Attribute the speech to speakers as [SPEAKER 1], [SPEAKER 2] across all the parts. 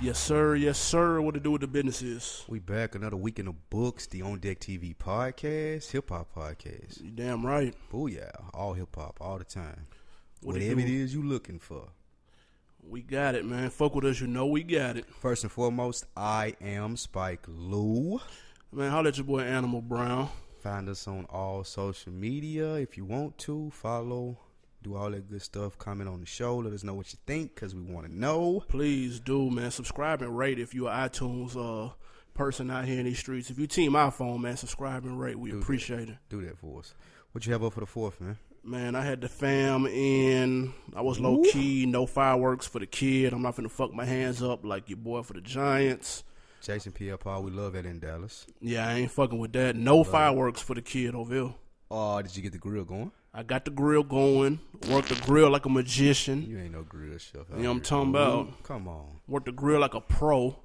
[SPEAKER 1] Yes, sir. Yes, sir. What to do with the businesses?
[SPEAKER 2] We back another week in the books, the On Deck TV podcast, hip hop podcast.
[SPEAKER 1] You damn right.
[SPEAKER 2] Booyah, all hip hop, all the time.
[SPEAKER 1] What it
[SPEAKER 2] Whatever it
[SPEAKER 1] do?
[SPEAKER 2] is you looking for.
[SPEAKER 1] We got it, man. Fuck with us. You know we got it,
[SPEAKER 2] First and foremost, I am Spike Lou.
[SPEAKER 1] man. Holler at your boy Animal Brown.
[SPEAKER 2] Find us on all social media if you want to. Follow, do all that good stuff. Comment on the show. Let us know what you think because we want to know.
[SPEAKER 1] Please do, man. Subscribe and rate if you're an iTunes uh person out here in these streets. If you team iPhone, man, subscribe and rate. We appreciate it,
[SPEAKER 2] Do that for us. What you have up for the fourth, man?
[SPEAKER 1] man. I had the fam in. I was low key, no fireworks for the kid. I'm not finna fuck my hands up like your boy for the Giants.
[SPEAKER 2] Jason Pierre Paul, we love that in Dallas.
[SPEAKER 1] Yeah, I ain't fucking with that. No fireworks for the kid Oville.
[SPEAKER 2] Oh, did you get the grill going?
[SPEAKER 1] I got the grill going. Worked the grill like a magician.
[SPEAKER 2] You ain't no grill chef.
[SPEAKER 1] You know what I'm talking about?
[SPEAKER 2] Come on.
[SPEAKER 1] Worked the grill like a pro.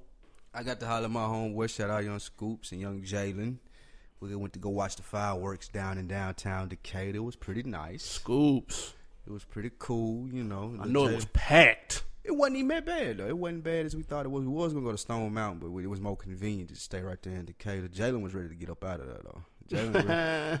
[SPEAKER 2] I got to holler at my homeboy. Shout out young Scoops and young Jalen. We went to go watch the fireworks down in downtown Decatur. It was pretty nice.
[SPEAKER 1] Scoops.
[SPEAKER 2] It was pretty cool, you know.
[SPEAKER 1] I know it was packed.
[SPEAKER 2] It wasn't even that bad though. It wasn't bad as we thought it was. We was gonna go to Stone Mountain, but we- it was more convenient to stay right there in Decatur. Jalen was ready to get up out of there though. Jalen,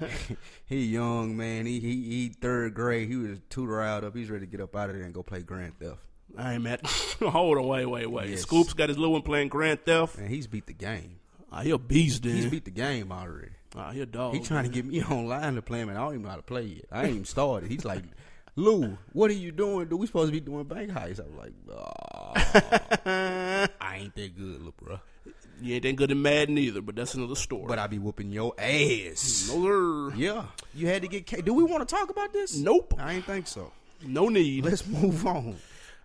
[SPEAKER 2] was- he young man. He he he third grade. He was tutor out up. He's ready to get up out of there and go play Grand Theft.
[SPEAKER 1] I ain't mad. Hold on, wait, wait, wait.
[SPEAKER 2] Yes.
[SPEAKER 1] Scoops got his little one playing Grand Theft.
[SPEAKER 2] And he's beat the game.
[SPEAKER 1] I hear beast,
[SPEAKER 2] He's
[SPEAKER 1] then.
[SPEAKER 2] beat the game already.
[SPEAKER 1] I hear dog.
[SPEAKER 2] He trying to get me online to play him, and I don't even know how to play it. I ain't even started. He's like, Lou, what are you doing? Do we supposed to be doing bank heists? I was like, "Aw, I ain't that good, little bruh.
[SPEAKER 1] you ain't that good at Madden either, but that's another story.
[SPEAKER 2] But I be whooping your ass.
[SPEAKER 1] no, sir.
[SPEAKER 2] Yeah, you had to get. K- Do we want to talk about this?
[SPEAKER 1] Nope.
[SPEAKER 2] I ain't think so.
[SPEAKER 1] No need.
[SPEAKER 2] Let's move on.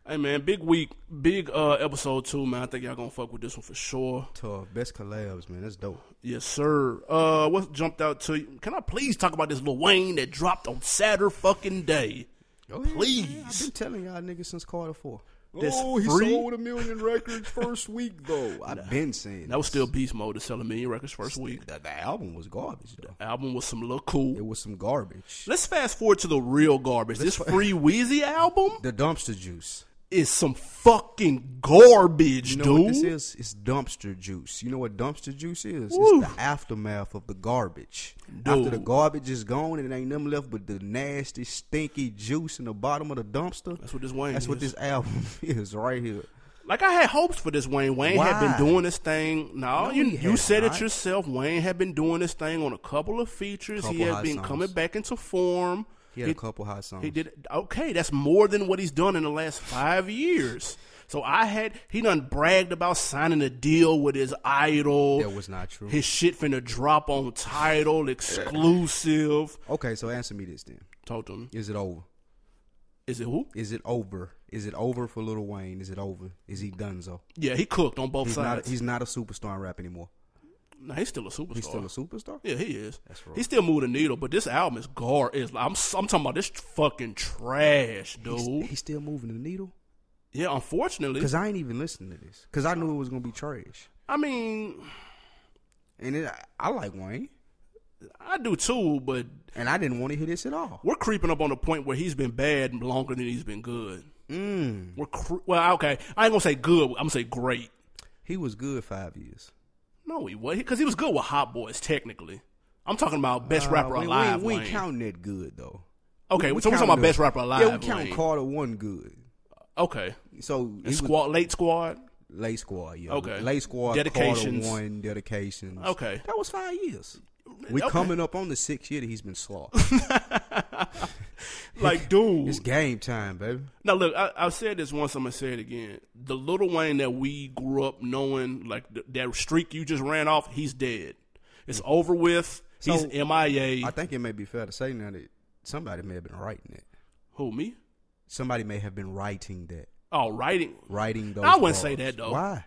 [SPEAKER 1] Hey, man, big week. Big uh, episode two, man. I think y'all gonna fuck with this one for sure.
[SPEAKER 2] To best collabs, man. That's dope.
[SPEAKER 1] Yes, sir. Uh, what jumped out to you? Can I please talk about this Lil Wayne that dropped on Saturday fucking day?
[SPEAKER 2] I've
[SPEAKER 1] Please.
[SPEAKER 2] been telling y'all niggas since Carter Four.
[SPEAKER 1] That's
[SPEAKER 2] oh, he
[SPEAKER 1] free?
[SPEAKER 2] sold a million records first week though. I've been saying
[SPEAKER 1] That was still Beast Mode to sell a million records first week.
[SPEAKER 2] the, the album was garbage though.
[SPEAKER 1] Album was some little cool.
[SPEAKER 2] It was some garbage.
[SPEAKER 1] Let's fast forward to the real garbage. This Free Wheezy album
[SPEAKER 2] The dumpster juice.
[SPEAKER 1] is some fucking garbage,
[SPEAKER 2] You know what
[SPEAKER 1] dude.
[SPEAKER 2] this is? It's dumpster juice. You know what dumpster juice is?
[SPEAKER 1] Woo.
[SPEAKER 2] It's the aftermath of the garbage. After the
[SPEAKER 1] Dude.
[SPEAKER 2] garbage is gone and it ain't nothing left but the nasty, stinky juice in the bottom of the dumpster.
[SPEAKER 1] That's what this Wayne
[SPEAKER 2] That's what
[SPEAKER 1] is.
[SPEAKER 2] this album is right here.
[SPEAKER 1] Like I had hopes for this Wayne. Wayne had
[SPEAKER 2] Why?
[SPEAKER 1] been doing this thing. No,
[SPEAKER 2] No,
[SPEAKER 1] you
[SPEAKER 2] he
[SPEAKER 1] you
[SPEAKER 2] has
[SPEAKER 1] said
[SPEAKER 2] not.
[SPEAKER 1] it yourself. Wayne had been doing this thing on a couple of features. he
[SPEAKER 2] Couple
[SPEAKER 1] had
[SPEAKER 2] hot
[SPEAKER 1] been
[SPEAKER 2] songs.
[SPEAKER 1] coming back into form.
[SPEAKER 2] He had a couple hot songs.
[SPEAKER 1] He did okay. That's more than what he's done in the last five years. So I had he done bragged about signing a deal with his idol.
[SPEAKER 2] That was not true.
[SPEAKER 1] His shit finna drop on title exclusive.
[SPEAKER 2] Okay, so answer me this then.
[SPEAKER 1] Talk to him.
[SPEAKER 2] Is it over?
[SPEAKER 1] Is it who?
[SPEAKER 2] Is it over? Is it over for Lil Wayne? Is it over? Is he done so?
[SPEAKER 1] Yeah, he cooked on both
[SPEAKER 2] He's
[SPEAKER 1] sides.
[SPEAKER 2] not, he's not a superstar in rap anymore.
[SPEAKER 1] Nah, he's still a superstar.
[SPEAKER 2] He's still a superstar?
[SPEAKER 1] yeah, he is. That's
[SPEAKER 2] wrong.
[SPEAKER 1] He still moved the needle, but this album is gar. Is I'm I'm talking about this fucking trash, dude.
[SPEAKER 2] He's, he's still moving the needle?
[SPEAKER 1] yeah, unfortunately,
[SPEAKER 2] Because I ain't even listening to this. Because I knew it was going to be trash.
[SPEAKER 1] I mean,
[SPEAKER 2] And it, I like Wayne.
[SPEAKER 1] I do too, but
[SPEAKER 2] And I didn't want to hear this at all.
[SPEAKER 1] we're creeping up on the point where he's been bad longer than he's been good.
[SPEAKER 2] Mm.
[SPEAKER 1] We're cre- well, okay. I ain't gonna say good. I'm gonna say great.
[SPEAKER 2] He was good five years.
[SPEAKER 1] No, he was because he was good with Hot Boys technically. I'm talking about best rapper
[SPEAKER 2] Uh, we-
[SPEAKER 1] alive.
[SPEAKER 2] We, we,
[SPEAKER 1] Wayne.
[SPEAKER 2] ain't counting that good, though.
[SPEAKER 1] okay,
[SPEAKER 2] We
[SPEAKER 1] so we're talking
[SPEAKER 2] counting
[SPEAKER 1] about
[SPEAKER 2] the-
[SPEAKER 1] best rapper alive.
[SPEAKER 2] Yeah, we count
[SPEAKER 1] Wayne.
[SPEAKER 2] Carter one good.
[SPEAKER 1] Okay,
[SPEAKER 2] So
[SPEAKER 1] and
[SPEAKER 2] he was
[SPEAKER 1] squad, late squad.
[SPEAKER 2] Lay Squad, yeah.
[SPEAKER 1] Okay.
[SPEAKER 2] Lay Squad,
[SPEAKER 1] Dedications.
[SPEAKER 2] Carter one, dedications.
[SPEAKER 1] Okay.
[SPEAKER 2] That was five years. We
[SPEAKER 1] Okay.
[SPEAKER 2] coming up on the sixth year that he's been slow.
[SPEAKER 1] Like, dude.
[SPEAKER 2] it's game time, baby.
[SPEAKER 1] Now, look, I, I've said this once. I'm gonna say it again. The little Wayne that we grew up knowing, like th- that streak you just ran off, he's dead. It's over with. He's
[SPEAKER 2] Mm. So,
[SPEAKER 1] MIA.
[SPEAKER 2] I think it may be fair to say now that somebody may have been writing it.
[SPEAKER 1] Who me?
[SPEAKER 2] Somebody may have been writing that.
[SPEAKER 1] Oh, writing.
[SPEAKER 2] writing those.
[SPEAKER 1] I wouldn't say
[SPEAKER 2] bars.
[SPEAKER 1] that, though.
[SPEAKER 2] Why?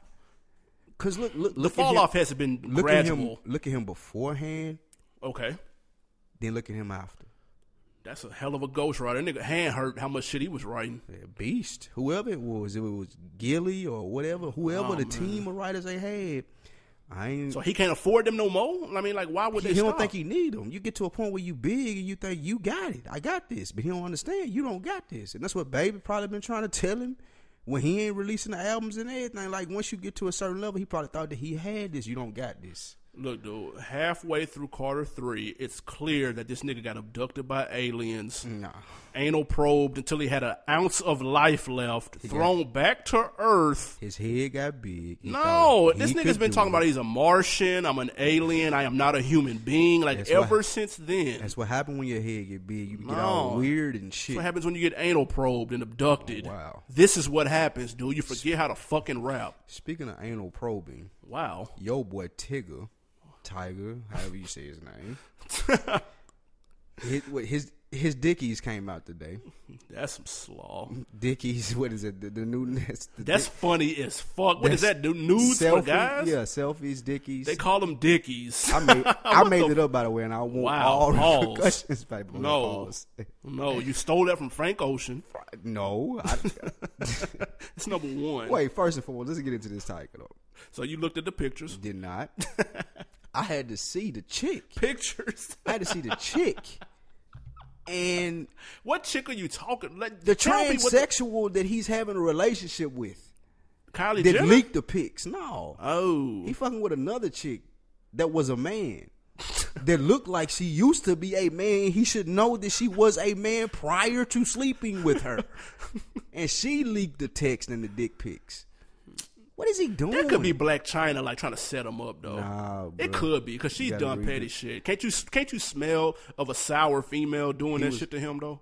[SPEAKER 2] Because look, look, look
[SPEAKER 1] Fall
[SPEAKER 2] at him,
[SPEAKER 1] off has been
[SPEAKER 2] Look at him.
[SPEAKER 1] gradual.
[SPEAKER 2] Look at him beforehand,
[SPEAKER 1] Okay.
[SPEAKER 2] then look at him after.
[SPEAKER 1] That's a hell of a ghostwriter. That nigga hand hurt how much shit he was writing.
[SPEAKER 2] Yeah, beast, whoever it was, if it was Gilly or whatever, whoever
[SPEAKER 1] Oh,
[SPEAKER 2] the
[SPEAKER 1] man.
[SPEAKER 2] team of writers they had, I ain't.
[SPEAKER 1] So he can't afford them no more? I mean, like, why would
[SPEAKER 2] he
[SPEAKER 1] they
[SPEAKER 2] he don't
[SPEAKER 1] stop?
[SPEAKER 2] think he need them. You get to a point where you big and you think you got it. I got this, but he don't understand. You don't got this, and that's what Baby probably been trying to tell him. When he ain't releasing the albums and everything, like once you get to a certain level, he probably thought that he had this. You don't got this.
[SPEAKER 1] Look, dude, halfway through Carter 3, it's clear that this nigga got abducted by aliens,
[SPEAKER 2] Nah.
[SPEAKER 1] anal probed until he had an ounce of life left, thrown back to Earth.
[SPEAKER 2] His head got big. He
[SPEAKER 1] No,
[SPEAKER 2] thought
[SPEAKER 1] this
[SPEAKER 2] he
[SPEAKER 1] nigga's
[SPEAKER 2] could
[SPEAKER 1] been
[SPEAKER 2] do
[SPEAKER 1] talking
[SPEAKER 2] it.
[SPEAKER 1] about he's a Martian, I'm an alien, I am not a human being. Like,
[SPEAKER 2] That's
[SPEAKER 1] ever
[SPEAKER 2] why-
[SPEAKER 1] since then. That's
[SPEAKER 2] That's what happened when your head get big. You get all
[SPEAKER 1] No.
[SPEAKER 2] weird and shit.
[SPEAKER 1] what happens when you get anal probed and abducted.
[SPEAKER 2] Oh, wow.
[SPEAKER 1] This is what happens, dude. You forget how to fucking rap.
[SPEAKER 2] Speaking of anal probing,
[SPEAKER 1] Wow.
[SPEAKER 2] yo boy Tigger, Tiger, however you say his name, his what- his, his Dickies came out today.
[SPEAKER 1] That's some slaw.
[SPEAKER 2] Dickies, what is it? The, the new that's the
[SPEAKER 1] That's funny as fuck. What is
[SPEAKER 2] That's
[SPEAKER 1] that, dude? Nudes
[SPEAKER 2] selfie-
[SPEAKER 1] for guys?
[SPEAKER 2] Yeah, selfies, Dickies.
[SPEAKER 1] They call them dickies.
[SPEAKER 2] I made, I made it up by the way, and I want
[SPEAKER 1] Wow,
[SPEAKER 2] all
[SPEAKER 1] pause.
[SPEAKER 2] repercussions by the way,
[SPEAKER 1] No.
[SPEAKER 2] pause.
[SPEAKER 1] no, you stole that from Frank Ocean.
[SPEAKER 2] no. I,
[SPEAKER 1] It's number one.
[SPEAKER 2] wait, first and foremost, let's get into this Tiger though.
[SPEAKER 1] So you looked at the pictures.
[SPEAKER 2] Did not. I had to see the chick.
[SPEAKER 1] Pictures.
[SPEAKER 2] I had to see the chick. And
[SPEAKER 1] What chick are you talking? Like,
[SPEAKER 2] the
[SPEAKER 1] tell me what
[SPEAKER 2] transsexual that he's having a relationship with
[SPEAKER 1] Kylie
[SPEAKER 2] that
[SPEAKER 1] Jenner.
[SPEAKER 2] leaked the pics. No.
[SPEAKER 1] oh,
[SPEAKER 2] He fucking with another chick that was a man. that looked like she used to be a man. He should know that she was a man prior to sleeping with her. and she leaked the text and the dick pics. What is he doing?
[SPEAKER 1] that could be Black China, like trying to set him up though.
[SPEAKER 2] Nah,
[SPEAKER 1] it
[SPEAKER 2] bro.
[SPEAKER 1] could be because she's
[SPEAKER 2] gotta
[SPEAKER 1] done
[SPEAKER 2] read
[SPEAKER 1] petty shit. Can't you? Can't you smell of a sour female doing that shit to him though?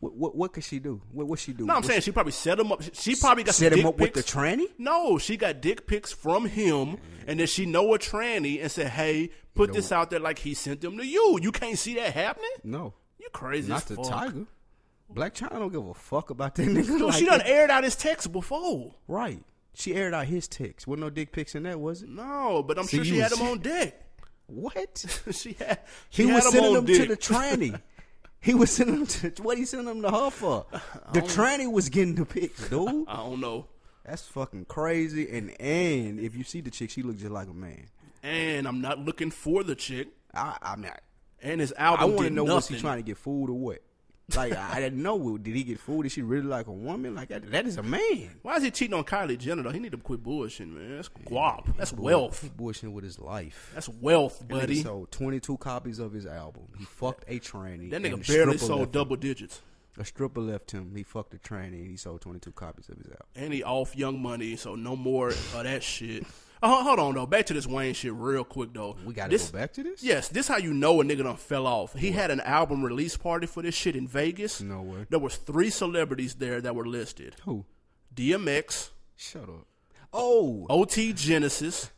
[SPEAKER 2] What, what, what could she do? What what she do?
[SPEAKER 1] No, I'm
[SPEAKER 2] What
[SPEAKER 1] saying she probably set him up. She- She probably got
[SPEAKER 2] set
[SPEAKER 1] some
[SPEAKER 2] him
[SPEAKER 1] dick
[SPEAKER 2] up with the
[SPEAKER 1] pics.
[SPEAKER 2] tranny?
[SPEAKER 1] No, she got dick pics from him, and then she know a tranny and said, "Hey, put this out there like he sent them to you. You can't see that happening.
[SPEAKER 2] No.
[SPEAKER 1] You crazy
[SPEAKER 2] Not
[SPEAKER 1] as
[SPEAKER 2] the
[SPEAKER 1] fuck.
[SPEAKER 2] tiger. Black China don't give a fuck about that nigga.
[SPEAKER 1] Dude,
[SPEAKER 2] like
[SPEAKER 1] she done aired out his text before.
[SPEAKER 2] Right. She aired out his text. Wasn't no dick pics in that, was it?
[SPEAKER 1] No, but I'm
[SPEAKER 2] See,
[SPEAKER 1] sure she
[SPEAKER 2] you
[SPEAKER 1] had
[SPEAKER 2] was-
[SPEAKER 1] him on deck.
[SPEAKER 2] What?
[SPEAKER 1] she had. She
[SPEAKER 2] He
[SPEAKER 1] had
[SPEAKER 2] was
[SPEAKER 1] him
[SPEAKER 2] sending
[SPEAKER 1] on
[SPEAKER 2] them
[SPEAKER 1] dick.
[SPEAKER 2] to the tranny. He was sending them to what he sending them to her for. The tranny was getting the pics, dude.
[SPEAKER 1] I don't know.
[SPEAKER 2] That's fucking crazy. And and if you see the chick, she looks just like a man.
[SPEAKER 1] And I'm not looking for the chick.
[SPEAKER 2] I I mean, I-
[SPEAKER 1] And his
[SPEAKER 2] I
[SPEAKER 1] album.
[SPEAKER 2] want to
[SPEAKER 1] did
[SPEAKER 2] know was he
[SPEAKER 1] nothing.
[SPEAKER 2] trying to get fooled or what? Like I didn't know. Did he get fooled? Is she really like a woman? Like that, that is a man.
[SPEAKER 1] Why is he cheating on Kylie Jenner? Though he need to quit bullshitting, man. That's guap. That's wealth.
[SPEAKER 2] He bullshitting with his life.
[SPEAKER 1] That's wealth,
[SPEAKER 2] That nigga
[SPEAKER 1] buddy.
[SPEAKER 2] sold 22 copies of his album. He fucked a tranny.
[SPEAKER 1] That
[SPEAKER 2] and a
[SPEAKER 1] nigga barely
[SPEAKER 2] stripper
[SPEAKER 1] sold
[SPEAKER 2] left
[SPEAKER 1] double digits.
[SPEAKER 2] Him. A stripper left him. He fucked a tranny and he sold 22 copies of his album.
[SPEAKER 1] and he off Young Money, so no more of that shit. Oh, hold on though, back to this Wayne shit real quick though.
[SPEAKER 2] We got to
[SPEAKER 1] this.
[SPEAKER 2] go back to this?
[SPEAKER 1] Yes, this how you know a nigga done fell off. He had an album release party for this shit in Vegas.
[SPEAKER 2] No way.
[SPEAKER 1] There was three celebrities there that were listed:
[SPEAKER 2] Who?
[SPEAKER 1] DMX,
[SPEAKER 2] Shut up. Oh.
[SPEAKER 1] OT Genesis,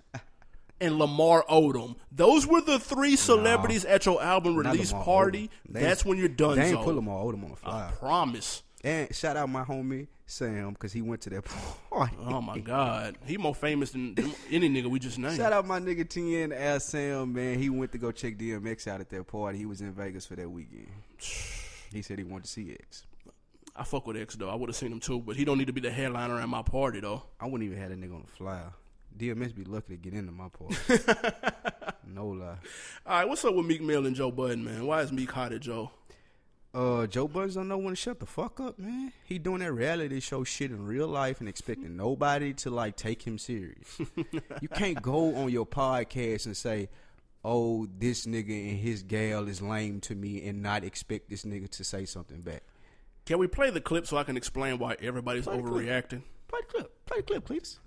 [SPEAKER 1] and Lamar Odom. Those were the three celebrities at your album
[SPEAKER 2] not
[SPEAKER 1] release
[SPEAKER 2] Lamar
[SPEAKER 1] party.
[SPEAKER 2] Odom. They
[SPEAKER 1] That's
[SPEAKER 2] ain't-
[SPEAKER 1] when you're done. Oh.
[SPEAKER 2] They ain't put Lamar Odom on the fly.
[SPEAKER 1] Promise.
[SPEAKER 2] And shout out my homie Sam because he went to that party.
[SPEAKER 1] Oh my God, he more famous than than any nigga we just named.
[SPEAKER 2] Shout out my nigga TN ass Sam, man. He went to go check DMX out at that party. He was in Vegas for that weekend. He said he wanted to see X.
[SPEAKER 1] I fuck with X though. I would have seen him too, but he don't need to be the headliner at my party though.
[SPEAKER 2] I wouldn't even have that nigga on the fly. DMX be lucky to get into my party. no lie.
[SPEAKER 1] All right, what's up with Meek Mill and Joe Budden, man? Why is Meek hot at Joe?
[SPEAKER 2] Uh, Joe Budden's don't know when to shut the fuck up, man. He doing that reality show shit in real life and expecting nobody to like take him serious. you can't go on your podcast and say, "Oh, this nigga and his gal is lame to me," and not expect this nigga to say something back.
[SPEAKER 1] Can we play the clip so I can explain why everybody's
[SPEAKER 2] the clip.
[SPEAKER 1] overreacting?
[SPEAKER 2] Play the clip. Play the clip, please.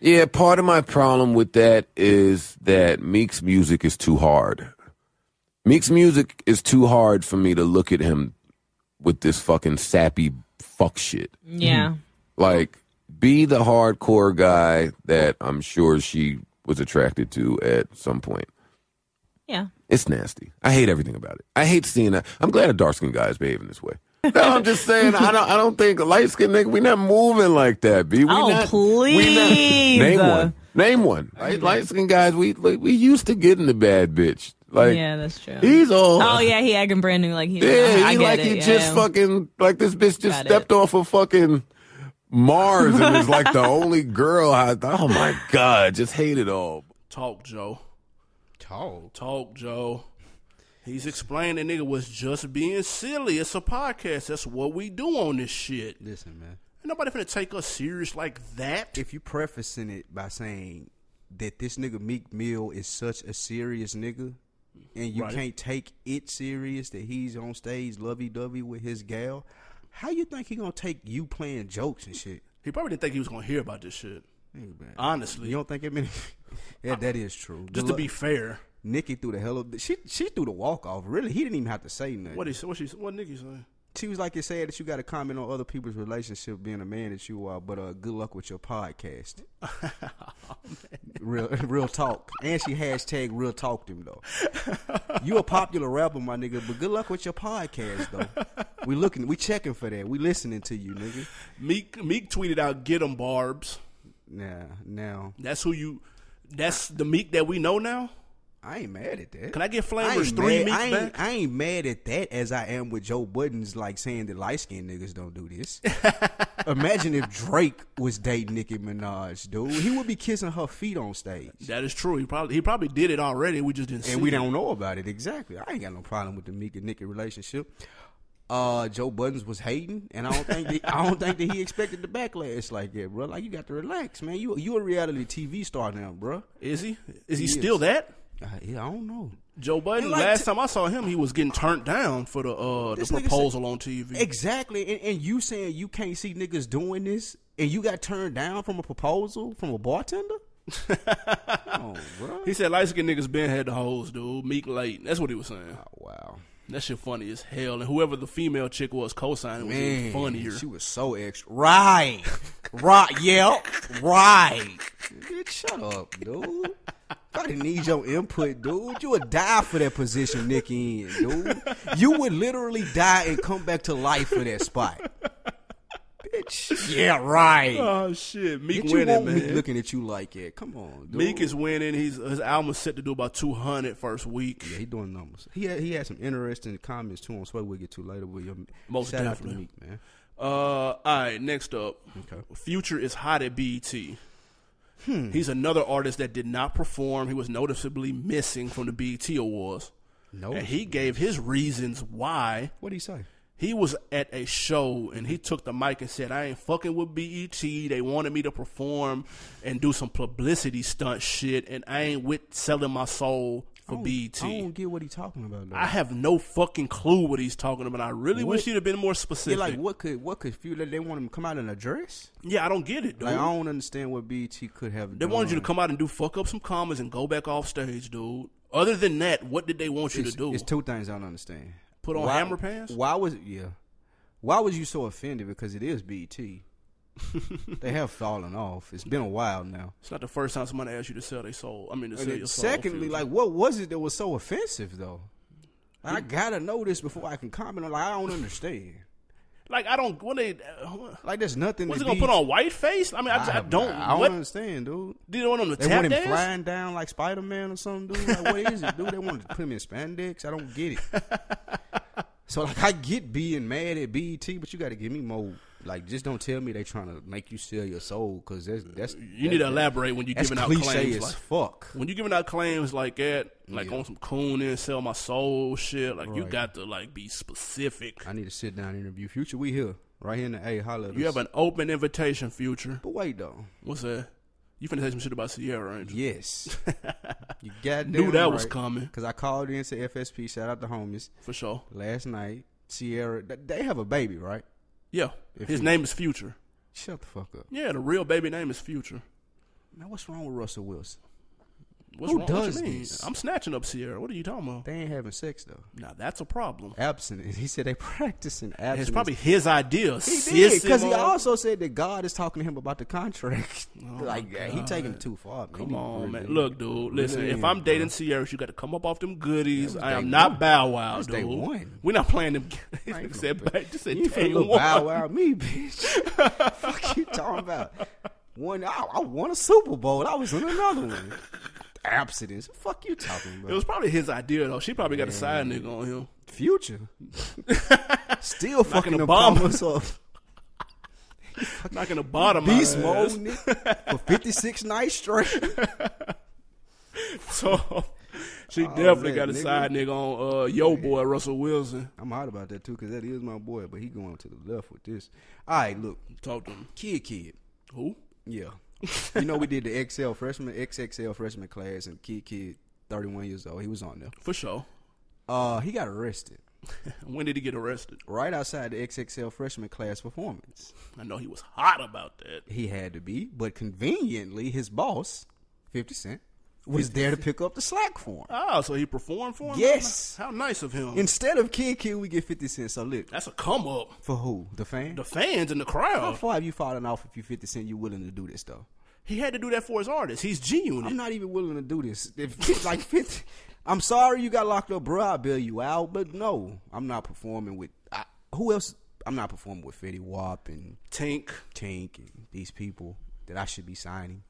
[SPEAKER 3] Yeah, part of my problem with that is that Meek's music is too hard. Meek's music is too hard for me to look at him with this fucking sappy fuck shit.
[SPEAKER 4] Yeah.
[SPEAKER 5] Mm.
[SPEAKER 3] Like, be the hardcore guy that I'm sure she was attracted to at some point.
[SPEAKER 4] Yeah.
[SPEAKER 3] It's nasty. I hate everything about it. I hate seeing that. I'm glad a dark skinned guy is behaving this way. No, I'm just saying. I don't. I don't think light skinned nigga. We not moving like that, b. We
[SPEAKER 4] Oh,
[SPEAKER 3] not,
[SPEAKER 4] please.
[SPEAKER 3] We not, name one. Name one. Light, light skinned guys. We like, we used to getting the bad bitch. Like
[SPEAKER 4] yeah, that's true.
[SPEAKER 3] he's all.
[SPEAKER 4] oh yeah, he acting brand new like he.
[SPEAKER 3] Yeah, he
[SPEAKER 4] I get
[SPEAKER 3] like
[SPEAKER 4] it.
[SPEAKER 3] he
[SPEAKER 4] yeah.
[SPEAKER 3] just fucking like this bitch just
[SPEAKER 4] Got it.
[SPEAKER 3] stepped off of fucking Mars and is like the only girl. I, oh my god, just hate it all.
[SPEAKER 1] Talk, Joe.
[SPEAKER 2] Talk.
[SPEAKER 1] Talk, Joe. He's explaining that nigga was just being silly. It's a podcast. That's what we do on this shit.
[SPEAKER 2] Listen, man.
[SPEAKER 1] That Ain't nobody finna take us serious like that.
[SPEAKER 2] if you prefacing it by saying that this nigga Meek Mill is such a serious nigga, and you
[SPEAKER 1] Right.
[SPEAKER 2] can't take it serious that he's on stage lovey dovey with his gal, how you think he gonna take you playing jokes and shit?
[SPEAKER 1] He probably didn't think he was gonna hear about this shit. Honestly,
[SPEAKER 2] You don't think it meant? yeah, that is true.
[SPEAKER 1] just
[SPEAKER 2] The
[SPEAKER 1] to
[SPEAKER 2] lo-
[SPEAKER 1] be fair,
[SPEAKER 2] Nikki threw the hell up. She she threw the walk off. Really, he didn't even have to say nothing.
[SPEAKER 1] what is what she what Nikki saying?
[SPEAKER 2] she was like it said that you got to comment on other people's relationship being a man that you are but uh good luck with your podcast real real talk and she hashtag real talked him though you a popular rapper my nigga but good luck with your podcast though we looking we checking for that we listening to you nigga
[SPEAKER 1] Meek Meek tweeted out, "Get 'em Barb's."
[SPEAKER 2] nah now
[SPEAKER 1] That's who you. That's the Meek that we know now.
[SPEAKER 2] i ain't mad at that
[SPEAKER 1] Can I get
[SPEAKER 2] I
[SPEAKER 1] Flamers
[SPEAKER 2] ain't,
[SPEAKER 1] three
[SPEAKER 2] mad,
[SPEAKER 1] Meek
[SPEAKER 2] I,
[SPEAKER 1] back?
[SPEAKER 2] ain't, I ain't mad at that as I am with Joe Budden's like saying that light skinned niggas don't do this. Imagine if Drake was dating Nicki Minaj, dude. He would be kissing her feet on stage.
[SPEAKER 1] That is true. He probably he probably did it already. We just didn't see.
[SPEAKER 2] And we
[SPEAKER 1] it.
[SPEAKER 2] don't know about it exactly. I ain't got no problem with the Meek and Nicki relationship. Uh, Joe Buttons was hating, and I don't think that, I don't think that he expected the backlash like that, bro. Like you got to relax, man. You you a reality TV star now, bro.
[SPEAKER 1] Is he? Is he,
[SPEAKER 2] He
[SPEAKER 1] still
[SPEAKER 2] is.
[SPEAKER 1] that?
[SPEAKER 2] I, yeah, I don't know.
[SPEAKER 1] Joe Budden.
[SPEAKER 2] And like
[SPEAKER 1] last
[SPEAKER 2] t-
[SPEAKER 1] time I saw him, he was getting turned down for the uh the
[SPEAKER 2] This nigga
[SPEAKER 1] proposal on TV.
[SPEAKER 2] Exactly. And, and you saying you can't see niggas doing this and you got turned down from a proposal from a bartender? oh, bro.
[SPEAKER 1] he said light skinned niggas been had the hoes, dude. Meek late. That's what he was saying.
[SPEAKER 2] wow.
[SPEAKER 1] That shit funny as hell. And whoever the female chick was co-signing was even
[SPEAKER 2] Man,
[SPEAKER 1] funnier.
[SPEAKER 2] she was so extra. Right. right. Yeah. Right. Dude, shut up, dude. I didn't need your input, dude. You would die for that position, Nicky, in, dude. You would literally die and come back to life for that spot. Bitch. Yeah, right.
[SPEAKER 1] oh shit, Meek
[SPEAKER 2] Did you
[SPEAKER 1] winning,
[SPEAKER 2] want
[SPEAKER 1] man.
[SPEAKER 2] Meek looking at you like that? Come on, dude.
[SPEAKER 1] Meek is winning. He's his album is set to do about 200 first week.
[SPEAKER 2] Yeah, he doing numbers. He had, he had some interesting comments too on Sway. We'll get to later. But your
[SPEAKER 1] Most
[SPEAKER 2] shout
[SPEAKER 1] definitely.
[SPEAKER 2] out to Meek, man.
[SPEAKER 1] Uh, all right, next up,
[SPEAKER 2] Okay. Hmm.
[SPEAKER 1] Future is hot at BET. He's another artist that did not perform. He was noticeably missing from the BET Awards,
[SPEAKER 2] No,
[SPEAKER 1] and he gave his reasons why.
[SPEAKER 2] what did he say?
[SPEAKER 1] He was at a show and he took the mic and said, "I ain't fucking with BET. They wanted me to perform and do some publicity stunt shit, and I ain't with selling my soul
[SPEAKER 2] I
[SPEAKER 1] for
[SPEAKER 2] don't-
[SPEAKER 1] BET."
[SPEAKER 2] I don't get what he talking about. Though.
[SPEAKER 1] I have no fucking clue what he's talking about. I really wish you'd have been more specific.
[SPEAKER 2] yeah, like what could what could few they want him to come out in a dress?
[SPEAKER 1] Yeah, I don't get it, dude.
[SPEAKER 2] Like I don't understand what BT could have.
[SPEAKER 1] They wanted you
[SPEAKER 2] Mm.
[SPEAKER 1] to come out and do fuck up some commas and go back off stage, dude. Other than that, what did they want you
[SPEAKER 2] It's,
[SPEAKER 1] to do?
[SPEAKER 2] it's two things I don't understand.
[SPEAKER 1] Put on
[SPEAKER 2] Why-
[SPEAKER 1] hammer pants?
[SPEAKER 2] Why was yeah? Why was you so offended? Because it is BT. they have fallen off. It's been a while now.
[SPEAKER 1] it's not the first time somebody asked you to sell their soul. I mean, to
[SPEAKER 2] And
[SPEAKER 1] sell
[SPEAKER 2] then
[SPEAKER 1] your soul.
[SPEAKER 2] secondly,
[SPEAKER 1] Future.
[SPEAKER 2] like, what was it that was so offensive though? I gotta know this before I can comment on. Like, I don't understand.
[SPEAKER 1] like I don't. What they? uh, What
[SPEAKER 2] Like, there's nothing.
[SPEAKER 1] was
[SPEAKER 2] to
[SPEAKER 1] it gonna
[SPEAKER 2] be-
[SPEAKER 1] put on white face? I mean, I, just- I
[SPEAKER 2] have-
[SPEAKER 1] don't.
[SPEAKER 2] I don't
[SPEAKER 1] what
[SPEAKER 2] understand, dude.
[SPEAKER 1] did they want them to
[SPEAKER 2] They
[SPEAKER 1] tap
[SPEAKER 2] want him
[SPEAKER 1] dance?
[SPEAKER 2] flying down like Spider Man or something, dude. Like, what is it, dude? They want to put him in spandex. I don't get it. so, like, I get being mad at BET, but you got to give me more. Like, just don't tell me they trying to make you sell your soul because that's that's
[SPEAKER 1] You need to elaborate when you're
[SPEAKER 2] that's
[SPEAKER 1] giving out
[SPEAKER 2] cliche
[SPEAKER 1] claims.
[SPEAKER 2] as
[SPEAKER 1] Like,
[SPEAKER 2] fuck.
[SPEAKER 1] when you're giving out claims like that, like
[SPEAKER 2] Yeah.
[SPEAKER 1] on some coon and sell my soul shit, like you
[SPEAKER 2] Right.
[SPEAKER 1] got to like be specific.
[SPEAKER 2] I need to sit down and interview Future. We here, right here in the A. Holla. at
[SPEAKER 1] You
[SPEAKER 2] us.
[SPEAKER 1] have an open invitation, future.
[SPEAKER 2] But wait though.
[SPEAKER 1] What's that? You finna say some shit about Sierra, ain't you?
[SPEAKER 2] Yes. you goddamn
[SPEAKER 1] Knew that was
[SPEAKER 2] right.
[SPEAKER 1] coming
[SPEAKER 2] Cause I called in to FSP, shout out the homies,
[SPEAKER 1] for sure.
[SPEAKER 2] last night. Sierra th- they have a baby, right?
[SPEAKER 1] Yeah,
[SPEAKER 2] If
[SPEAKER 1] his
[SPEAKER 2] he-
[SPEAKER 1] name is Future.
[SPEAKER 2] Shut the fuck up.
[SPEAKER 1] Yeah, the real baby name is Future.
[SPEAKER 2] Man, what's wrong with Russell Wilson?
[SPEAKER 1] What's
[SPEAKER 2] Who
[SPEAKER 1] wrong? What you
[SPEAKER 2] does
[SPEAKER 1] mean?
[SPEAKER 2] this?
[SPEAKER 1] I'm snatching up Sierra. What are you talking about?
[SPEAKER 2] They ain't having sex though.
[SPEAKER 1] Now that's a problem.
[SPEAKER 2] Abstinence. He said they practicing abstinence.
[SPEAKER 1] It's probably his idea.
[SPEAKER 2] he
[SPEAKER 1] Sis
[SPEAKER 2] did
[SPEAKER 1] him
[SPEAKER 2] because he
[SPEAKER 1] up.
[SPEAKER 2] also said that God is talking to him about the contract. like yeah, he taking it too far. Man.
[SPEAKER 1] Oh Come
[SPEAKER 2] He
[SPEAKER 1] on, man.
[SPEAKER 2] really-
[SPEAKER 1] Look, dude. Listen,
[SPEAKER 2] really
[SPEAKER 1] if
[SPEAKER 2] ain't,
[SPEAKER 1] I'm
[SPEAKER 2] bro.
[SPEAKER 1] dating Sierra, you got to come up off them goodies.
[SPEAKER 2] was
[SPEAKER 1] I am
[SPEAKER 2] day
[SPEAKER 1] not
[SPEAKER 2] one.
[SPEAKER 1] Bow Wow,
[SPEAKER 2] That's
[SPEAKER 1] dude.
[SPEAKER 2] day one.
[SPEAKER 1] We're not playing them.
[SPEAKER 2] I
[SPEAKER 1] He
[SPEAKER 2] ain't
[SPEAKER 1] said,
[SPEAKER 2] finna-
[SPEAKER 1] back- just said
[SPEAKER 2] You ain't
[SPEAKER 1] day
[SPEAKER 2] finna look
[SPEAKER 1] one.
[SPEAKER 2] Bow Wow me, bitch. fuck you talking about? One, I, I won a Super Bowl. I was in another one. Abstinence. Fuck you talking
[SPEAKER 1] It
[SPEAKER 2] about?
[SPEAKER 1] was probably his idea though. She probably got a side nigga on him.
[SPEAKER 2] Future. Still fucking
[SPEAKER 1] a
[SPEAKER 2] the
[SPEAKER 1] bomb.
[SPEAKER 2] bombers up.
[SPEAKER 1] Knocking the bottom
[SPEAKER 2] Beast
[SPEAKER 1] out of his
[SPEAKER 2] mode nigga, for fifty six nights straight.
[SPEAKER 1] So She definitely
[SPEAKER 2] Oh, man,
[SPEAKER 1] got a
[SPEAKER 2] nigga.
[SPEAKER 1] side nigga on uh, Yo Boy Russell Wilson.
[SPEAKER 2] I'm hot about that too, because that is my boy, but he going to the left with this. All right, look,
[SPEAKER 1] Talk to him.
[SPEAKER 2] kid, kid,
[SPEAKER 1] Who?
[SPEAKER 2] yeah. you know we did the XL freshman, XXL freshman class, and kid, kid, 31 years old, he was on there.
[SPEAKER 1] For sure.
[SPEAKER 2] Uh, he got arrested
[SPEAKER 1] When did he get arrested?
[SPEAKER 2] right outside the XXL freshman class performance.
[SPEAKER 1] I know he was hot about that.
[SPEAKER 2] He had to be, but conveniently, his boss, 50 Cent, was there to pick up the slack for him.
[SPEAKER 1] Ah, so he performed for him?
[SPEAKER 2] Yes.
[SPEAKER 1] How nice of him.
[SPEAKER 2] Instead of Kid Kid, we get 50 Cent. So look,
[SPEAKER 1] That's a come up.
[SPEAKER 2] for who? The fan?
[SPEAKER 1] The fans and the
[SPEAKER 2] How
[SPEAKER 1] crowd.
[SPEAKER 2] far have you fallen off if you 50 Cent, you willing to do this, though?
[SPEAKER 1] He had to do that for his artist. He's G Unit.
[SPEAKER 2] I'm not even willing to do this. If like 50, I'm sorry you got locked up, bro. I'll bail you out. But no, I'm not performing with, I, who else? I'm not performing with Fetty Wap and
[SPEAKER 1] Tink.
[SPEAKER 2] Tink and these people that I should be signing.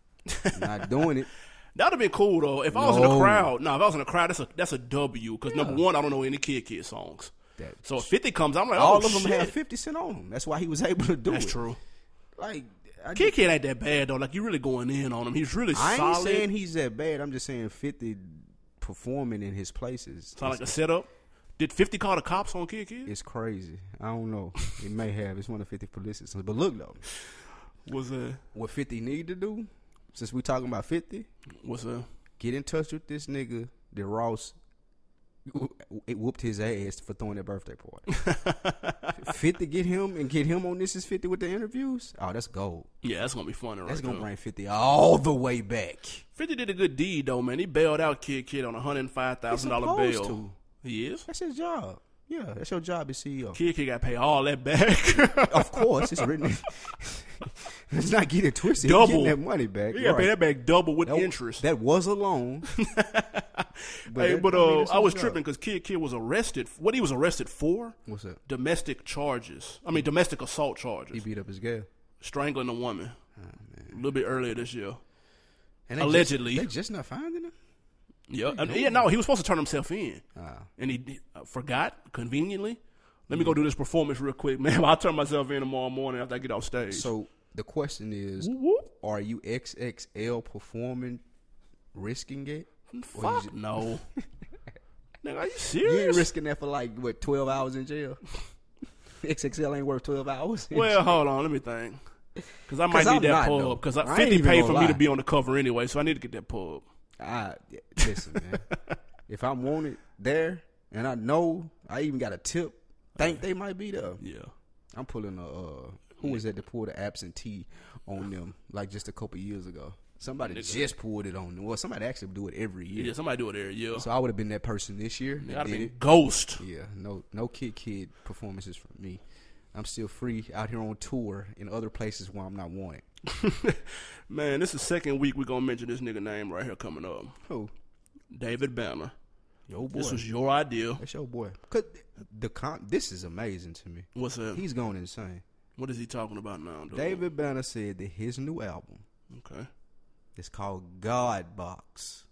[SPEAKER 2] I'm not doing it.
[SPEAKER 1] That'd have been cool though. If I was in the
[SPEAKER 2] No.
[SPEAKER 1] crowd, no, if I was in the crowd, that's a that's a W. Because number one, I don't know any Kid Kid songs.
[SPEAKER 2] That-
[SPEAKER 1] so if Fifty comes, I'm like,
[SPEAKER 2] All
[SPEAKER 1] oh,
[SPEAKER 2] of them
[SPEAKER 1] shit.
[SPEAKER 2] had 50 Cent on them. That's why he was able to do
[SPEAKER 1] That's
[SPEAKER 2] it.
[SPEAKER 1] true.
[SPEAKER 2] Like, I,
[SPEAKER 1] Kid Kid ain't that bad though. Like you really going in on him. He's really
[SPEAKER 2] I ain't
[SPEAKER 1] solid.
[SPEAKER 2] saying he's that bad. I'm just saying 50 performing in his places
[SPEAKER 1] Sound like a setup. Did Fifty call the cops on Kid Kid?
[SPEAKER 2] is crazy. I don't know. It may have. It's one of 50 publicists. But look, though,
[SPEAKER 1] Was uh, a
[SPEAKER 2] what 50 need to do, since we talking about 50,
[SPEAKER 1] was uh, a
[SPEAKER 2] get in touch with this nigga that Ross who- it whooped his ass for throwing that birthday party. 50 get him and get him on This Is 50 with the interviews. Oh, that's gold.
[SPEAKER 1] yeah. That's gonna be fun. Right
[SPEAKER 2] That's going to
[SPEAKER 1] there.
[SPEAKER 2] bring 50 all the way back.
[SPEAKER 1] Fifty did a good deed though, man. He bailed out Kid Kid on a hundred and five thousand dollar
[SPEAKER 2] He's
[SPEAKER 1] bail.
[SPEAKER 2] supposed to.
[SPEAKER 1] He is.
[SPEAKER 2] That's his job. Yeah, that's your job as CEO.
[SPEAKER 1] Kid Kid got to pay all that back.
[SPEAKER 2] Of course, it's written. Let's not get it twisted.
[SPEAKER 1] Double.
[SPEAKER 2] Double getting that money back.
[SPEAKER 1] he got to
[SPEAKER 2] Right.
[SPEAKER 1] pay that back double with
[SPEAKER 2] That-
[SPEAKER 1] interest.
[SPEAKER 2] That was a loan.
[SPEAKER 1] hey,
[SPEAKER 2] that-
[SPEAKER 1] but
[SPEAKER 2] I mean,
[SPEAKER 1] uh,
[SPEAKER 2] that's
[SPEAKER 1] I
[SPEAKER 2] his
[SPEAKER 1] was
[SPEAKER 2] job.
[SPEAKER 1] tripping because Kid Kid was arrested. What he was arrested for?
[SPEAKER 2] What's that?
[SPEAKER 1] Domestic charges. I mean, domestic assault
[SPEAKER 2] He Ah,
[SPEAKER 1] charges.
[SPEAKER 2] beat up his gal.
[SPEAKER 1] Strangling a woman. A little bit earlier this year.
[SPEAKER 2] And they just-
[SPEAKER 1] Allegedly.
[SPEAKER 2] they just not finding him.
[SPEAKER 1] Yeah. I mean, yeah. No, he was supposed to turn himself in,
[SPEAKER 2] Ah.
[SPEAKER 1] and he did- uh, forgot conveniently. Let me
[SPEAKER 2] Mm-hmm.
[SPEAKER 1] go do this performance real quick, man. I'll turn myself in tomorrow morning after I get off stage.
[SPEAKER 2] So the question is,
[SPEAKER 1] Whoop.
[SPEAKER 2] are you XXL performing, risking it? Or you
[SPEAKER 1] fuck
[SPEAKER 2] just-
[SPEAKER 1] no. Nigga, are you
[SPEAKER 2] You ain't
[SPEAKER 1] serious?
[SPEAKER 2] risking that for like what twelve hours in jail. XXL ain't worth twelve hours. in
[SPEAKER 1] Well, hold on, let me think. Because I might
[SPEAKER 2] 'Cause
[SPEAKER 1] need
[SPEAKER 2] I'm
[SPEAKER 1] that
[SPEAKER 2] not,
[SPEAKER 1] pub.
[SPEAKER 2] though.
[SPEAKER 1] Because
[SPEAKER 2] I ain't
[SPEAKER 1] fifty
[SPEAKER 2] even
[SPEAKER 1] paid
[SPEAKER 2] gonna
[SPEAKER 1] for me to
[SPEAKER 2] lie.
[SPEAKER 1] be on the cover anyway, so I need to get that pub.
[SPEAKER 2] I yeah, listen, man. if I'm wanted there, and I know I even got a tip, think they might be there.
[SPEAKER 1] Yeah,
[SPEAKER 2] I'm pulling a uh, who was that that pulled the absentee on them like just a couple years ago. Somebody just pulled it on them. Well, somebody actually do it every year.
[SPEAKER 1] yeah. Somebody do it there. Yeah,
[SPEAKER 2] So I would have been that person this year. that
[SPEAKER 1] gotta
[SPEAKER 2] did
[SPEAKER 1] be
[SPEAKER 2] it.
[SPEAKER 1] ghost.
[SPEAKER 2] Yeah, no, no kid, kid performances from me. I'm still free out here on tour in other places where I'm not wanted.
[SPEAKER 1] Man, this is second week we gonna mention this nigga name right here coming up.
[SPEAKER 2] Who?
[SPEAKER 1] David Banner.
[SPEAKER 2] Yo, boy.
[SPEAKER 1] This was your idea.
[SPEAKER 2] That's your boy. Cause the con- this is amazing to me.
[SPEAKER 1] What's that?
[SPEAKER 2] He's going insane.
[SPEAKER 1] What is he talking about now, dude?
[SPEAKER 2] David Banner said that his new album
[SPEAKER 1] Okay.
[SPEAKER 2] is called God Box.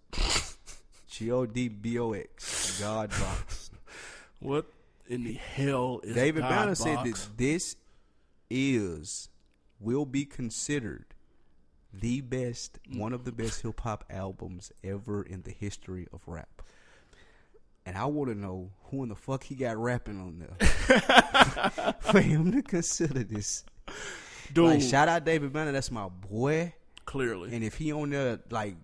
[SPEAKER 2] G O D B O X. God Box.
[SPEAKER 1] What in the hell is
[SPEAKER 2] David
[SPEAKER 1] God
[SPEAKER 2] Banner
[SPEAKER 1] Box?
[SPEAKER 2] said that this is will be considered the best, one of the best hip hop albums ever in the history of rap. And I want to know who in the fuck he got rapping on there for him to consider this.
[SPEAKER 1] dude.
[SPEAKER 2] Like, shout out David Banner, that's my boy.
[SPEAKER 1] clearly,
[SPEAKER 2] And if he on there like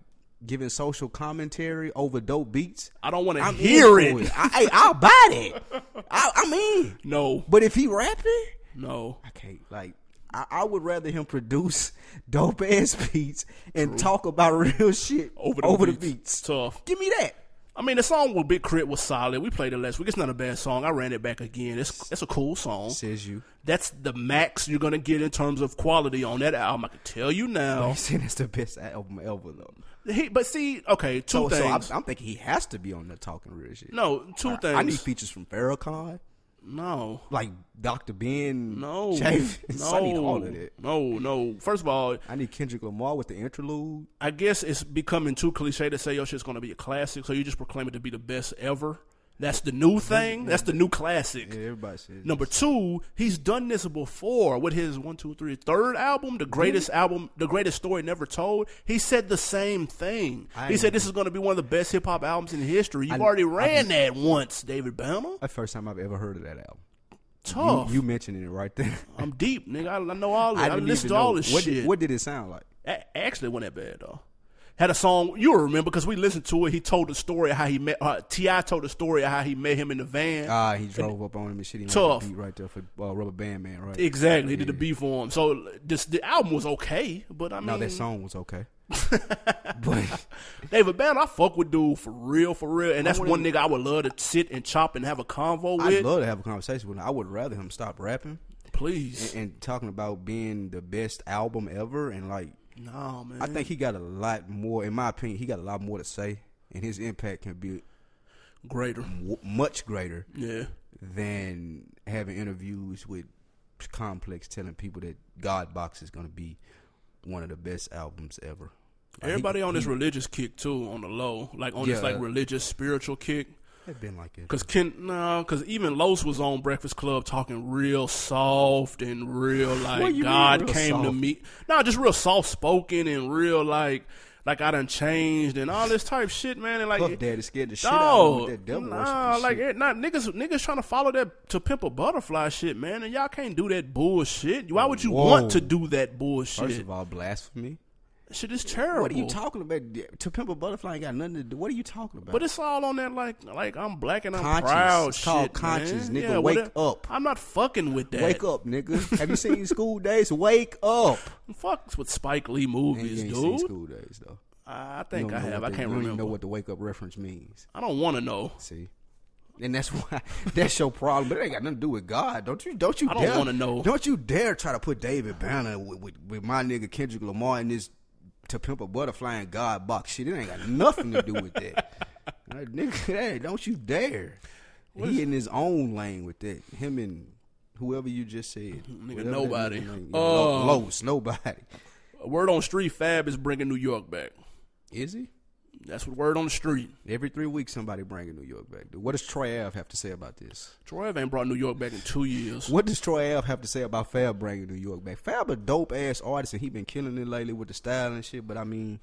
[SPEAKER 2] giving social commentary over dope beats,
[SPEAKER 1] I don't want to
[SPEAKER 2] I'm
[SPEAKER 1] hear
[SPEAKER 2] in for
[SPEAKER 1] it.
[SPEAKER 2] I, hey, I'll buy it. I, I'm in.
[SPEAKER 1] No,
[SPEAKER 2] But if he rapping,
[SPEAKER 1] no.
[SPEAKER 2] I can't. Like, I, I would rather him produce dope ass beats and talk about real shit
[SPEAKER 1] Over the beats. Tough.
[SPEAKER 2] Give me that.
[SPEAKER 1] I mean, the song with Big Crit was solid. We played it last week. It's not a bad song. I ran it back again. It's it's a cool song.
[SPEAKER 2] Says you.
[SPEAKER 1] That's the max you're gonna get in terms of quality on that album. I can tell you now.
[SPEAKER 2] He said that's the best album ever though.
[SPEAKER 1] He, but see, okay, two
[SPEAKER 2] So, so I'm,
[SPEAKER 1] things.
[SPEAKER 2] I'm thinking he has to be on there talking real shit.
[SPEAKER 1] no, two things.
[SPEAKER 2] I need features from Farrakhan,
[SPEAKER 1] no,
[SPEAKER 2] like Dr. Ben,
[SPEAKER 1] no,
[SPEAKER 2] Javis.
[SPEAKER 1] no,
[SPEAKER 2] I need all of that.
[SPEAKER 1] no, no. First of all,
[SPEAKER 2] I need Kendrick Lamar with the interlude.
[SPEAKER 1] I guess it's becoming too cliche to say your shit's gonna be a classic, so you just proclaim it to be the best ever. That's the new thing. That's the new classic.
[SPEAKER 2] Yeah, everybody says.
[SPEAKER 1] Number two, he's done this before with his one, two, three, third album, the greatest album, the greatest story never told. He said the same thing.
[SPEAKER 2] I-
[SPEAKER 1] he said this is going to be one of the best hip hop albums in history. You've
[SPEAKER 2] I-
[SPEAKER 1] already
[SPEAKER 2] I-
[SPEAKER 1] ran that once, David Bama.
[SPEAKER 2] That's the first time I've ever heard of that album. You-
[SPEAKER 1] Tough.
[SPEAKER 2] You, mentioning it right there.
[SPEAKER 1] I'm deep, nigga. I, I know all. Of it. I,
[SPEAKER 2] didn't
[SPEAKER 1] listened
[SPEAKER 2] even
[SPEAKER 1] to all
[SPEAKER 2] know.
[SPEAKER 1] this
[SPEAKER 2] what
[SPEAKER 1] shit.
[SPEAKER 2] Did, what did it sound like?
[SPEAKER 1] A- actually, it wasn't that bad though. Had a song you remember because we listened to it. He told the story of how he met. Uh, Ti told the story of how he met him in the van.
[SPEAKER 2] Ah, he drove up on him and shit. He made the
[SPEAKER 1] Tough.
[SPEAKER 2] beat right there for uh, Rubber Band Man, right?
[SPEAKER 1] exactly, he did the beat for him. So this the album was okay, but I mean,
[SPEAKER 2] No, that song was okay. but
[SPEAKER 1] David Banner, I fuck with dude for real, for real, and that's one nigga I would love to sit and chop and have a convo
[SPEAKER 2] I'd
[SPEAKER 1] with.
[SPEAKER 2] love to have a conversation with him. I would rather him stop rapping
[SPEAKER 1] Please,
[SPEAKER 2] and talking about being the best album ever and like
[SPEAKER 1] no man.
[SPEAKER 2] I think he got a lot more, in my opinion, he got a lot more to say, and his impact can be
[SPEAKER 1] greater.
[SPEAKER 2] w- much greater
[SPEAKER 1] Yeah,
[SPEAKER 2] than having interviews with Complex telling people that God Box is going to be one of the best albums ever. Like, he-
[SPEAKER 1] everybody on this religious kick too, on the low, like on this
[SPEAKER 2] Yeah.
[SPEAKER 1] like religious spiritual kick.
[SPEAKER 2] It's been like it.
[SPEAKER 1] Cause Ken, no, cause even Los was on Breakfast Club talking real soft and real
[SPEAKER 2] do you
[SPEAKER 1] like
[SPEAKER 2] mean
[SPEAKER 1] God
[SPEAKER 2] real
[SPEAKER 1] came to
[SPEAKER 2] soft?
[SPEAKER 1] me. No, just real soft spoken and real like like I done changed and all this type shit, man. And like,
[SPEAKER 2] Puff Daddy scared the shit out of him
[SPEAKER 1] no,
[SPEAKER 2] with that devil
[SPEAKER 1] nah,
[SPEAKER 2] worship
[SPEAKER 1] like
[SPEAKER 2] shit.
[SPEAKER 1] it, not niggas niggas trying to follow that to pimp a butterfly shit, man. And y'all can't do that bullshit. Why would you
[SPEAKER 2] Whoa.
[SPEAKER 1] want to do that
[SPEAKER 2] First
[SPEAKER 1] bullshit?
[SPEAKER 2] of all, blasphemy.
[SPEAKER 1] shit is terrible.
[SPEAKER 2] What are you talking about? To Pimp a Butterfly ain't got nothing to do. What are you talking about?
[SPEAKER 1] But it's all on that like like I'm black and I'm
[SPEAKER 2] Conscience.
[SPEAKER 1] proud.
[SPEAKER 2] It's
[SPEAKER 1] shit,
[SPEAKER 2] called
[SPEAKER 1] man.
[SPEAKER 2] conscience, nigga.
[SPEAKER 1] Yeah,
[SPEAKER 2] Wake
[SPEAKER 1] whatever.
[SPEAKER 2] up.
[SPEAKER 1] I'm not fucking with that.
[SPEAKER 2] Wake up, nigga. Have you seen School Days? Wake up.
[SPEAKER 1] Fucks with Spike Lee
[SPEAKER 2] And
[SPEAKER 1] movies,
[SPEAKER 2] you ain't seen
[SPEAKER 1] dude.
[SPEAKER 2] School Days though.
[SPEAKER 1] I I
[SPEAKER 2] You
[SPEAKER 1] think I
[SPEAKER 2] don't know
[SPEAKER 1] have.
[SPEAKER 2] what
[SPEAKER 1] I
[SPEAKER 2] the-
[SPEAKER 1] can't
[SPEAKER 2] you don't even
[SPEAKER 1] remember.
[SPEAKER 2] know what the wake up reference means.
[SPEAKER 1] I don't want to know.
[SPEAKER 2] See, and that's why that's your problem. But it ain't got nothing to do with God. Don't you? Don't you?
[SPEAKER 1] I don't
[SPEAKER 2] dare-
[SPEAKER 1] wanna know.
[SPEAKER 2] Don't you dare try to put David Banner with, with, with my nigga Kendrick Lamar in this to pimp a butterfly and God box shit. It ain't got nothing to do with that. Like, nigga, hey, don't you dare. he in his own lane with that. Him and whoever you just said. Whatever that
[SPEAKER 1] nobody.
[SPEAKER 2] name-
[SPEAKER 1] Uh,
[SPEAKER 2] Lo- Los, nobody.
[SPEAKER 1] Word on street, Fab is bringing New York back.
[SPEAKER 2] Is he?
[SPEAKER 1] That's what word on the street.
[SPEAKER 2] Every three weeks, somebody bringing New York back. What does Troy Ave have to say about this?
[SPEAKER 1] Troy Ave ain't brought New York back in two years.
[SPEAKER 2] What does Troy Ave have to say about Fab bringing New York back? Fab a dope ass artist, and he been killing it lately with the style and shit. But I mean,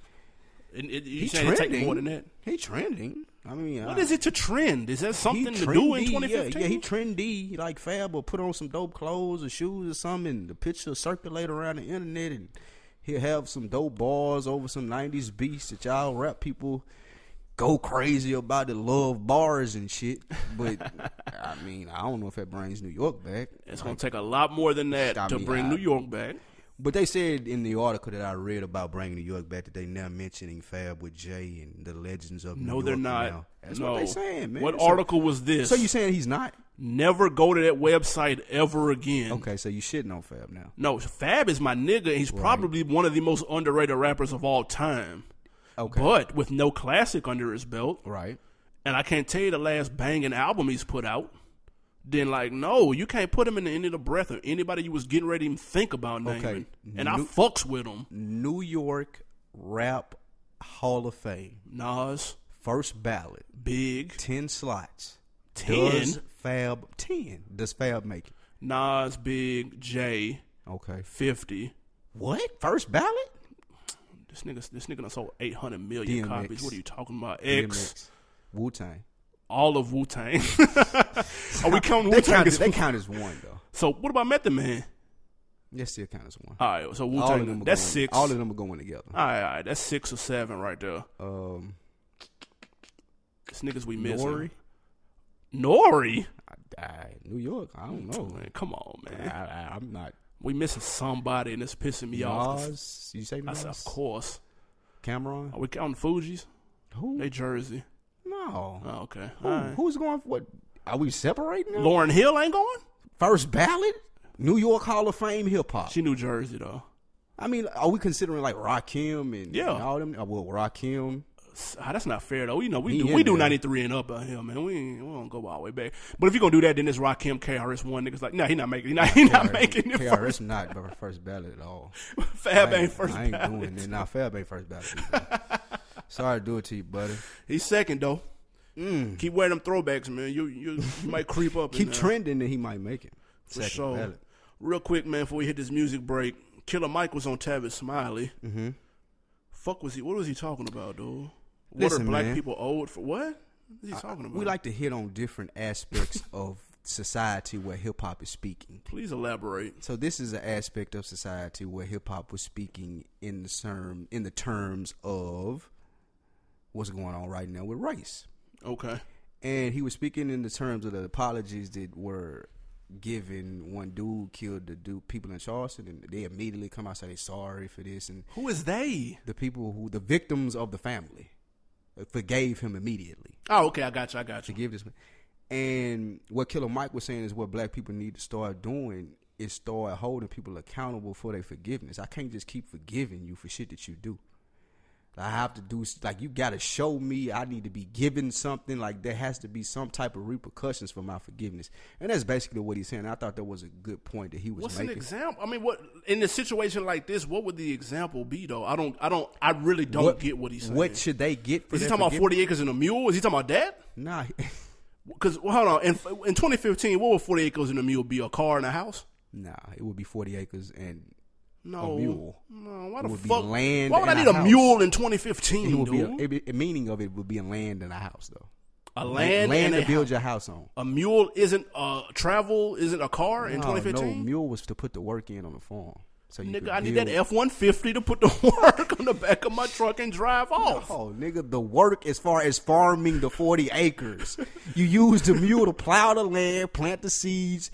[SPEAKER 1] And it, you
[SPEAKER 2] he
[SPEAKER 1] saying it
[SPEAKER 2] trending.
[SPEAKER 1] take more than that?
[SPEAKER 2] He trending. I mean, uh,
[SPEAKER 1] What is it to trend? Is that something to do in 2015?
[SPEAKER 2] Yeah, yeah, he trendy. Like Fab will put on some dope clothes or shoes or something, and the picture will circulate around the internet, and he'll have some dope bars over some '90s beats that y'all rap people go crazy about the love bars and shit. But I mean, I don't know if that brings New York back.
[SPEAKER 1] it's gonna take a lot more than that
[SPEAKER 2] I
[SPEAKER 1] to
[SPEAKER 2] mean,
[SPEAKER 1] bring
[SPEAKER 2] I-
[SPEAKER 1] New York back.
[SPEAKER 2] But they said in the article that I read about bringing New York back that they now mentioning Fab with Jay and the legends of New
[SPEAKER 1] No,
[SPEAKER 2] York
[SPEAKER 1] they're not.
[SPEAKER 2] now. That's
[SPEAKER 1] no.
[SPEAKER 2] what they saying, man.
[SPEAKER 1] What
[SPEAKER 2] So-
[SPEAKER 1] article was this?
[SPEAKER 2] So you saying he's not?
[SPEAKER 1] never go to that website ever again.
[SPEAKER 2] Okay, so you shitting on Fab now.
[SPEAKER 1] No, Fab is my nigga. He's probably one of the most underrated rappers of all time.
[SPEAKER 2] Okay.
[SPEAKER 1] But with no classic under his belt,
[SPEAKER 2] Right.
[SPEAKER 1] and I can't tell you the last banging album he's put out. Then like no, you can't put him in the end of the breath of anybody you was getting ready to even think about naming.
[SPEAKER 2] Okay.
[SPEAKER 1] And I fucks with him.
[SPEAKER 2] New York Rap Hall of Fame.
[SPEAKER 1] Nas,
[SPEAKER 2] First ballot.
[SPEAKER 1] Big,
[SPEAKER 2] 10 slots. Does
[SPEAKER 1] Ten,
[SPEAKER 2] Fab 10. Does Fab make it?
[SPEAKER 1] Nas, Big, J,
[SPEAKER 2] Okay.
[SPEAKER 1] Fifty.
[SPEAKER 2] What? First ballot?
[SPEAKER 1] This nigga, this nigga done sold eight hundred million
[SPEAKER 2] DMX.
[SPEAKER 1] copies. What are you talking about? X,
[SPEAKER 2] Wu Tang.
[SPEAKER 1] all of Wu Tang. are we counting Wu
[SPEAKER 2] They count,
[SPEAKER 1] Tang?
[SPEAKER 2] they count as one, though.
[SPEAKER 1] So what about Method Man?
[SPEAKER 2] They still count as one.
[SPEAKER 1] All right, so Wu
[SPEAKER 2] All of them
[SPEAKER 1] Tang.
[SPEAKER 2] are
[SPEAKER 1] That's
[SPEAKER 2] going,
[SPEAKER 1] six. Uh,
[SPEAKER 2] All of them are going together.
[SPEAKER 1] All right, all right, that's six or seven right there.
[SPEAKER 2] Um,
[SPEAKER 1] This niggas we missing.
[SPEAKER 2] Nori.
[SPEAKER 1] Nori? Oh,
[SPEAKER 2] I, I, New York. I don't know.
[SPEAKER 1] Man, come on,
[SPEAKER 2] I,
[SPEAKER 1] man.
[SPEAKER 2] I, I'm not.
[SPEAKER 1] We missing somebody, and it's pissing me off.
[SPEAKER 2] Nas. You say
[SPEAKER 1] I
[SPEAKER 2] Nas?
[SPEAKER 1] said, of course.
[SPEAKER 2] Cameron.
[SPEAKER 1] Are we counting Fuji's?
[SPEAKER 2] Who?
[SPEAKER 1] They Jersey.
[SPEAKER 2] no.
[SPEAKER 1] Oh, okay.
[SPEAKER 2] Who,
[SPEAKER 1] All right.
[SPEAKER 2] Who's going for what? Are we separating them?
[SPEAKER 1] Lauren Hill ain't going.
[SPEAKER 2] First ballot? New York Hall of Fame hip hop.
[SPEAKER 1] She New Jersey though.
[SPEAKER 2] I mean, are we considering like Rakim and,
[SPEAKER 1] Yeah.
[SPEAKER 2] and all them? uh, Well, Rakim.
[SPEAKER 1] Ah, that's not fair though. We know we
[SPEAKER 2] He
[SPEAKER 1] do
[SPEAKER 2] in
[SPEAKER 1] we do
[SPEAKER 2] there.
[SPEAKER 1] ninety three and up out here, man. We ain't- we don't go all the way back. But if you gonna do that, then it's Rakim KRS One niggas like, no, he not making. He not, he not making it.
[SPEAKER 2] KRS not b- first ballot at all.
[SPEAKER 1] Fab
[SPEAKER 2] I
[SPEAKER 1] ain't first.
[SPEAKER 2] I ain't
[SPEAKER 1] ballot.
[SPEAKER 2] doing it. Nah, Fab ain't first ballot. either. Sorry to do it to you, buddy.
[SPEAKER 1] He's second though. Keep wearing them throwbacks, man. You you, you might creep up. in
[SPEAKER 2] Mm. Keep
[SPEAKER 1] there.
[SPEAKER 2] trending and he might make it.
[SPEAKER 1] For
[SPEAKER 2] Second
[SPEAKER 1] sure.
[SPEAKER 2] ballot.
[SPEAKER 1] Real quick, man, before we hit this music break, Killer Mike was on Tavis Smiley. Mm-hmm. Fuck was he? What was he talking about, dude? What
[SPEAKER 2] Listen,
[SPEAKER 1] are black
[SPEAKER 2] man.
[SPEAKER 1] people owed for? What? What is he talking about?
[SPEAKER 2] We like to hit on different aspects of society where hip hop is speaking.
[SPEAKER 1] Please elaborate.
[SPEAKER 2] So this is an aspect of society where hip hop was speaking in the term in the terms of what's going on right now with race.
[SPEAKER 1] Okay.
[SPEAKER 2] and he was speaking in the terms of the apologies that were given. One dude killed the dude people in Charleston, and they immediately come out and say they sorry for this, and
[SPEAKER 1] Who is they?
[SPEAKER 2] the people who the victims of the family uh, forgave him immediately
[SPEAKER 1] Oh, okay. I got you. I got
[SPEAKER 2] to
[SPEAKER 1] you.
[SPEAKER 2] give this. And what Killer Mike was saying is what black people need to start doing is start holding people accountable for their forgiveness. I can't just keep forgiving you for shit that you do. I have to do like you got to show me I need to be given something like there has to be some type of repercussions for my forgiveness, and that's basically what he's saying. I thought that was a good point that he was
[SPEAKER 1] What's an
[SPEAKER 2] making.
[SPEAKER 1] example? I mean, what in a situation like this? What would the example be, though? I don't. I don't. I really don't get what he's saying.
[SPEAKER 2] What should they get? For
[SPEAKER 1] is he
[SPEAKER 2] their
[SPEAKER 1] talking about?
[SPEAKER 2] forgiveness?
[SPEAKER 1] Forty acres and a mule? Is he talking about that?
[SPEAKER 2] Nah,
[SPEAKER 1] Because well, hold on. In, in 2015, what would forty acres and a mule be? A car and a house?
[SPEAKER 2] nah. It would be forty acres and
[SPEAKER 1] No.
[SPEAKER 2] mule.
[SPEAKER 1] No. Why
[SPEAKER 2] It
[SPEAKER 1] the
[SPEAKER 2] would be
[SPEAKER 1] fuck?
[SPEAKER 2] land
[SPEAKER 1] why would I
[SPEAKER 2] and a
[SPEAKER 1] need a
[SPEAKER 2] house.
[SPEAKER 1] mule in
[SPEAKER 2] it
[SPEAKER 1] 2015,
[SPEAKER 2] would be a,
[SPEAKER 1] dude?
[SPEAKER 2] it be- the meaning of it would be in land and a house though.
[SPEAKER 1] a, land,
[SPEAKER 2] land
[SPEAKER 1] and
[SPEAKER 2] to
[SPEAKER 1] a
[SPEAKER 2] build
[SPEAKER 1] house.
[SPEAKER 2] your house on.
[SPEAKER 1] A mule isn't uh travel isn't a car in
[SPEAKER 2] No,
[SPEAKER 1] 2015.
[SPEAKER 2] no, mule was to put the work in on the farm. So you
[SPEAKER 1] Nigga,
[SPEAKER 2] could
[SPEAKER 1] I need
[SPEAKER 2] build-
[SPEAKER 1] that F one fifty to put the work on the back of my truck and drive off.
[SPEAKER 2] Oh, nigga, the work as far as farming the 40 acres. You use the mule to plow the land, plant the seeds,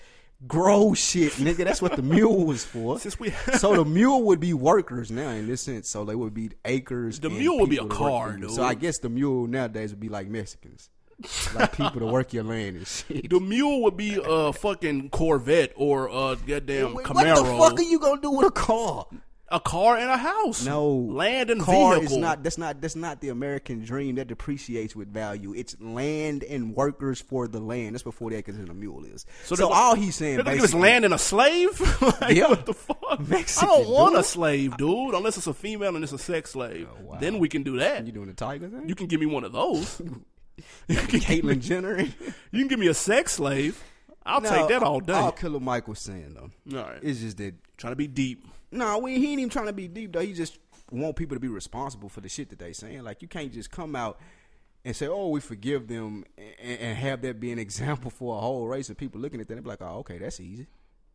[SPEAKER 2] grow shit, nigga. That's what the mule was for.
[SPEAKER 1] Since we-
[SPEAKER 2] so the mule would be workers now in this sense. So they would be acres.
[SPEAKER 1] The
[SPEAKER 2] and
[SPEAKER 1] mule would be
[SPEAKER 2] people
[SPEAKER 1] a
[SPEAKER 2] to work
[SPEAKER 1] car,
[SPEAKER 2] for you.
[SPEAKER 1] dude.
[SPEAKER 2] So I guess the mule nowadays would be like Mexicans. like people to work your land and shit.
[SPEAKER 1] The mule would be a fucking Corvette or a goddamn
[SPEAKER 2] What
[SPEAKER 1] Camaro.
[SPEAKER 2] the fuck are you gonna do with a car?
[SPEAKER 1] a car and a house.
[SPEAKER 2] No,
[SPEAKER 1] land and
[SPEAKER 2] car
[SPEAKER 1] vehicle.
[SPEAKER 2] is not. That's not. That's not the American dream. That depreciates with value. It's land and workers for the land. That's what forty acres and a mule is. So,
[SPEAKER 1] they're gonna-
[SPEAKER 2] all he's saying
[SPEAKER 1] They're gonna give us
[SPEAKER 2] basically,
[SPEAKER 1] land and a slave. like,
[SPEAKER 2] Yeah.
[SPEAKER 1] What the fuck?
[SPEAKER 2] Mexican,
[SPEAKER 1] I don't want a
[SPEAKER 2] dude. Oh,
[SPEAKER 1] slave, dude. Unless it's a female and it's a sex slave, then we can do that.
[SPEAKER 2] You doing the tiger thing?
[SPEAKER 1] You can give me one of those. you, can,
[SPEAKER 2] Caitlyn Jenner.
[SPEAKER 1] you can give me a sex slave. I'll take that all day.
[SPEAKER 2] All Killer Mike was saying though,
[SPEAKER 1] all right,
[SPEAKER 2] it's just that.
[SPEAKER 1] trying to be deep.
[SPEAKER 2] No, we he ain't even trying to be deep though. He just want people to be responsible for the shit that they saying. Like you can't just come out. And say, oh, we forgive them, and, and have that be an example for a whole race of people looking at that. They be like, oh, okay, that's easy.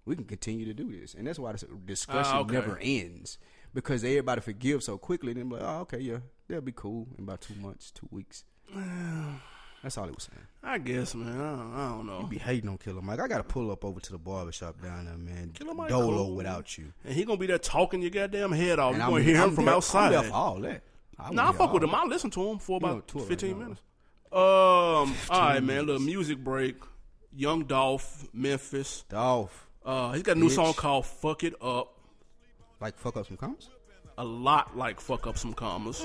[SPEAKER 2] we can continue to do this, and that's why this discussion
[SPEAKER 1] Ah, okay.
[SPEAKER 2] never ends because everybody forgives so quickly. Then like, oh, okay, yeah, they'll be cool in about two months, two weeks. That's all it was saying.
[SPEAKER 1] I guess, man. I don't, I don't know.
[SPEAKER 2] Be hating on Killer Mike. I gotta pull up over to the barbershop down there, man.
[SPEAKER 1] Killer Mike
[SPEAKER 2] Dolo
[SPEAKER 1] cool.
[SPEAKER 2] without you,
[SPEAKER 1] And he gonna be there talking your goddamn head off.
[SPEAKER 2] and
[SPEAKER 1] you gonna hear him
[SPEAKER 2] I'm
[SPEAKER 1] from
[SPEAKER 2] there-
[SPEAKER 1] outside.
[SPEAKER 2] I'm there for all that. I
[SPEAKER 1] Nah, I
[SPEAKER 2] was
[SPEAKER 1] fuck
[SPEAKER 2] there
[SPEAKER 1] with
[SPEAKER 2] all
[SPEAKER 1] him. I listen to him for
[SPEAKER 2] on
[SPEAKER 1] about
[SPEAKER 2] tour right
[SPEAKER 1] fifteen
[SPEAKER 2] now.
[SPEAKER 1] minutes. Um, all right, man. Little music break. Young Dolph, Memphis.
[SPEAKER 2] that. Dolph,
[SPEAKER 1] Uh, he's got a new
[SPEAKER 2] Bitch.
[SPEAKER 1] song called "Fuck It Up."
[SPEAKER 2] like fuck up some comments.
[SPEAKER 1] A lot like "Fuck Up" some commas,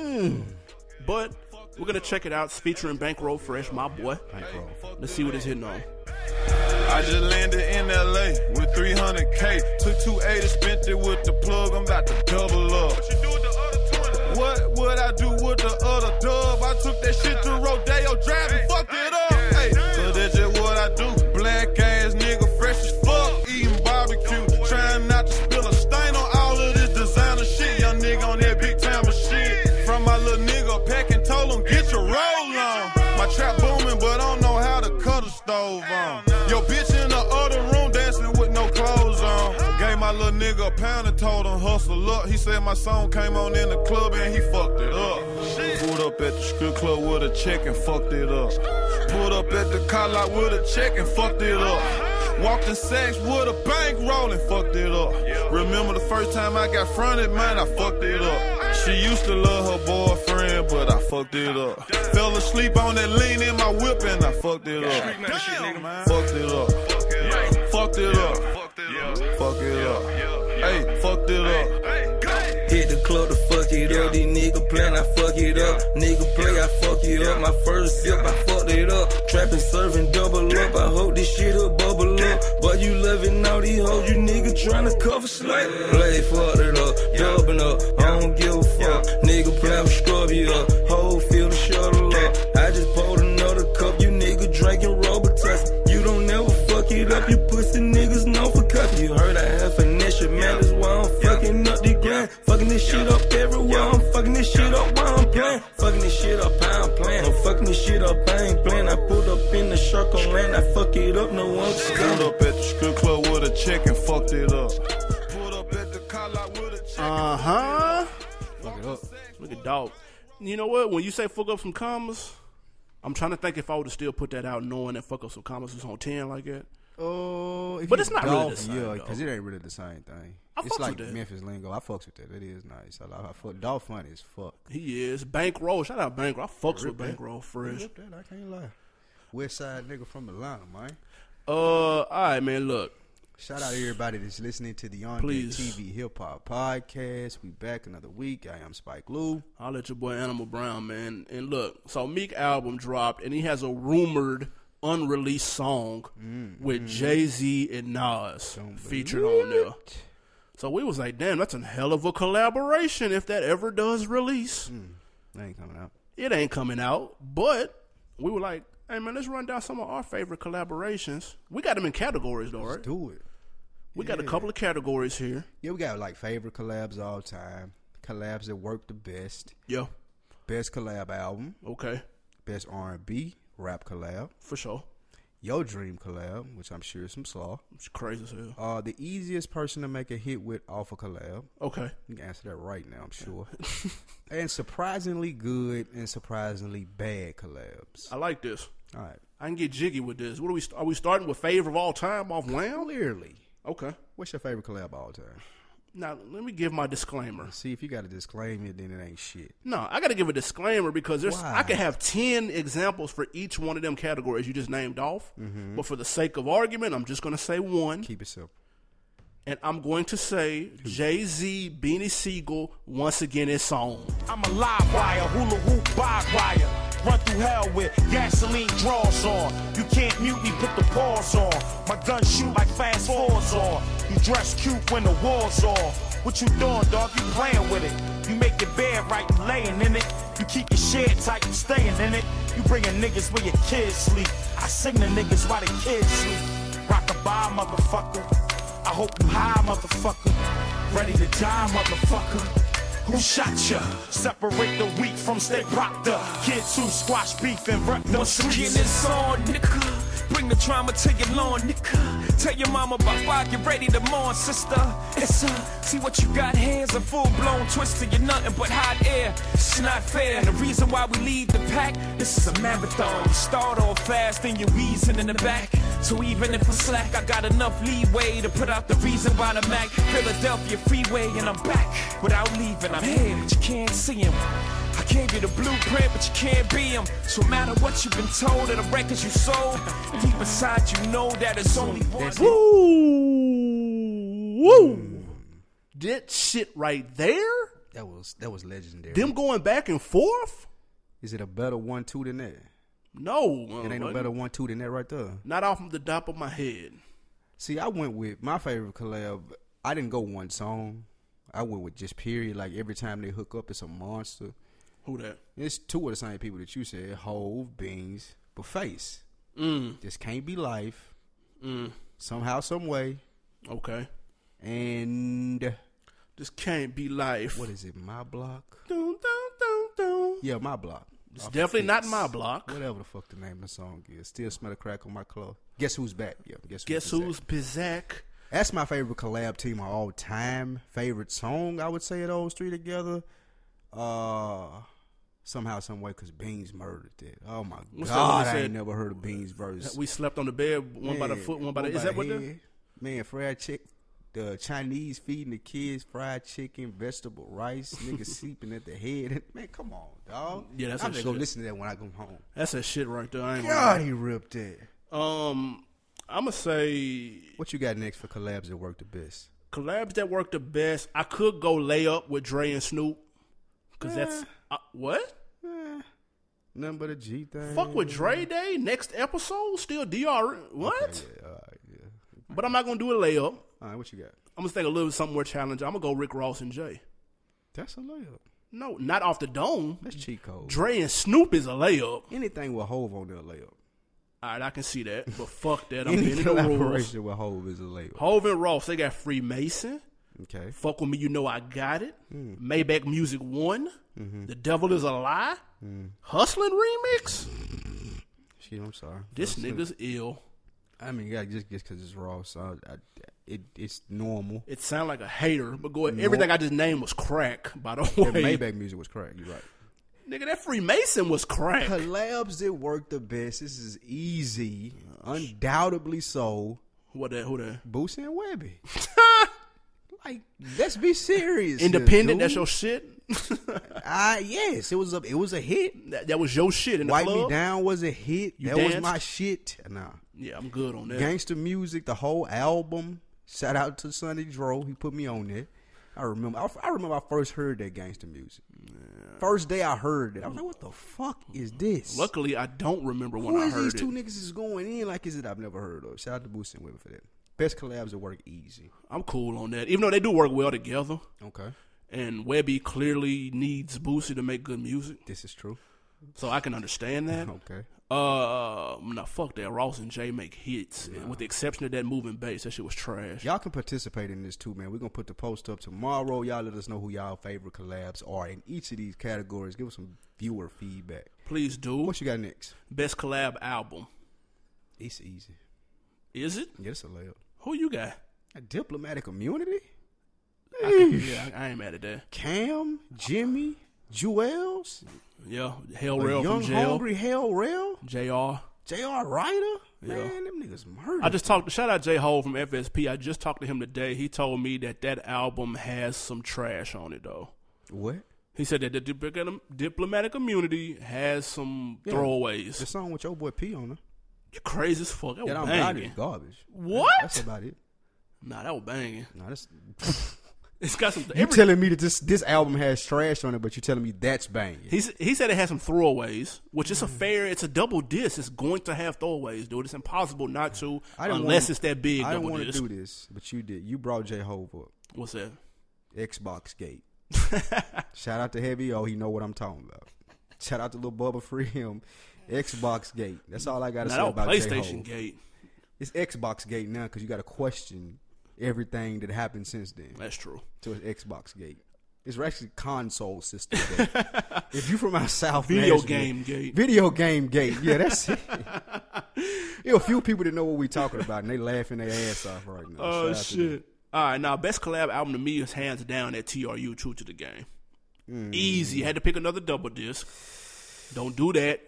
[SPEAKER 1] but we're gonna check it out. It's featuring Bankroll Fresh, my boy.
[SPEAKER 2] Bankroll.
[SPEAKER 1] Let's see what it's hitting on.
[SPEAKER 6] I just landed in LA with 300K. Took 280, spent it with the plug. I'm about to double up. What you do with the other 20? What would I do with the other dub? I took that shit to Rodeo Drive and fucked it up. Hey, so that's just what I do. Black ass nigga, fresh as fuck, eating barbecue. Trying not to spill a stain on all of this designer shit. Young nigga on that big time of shit. From my little nigga, pack and told him, get your roll on. My trap booming, but I don't know how to cut a stove on. Your bitch in the other room dancing with no clothes on. Gave my little nigga a pound and told him hustle up. He said my song came on in the club and he fucked it up. Pulled up at the strip club with a check and fucked it up. Pulled up at the car lot with a check and fucked it up. Walked in sex with a bank roll and fucked it up. Remember the first time I got fronted, man, I fucked it up. She used to love her boyfriend, but I fucked it up. Fell asleep on that lean in my whip and I fucked it up. Fucked it up. Fucked it up. Fuck it up. Hey, fucked it up.
[SPEAKER 7] Hit the club to fuck it up. These nigga plan, I fuck it up. Nigga play, I fuck it up. My first sip, I fucked it up. Trapping, serving, double up. I hope this shit'll bubble up. But you loving all these hoes, you nigga tryna cover slack. Play, fucked it up, doubling up. I don't give a fuck. Nigga play, I'm scrub you up. Whole field to shuttle up. I just pulled another cup. man. That's why I'm fucking up the grind. Fucking this shit up everywhere. I'm fucking this shit up while I'm playing. Fucking this shit up, I ain't playing. I'm fucking this shit up, I ain't playing. I pulled up in the circle and I fuck it up, no one
[SPEAKER 6] Pulled
[SPEAKER 7] can
[SPEAKER 6] up at the strip club with a check and fucked it up. Pulled up at the car lot with a check.
[SPEAKER 1] Uh huh.
[SPEAKER 2] Fuck it up.
[SPEAKER 1] Look at dog. You know what? When you say fuck up some commas, I'm trying to think if I would have still put that out knowing that fuck up some commas was on ten like that.
[SPEAKER 2] Oh, if
[SPEAKER 1] But
[SPEAKER 2] you
[SPEAKER 1] it's not really the
[SPEAKER 2] golfing,
[SPEAKER 1] same,
[SPEAKER 2] yeah,
[SPEAKER 1] though.
[SPEAKER 2] because it ain't really the same thing.
[SPEAKER 1] I
[SPEAKER 2] it's
[SPEAKER 1] fucks
[SPEAKER 2] like
[SPEAKER 1] with that.
[SPEAKER 2] Memphis lingo. I fucks with that. It is nice. I, I, I fuck. Dog funny as fuck.
[SPEAKER 1] He is bankroll. Shout out bankroll. I fucks with bankroll fresh.
[SPEAKER 2] Rip that, I can't lie. West side nigga from Atlanta, man.
[SPEAKER 1] Uh, all right, man. Look,
[SPEAKER 2] Shout out to everybody that's listening to the On Deck
[SPEAKER 1] Please.
[SPEAKER 2] TV Hip Hop Podcast. We back another week. I am Spike Lou.
[SPEAKER 1] I'll let your boy Animal Brown, man. And look, so Meek album dropped, and he has a rumored unreleased song with Jay Z and Nas featured on there. So we was like, damn, that's a hell of a collaboration if that ever does release.
[SPEAKER 2] That ain't coming out.
[SPEAKER 1] It ain't coming out, but we were like, hey man, let's run down some of our favorite collaborations. We got them in categories though, right?
[SPEAKER 2] Do it.
[SPEAKER 1] We got a couple of categories here.
[SPEAKER 2] Yeah, we got like favorite collabs all time. Collabs that work the best.
[SPEAKER 1] Yeah.
[SPEAKER 2] Best collab album.
[SPEAKER 1] Okay.
[SPEAKER 2] Best R and B rap collab.
[SPEAKER 1] For sure.
[SPEAKER 2] Your dream collab, which I'm sure is some slaw.
[SPEAKER 1] It's crazy as hell.
[SPEAKER 2] Uh, the easiest person to make a hit with off a collab.
[SPEAKER 1] Okay.
[SPEAKER 2] You can answer that right now, I'm sure. and surprisingly good and surprisingly bad collabs.
[SPEAKER 1] I like this.
[SPEAKER 2] All right.
[SPEAKER 1] I can get jiggy with this. What are we? Are we starting with favorite of all time off Wham?
[SPEAKER 2] Clearly,
[SPEAKER 1] Okay.
[SPEAKER 2] what's your favorite collab of all time?
[SPEAKER 1] Now let me give my disclaimer.
[SPEAKER 2] See if you got to disclaim it, then it ain't shit.
[SPEAKER 1] No, I got to give a disclaimer because there's
[SPEAKER 2] Why?
[SPEAKER 1] I could have ten examples for each one of them categories you just named off. But for the sake of argument, I'm just going to say one,
[SPEAKER 2] Mm-hmm. Keep it simple.
[SPEAKER 1] and I'm going to say Jay Z, Beanie Siegel once again is on.
[SPEAKER 8] I'm a live wire, hula hoop barbed wire. Run through hell with gasoline draws on. You can't mute me, put the paws on. My gun shoot like fast fours on. You dress cute when the war's on. What you doing, dog? You playing with it. You make your bed right, you laying in it. You keep your shed tight, you staying in it. You bringing niggas where your kids sleep. I sing the niggas while the kids sleep. Rock a bye, motherfucker. I hope you high, motherfucker. Ready to die, motherfucker. Who shot ya? Separate the weak from stay propped up. Kids who squash beef and rep the
[SPEAKER 7] Once again,
[SPEAKER 8] streets.
[SPEAKER 7] it's on, nigga. Bring the trauma to your lawn, nigga. Tell your mama about five, get ready to mourn, sister. It's a, see what you got here's a full blown twister. You're nothing but hot air. It's not fair. And the reason why we lead the pack, this is a marathon. You start off fast, then you're wheezing in the back. So even if I slack, I got enough leeway to put out the reason why the Mac. Philadelphia freeway, and I'm back. Without leaving, I'm here, but you can't see him. I gave you the blueprint, but you can't be him. So no matter what you've been told or the records you sold, deep inside you know that it's only one.
[SPEAKER 1] Woo, woo. That shit right there.
[SPEAKER 2] That was that was legendary.
[SPEAKER 1] Them going back and forth.
[SPEAKER 2] Is it a better one two than that?
[SPEAKER 1] No, uh,
[SPEAKER 2] It ain't no better one two than that right there.
[SPEAKER 1] Not off the top of my head.
[SPEAKER 2] See, I went with my favorite collab. I didn't go one song. I went with just period. Like every time they hook up, it's a monster.
[SPEAKER 1] Who that?
[SPEAKER 2] It's two of the same people that you said: Hove, Beans, but Face. Mm. This can't be life.
[SPEAKER 1] Mm.
[SPEAKER 2] Somehow, some way,
[SPEAKER 1] Okay.
[SPEAKER 2] and
[SPEAKER 1] This can't be life.
[SPEAKER 2] what is it? My block.
[SPEAKER 1] Dun, dun, dun, dun.
[SPEAKER 2] Yeah, my block.
[SPEAKER 1] It's definitely not my block.
[SPEAKER 2] Whatever the fuck the name of the song is. Still smell the crack on my clothes. Guess who's back? Yeah, guess who's
[SPEAKER 1] Guess
[SPEAKER 2] back.
[SPEAKER 1] who's Bizak?
[SPEAKER 2] That's my favorite collab team of all time. Favorite song, I would say, of those three together. Uh, somehow, some way, because Beans murdered it. Oh my
[SPEAKER 1] What's that one
[SPEAKER 2] god,
[SPEAKER 1] they
[SPEAKER 2] I
[SPEAKER 1] said?
[SPEAKER 2] ain't never heard of Beans verse.
[SPEAKER 1] We slept on the bed, one by the
[SPEAKER 2] Yeah,
[SPEAKER 1] foot, one by the. Is that what? The,
[SPEAKER 2] head. Man, fried chick, the Chinese feeding the kids fried chicken, vegetable rice, niggas sleeping at the head. Man, come on, dog.
[SPEAKER 1] Yeah, that's
[SPEAKER 2] I'm
[SPEAKER 1] that
[SPEAKER 2] just gonna
[SPEAKER 1] shit.
[SPEAKER 2] listen to that when I come home.
[SPEAKER 1] that's that shit right there. I ain't
[SPEAKER 2] God,
[SPEAKER 1] gonna,
[SPEAKER 2] he ripped it.
[SPEAKER 1] um, I'm gonna say
[SPEAKER 2] What you got next for collabs that work the best?
[SPEAKER 1] collabs that work the best. I could go lay up with Dre and Snoop, cause that's
[SPEAKER 2] Eh.
[SPEAKER 1] uh, what.
[SPEAKER 2] Nothing but a G thing.
[SPEAKER 1] Fuck with Dre Day next episode. Still Dr. What?
[SPEAKER 2] Yeah, all right, yeah.
[SPEAKER 1] But I'm not gonna do a layup.
[SPEAKER 2] All right, what you got?
[SPEAKER 1] I'm gonna think a little something more challenging. I'm gonna go Rick Ross and Jay.
[SPEAKER 2] That's a layup.
[SPEAKER 1] No, not off the dome.
[SPEAKER 2] That's cheat code.
[SPEAKER 1] Dre and Snoop is a layup.
[SPEAKER 2] Anything with Hove on there, layup.
[SPEAKER 1] All right, I can see that, but fuck that. I'm
[SPEAKER 2] Any
[SPEAKER 1] bending the rules.
[SPEAKER 2] collaboration with Hove is a layup.
[SPEAKER 1] Hov and Ross, they got Freemason.
[SPEAKER 2] Okay.
[SPEAKER 1] Fuck with me, you know I got it.
[SPEAKER 2] Mm.
[SPEAKER 1] Maybach Music One.
[SPEAKER 2] Mm-hmm.
[SPEAKER 1] The Devil is a Lie.
[SPEAKER 2] Mm.
[SPEAKER 1] Hustling remix.
[SPEAKER 2] Shit, I'm sorry.
[SPEAKER 1] This nigga's ill.
[SPEAKER 2] I mean, yeah, just just because it's raw, so I, I, it it's normal.
[SPEAKER 1] It sound like a hater, but go ahead. Everything I just named was crack, by the way.
[SPEAKER 2] And Maybach music was crack. You're right.
[SPEAKER 1] Nigga, that Freemason was crack.
[SPEAKER 2] Collabs that work the best. This is easy, undoubtedly so.
[SPEAKER 1] What that? Who that?
[SPEAKER 2] Boosie and Webby. like, let's be serious. here,
[SPEAKER 1] Independent?
[SPEAKER 2] dude.
[SPEAKER 1] That's your shit.
[SPEAKER 2] I yes, it was a it was a hit.
[SPEAKER 1] that, that was your shit in the
[SPEAKER 2] Wipe
[SPEAKER 1] club.
[SPEAKER 2] Me Down was a hit.
[SPEAKER 1] You
[SPEAKER 2] that was
[SPEAKER 1] danced?
[SPEAKER 2] my shit. Nah.
[SPEAKER 1] Yeah, I'm good on that.
[SPEAKER 2] Gangster music, the whole album. Shout out to Sonny Dro. He put me on that. I remember. I, I remember. I first heard that gangster music. First day I heard it, I was like, "What the fuck is this?
[SPEAKER 1] Luckily, I don't remember when
[SPEAKER 2] Who
[SPEAKER 1] I
[SPEAKER 2] is
[SPEAKER 1] heard
[SPEAKER 2] these
[SPEAKER 1] it.
[SPEAKER 2] two niggas is going in? Like, is it I've never heard of? Shout out to Boosie and Weber for that. Best collabs that work easy.
[SPEAKER 1] I'm cool on that, even though they do work well together.
[SPEAKER 2] Okay,
[SPEAKER 1] And Webby clearly needs Boosie to make good music,
[SPEAKER 2] this is true.
[SPEAKER 1] so I can understand that.
[SPEAKER 2] Okay,
[SPEAKER 1] Uh, nah, fuck that. Ross and Jay make hits, with the exception of that moving bass. That shit was trash.
[SPEAKER 2] y'all can participate in this too, man. We're gonna put the post up tomorrow. Y'all let us know who y'all favorite collabs are in each of these categories. Give us some viewer feedback.
[SPEAKER 1] Please do
[SPEAKER 2] What you got next?
[SPEAKER 1] best collab album.
[SPEAKER 2] It's easy.
[SPEAKER 1] Is it?
[SPEAKER 2] Yeah, it's a layup.
[SPEAKER 1] Who you got?
[SPEAKER 2] A diplomatic immunity?
[SPEAKER 1] I can, yeah, I, I ain't mad at that.
[SPEAKER 2] Cam, Jimmy, Jewels,
[SPEAKER 1] Yeah, Hell
[SPEAKER 2] a
[SPEAKER 1] Rail
[SPEAKER 2] Young
[SPEAKER 1] from jail.
[SPEAKER 2] Hungry Hell Rail,
[SPEAKER 1] Jr.
[SPEAKER 2] J.R. Ryder. Man, them niggas murdered.
[SPEAKER 1] I just talked. Shout out J Hole from FSP. I just talked to him today. He told me that that album has some trash on it though.
[SPEAKER 2] what?
[SPEAKER 1] He said that the diplomatic- diplomatic immunity has some throwaways.
[SPEAKER 2] The song with your boy P on it.
[SPEAKER 1] you crazy as fuck. That
[SPEAKER 2] That
[SPEAKER 1] was
[SPEAKER 2] I'm about it.
[SPEAKER 1] banging.
[SPEAKER 2] Garbage. That's
[SPEAKER 1] Oh, What?
[SPEAKER 2] about it.
[SPEAKER 1] Nah, that was banging.
[SPEAKER 2] Nah, that's,
[SPEAKER 1] It's got some.
[SPEAKER 2] you
[SPEAKER 1] Every,
[SPEAKER 2] telling me that this this album has trash on it, but you telling me that's banging.
[SPEAKER 1] he s- he said it has some throwaways, which is a
[SPEAKER 2] Mm.
[SPEAKER 1] fair. It's a double disc. It's going to have throwaways, dude. It's impossible not to,
[SPEAKER 2] I didn't
[SPEAKER 1] unless
[SPEAKER 2] wanna-
[SPEAKER 1] it's that big.
[SPEAKER 2] I don't
[SPEAKER 1] double
[SPEAKER 2] want to
[SPEAKER 1] disc.
[SPEAKER 2] do this, but you did. You brought J Hove up.
[SPEAKER 1] What's that?
[SPEAKER 2] Xbox Gate. Shout out to Heavy O. He know what I'm talking about. Shout out to Lil Bubba Free Him. Xbox Gate. That's all I gotta
[SPEAKER 1] Nah,
[SPEAKER 2] say
[SPEAKER 1] that
[SPEAKER 2] about
[SPEAKER 1] was
[SPEAKER 2] PlayStation
[SPEAKER 1] PlayStation Gate.
[SPEAKER 2] It's Xbox Gate now because you gotta question everything that happened since then.
[SPEAKER 1] That's true.
[SPEAKER 2] So it's Xbox Gate. It's actually console system. Gate. if you from our South,
[SPEAKER 1] Video
[SPEAKER 2] Nashville-
[SPEAKER 1] game gate.
[SPEAKER 2] Video game gate. Yeah, that's it. you know, a few people that know what we talking about, and they laughing their ass off right now.
[SPEAKER 1] Oh
[SPEAKER 2] Shout out to them.
[SPEAKER 1] shit! All right, now best collab album to me is hands down that TRU True to the Game.
[SPEAKER 2] Mm.
[SPEAKER 1] Easy. Had to pick another double disc. Don't do that.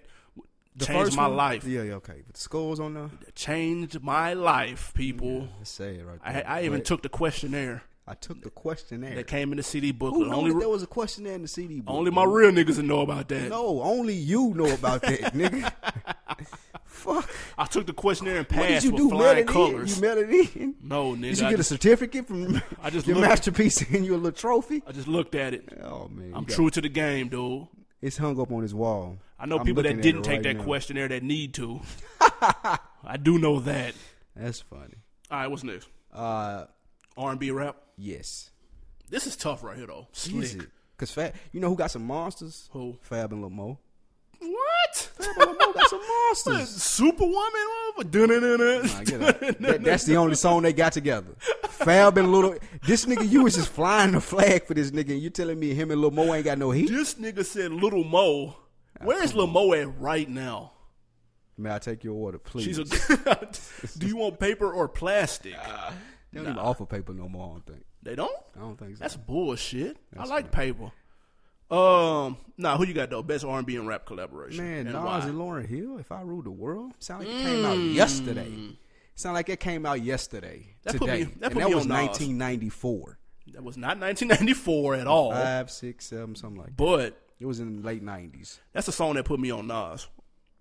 [SPEAKER 1] Changed
[SPEAKER 2] first
[SPEAKER 1] my
[SPEAKER 2] one-
[SPEAKER 1] life.
[SPEAKER 2] Yeah, yeah, okay. But the scores on there.
[SPEAKER 1] Changed my life, people.
[SPEAKER 2] Let's say it right
[SPEAKER 1] I,
[SPEAKER 2] there.
[SPEAKER 1] I even
[SPEAKER 2] But
[SPEAKER 1] took the questionnaire
[SPEAKER 2] I took the questionnaire.
[SPEAKER 1] that came in the CD
[SPEAKER 2] Who
[SPEAKER 1] booklet.
[SPEAKER 2] knew
[SPEAKER 1] Only,
[SPEAKER 2] that there was a questionnaire in the CD? book?
[SPEAKER 1] only my real niggas would know about that.
[SPEAKER 2] No, only you know about that, nigga. Fuck.
[SPEAKER 1] I took the questionnaire and
[SPEAKER 2] What did
[SPEAKER 1] passed
[SPEAKER 2] you
[SPEAKER 1] with
[SPEAKER 2] do? Mail
[SPEAKER 1] flying
[SPEAKER 2] it in?
[SPEAKER 1] colors.
[SPEAKER 2] You mail it in?
[SPEAKER 1] no, nigga.
[SPEAKER 2] Did you
[SPEAKER 1] I,
[SPEAKER 2] get a
[SPEAKER 1] just,
[SPEAKER 2] certificate from
[SPEAKER 1] I just
[SPEAKER 2] your
[SPEAKER 1] looked-
[SPEAKER 2] masterpiece and your little trophy?
[SPEAKER 1] I just looked at it.
[SPEAKER 2] Oh man,
[SPEAKER 1] I'm
[SPEAKER 2] you got-
[SPEAKER 1] true to the game, dude.
[SPEAKER 2] It's hung up on his wall.
[SPEAKER 1] I know
[SPEAKER 2] I'm
[SPEAKER 1] people
[SPEAKER 2] looking
[SPEAKER 1] that
[SPEAKER 2] at
[SPEAKER 1] didn't
[SPEAKER 2] it
[SPEAKER 1] take
[SPEAKER 2] right
[SPEAKER 1] that
[SPEAKER 2] now.
[SPEAKER 1] questionnaire that need to. I do know that.
[SPEAKER 2] That's funny.
[SPEAKER 1] All right, what's next?
[SPEAKER 2] Uh,
[SPEAKER 1] R and B rap.
[SPEAKER 2] yes.
[SPEAKER 1] This is tough right here though.
[SPEAKER 2] Easy.
[SPEAKER 1] Slick.
[SPEAKER 2] Cause Fab, you know who got some monsters?
[SPEAKER 1] Who?
[SPEAKER 2] Fab and Lil Mo.
[SPEAKER 1] What?
[SPEAKER 2] Fab and Lil Mo got some monsters.
[SPEAKER 1] Superwoman. motherfucker. Dun-dun-dun-dun.
[SPEAKER 2] I get it. That- that's the only song they got together. Fab and Little. This nigga, you was just flying the flag for this nigga, and you telling me him and Lil Mo ain't got no heat?
[SPEAKER 1] This nigga said Little Mo. Where's Lil Mo at right now?
[SPEAKER 2] May I take your order, please?
[SPEAKER 1] She's a. Do you want paper or plastic?
[SPEAKER 2] Ah. they don't even offer paper no more. I don't think.
[SPEAKER 1] They don't.
[SPEAKER 2] I don't think so.
[SPEAKER 1] That's bullshit. I like paper. Um, nah, who you got though? Best R and B and rap collaboration.
[SPEAKER 2] Man,
[SPEAKER 1] and
[SPEAKER 2] Nas
[SPEAKER 1] why? Mm.
[SPEAKER 2] and Lauren Hill. If I ruled the world, sound like it came out yesterday. Sound like it came out yesterday.
[SPEAKER 1] That put
[SPEAKER 2] today,
[SPEAKER 1] me- that
[SPEAKER 2] and
[SPEAKER 1] put
[SPEAKER 2] that
[SPEAKER 1] me
[SPEAKER 2] was
[SPEAKER 1] on Nas.
[SPEAKER 2] 1994.
[SPEAKER 1] that was not 1994 at all.
[SPEAKER 2] Five, six, seven, something like. that.
[SPEAKER 1] but
[SPEAKER 2] It was in the late 90s.
[SPEAKER 1] that's a song that put me on Nas.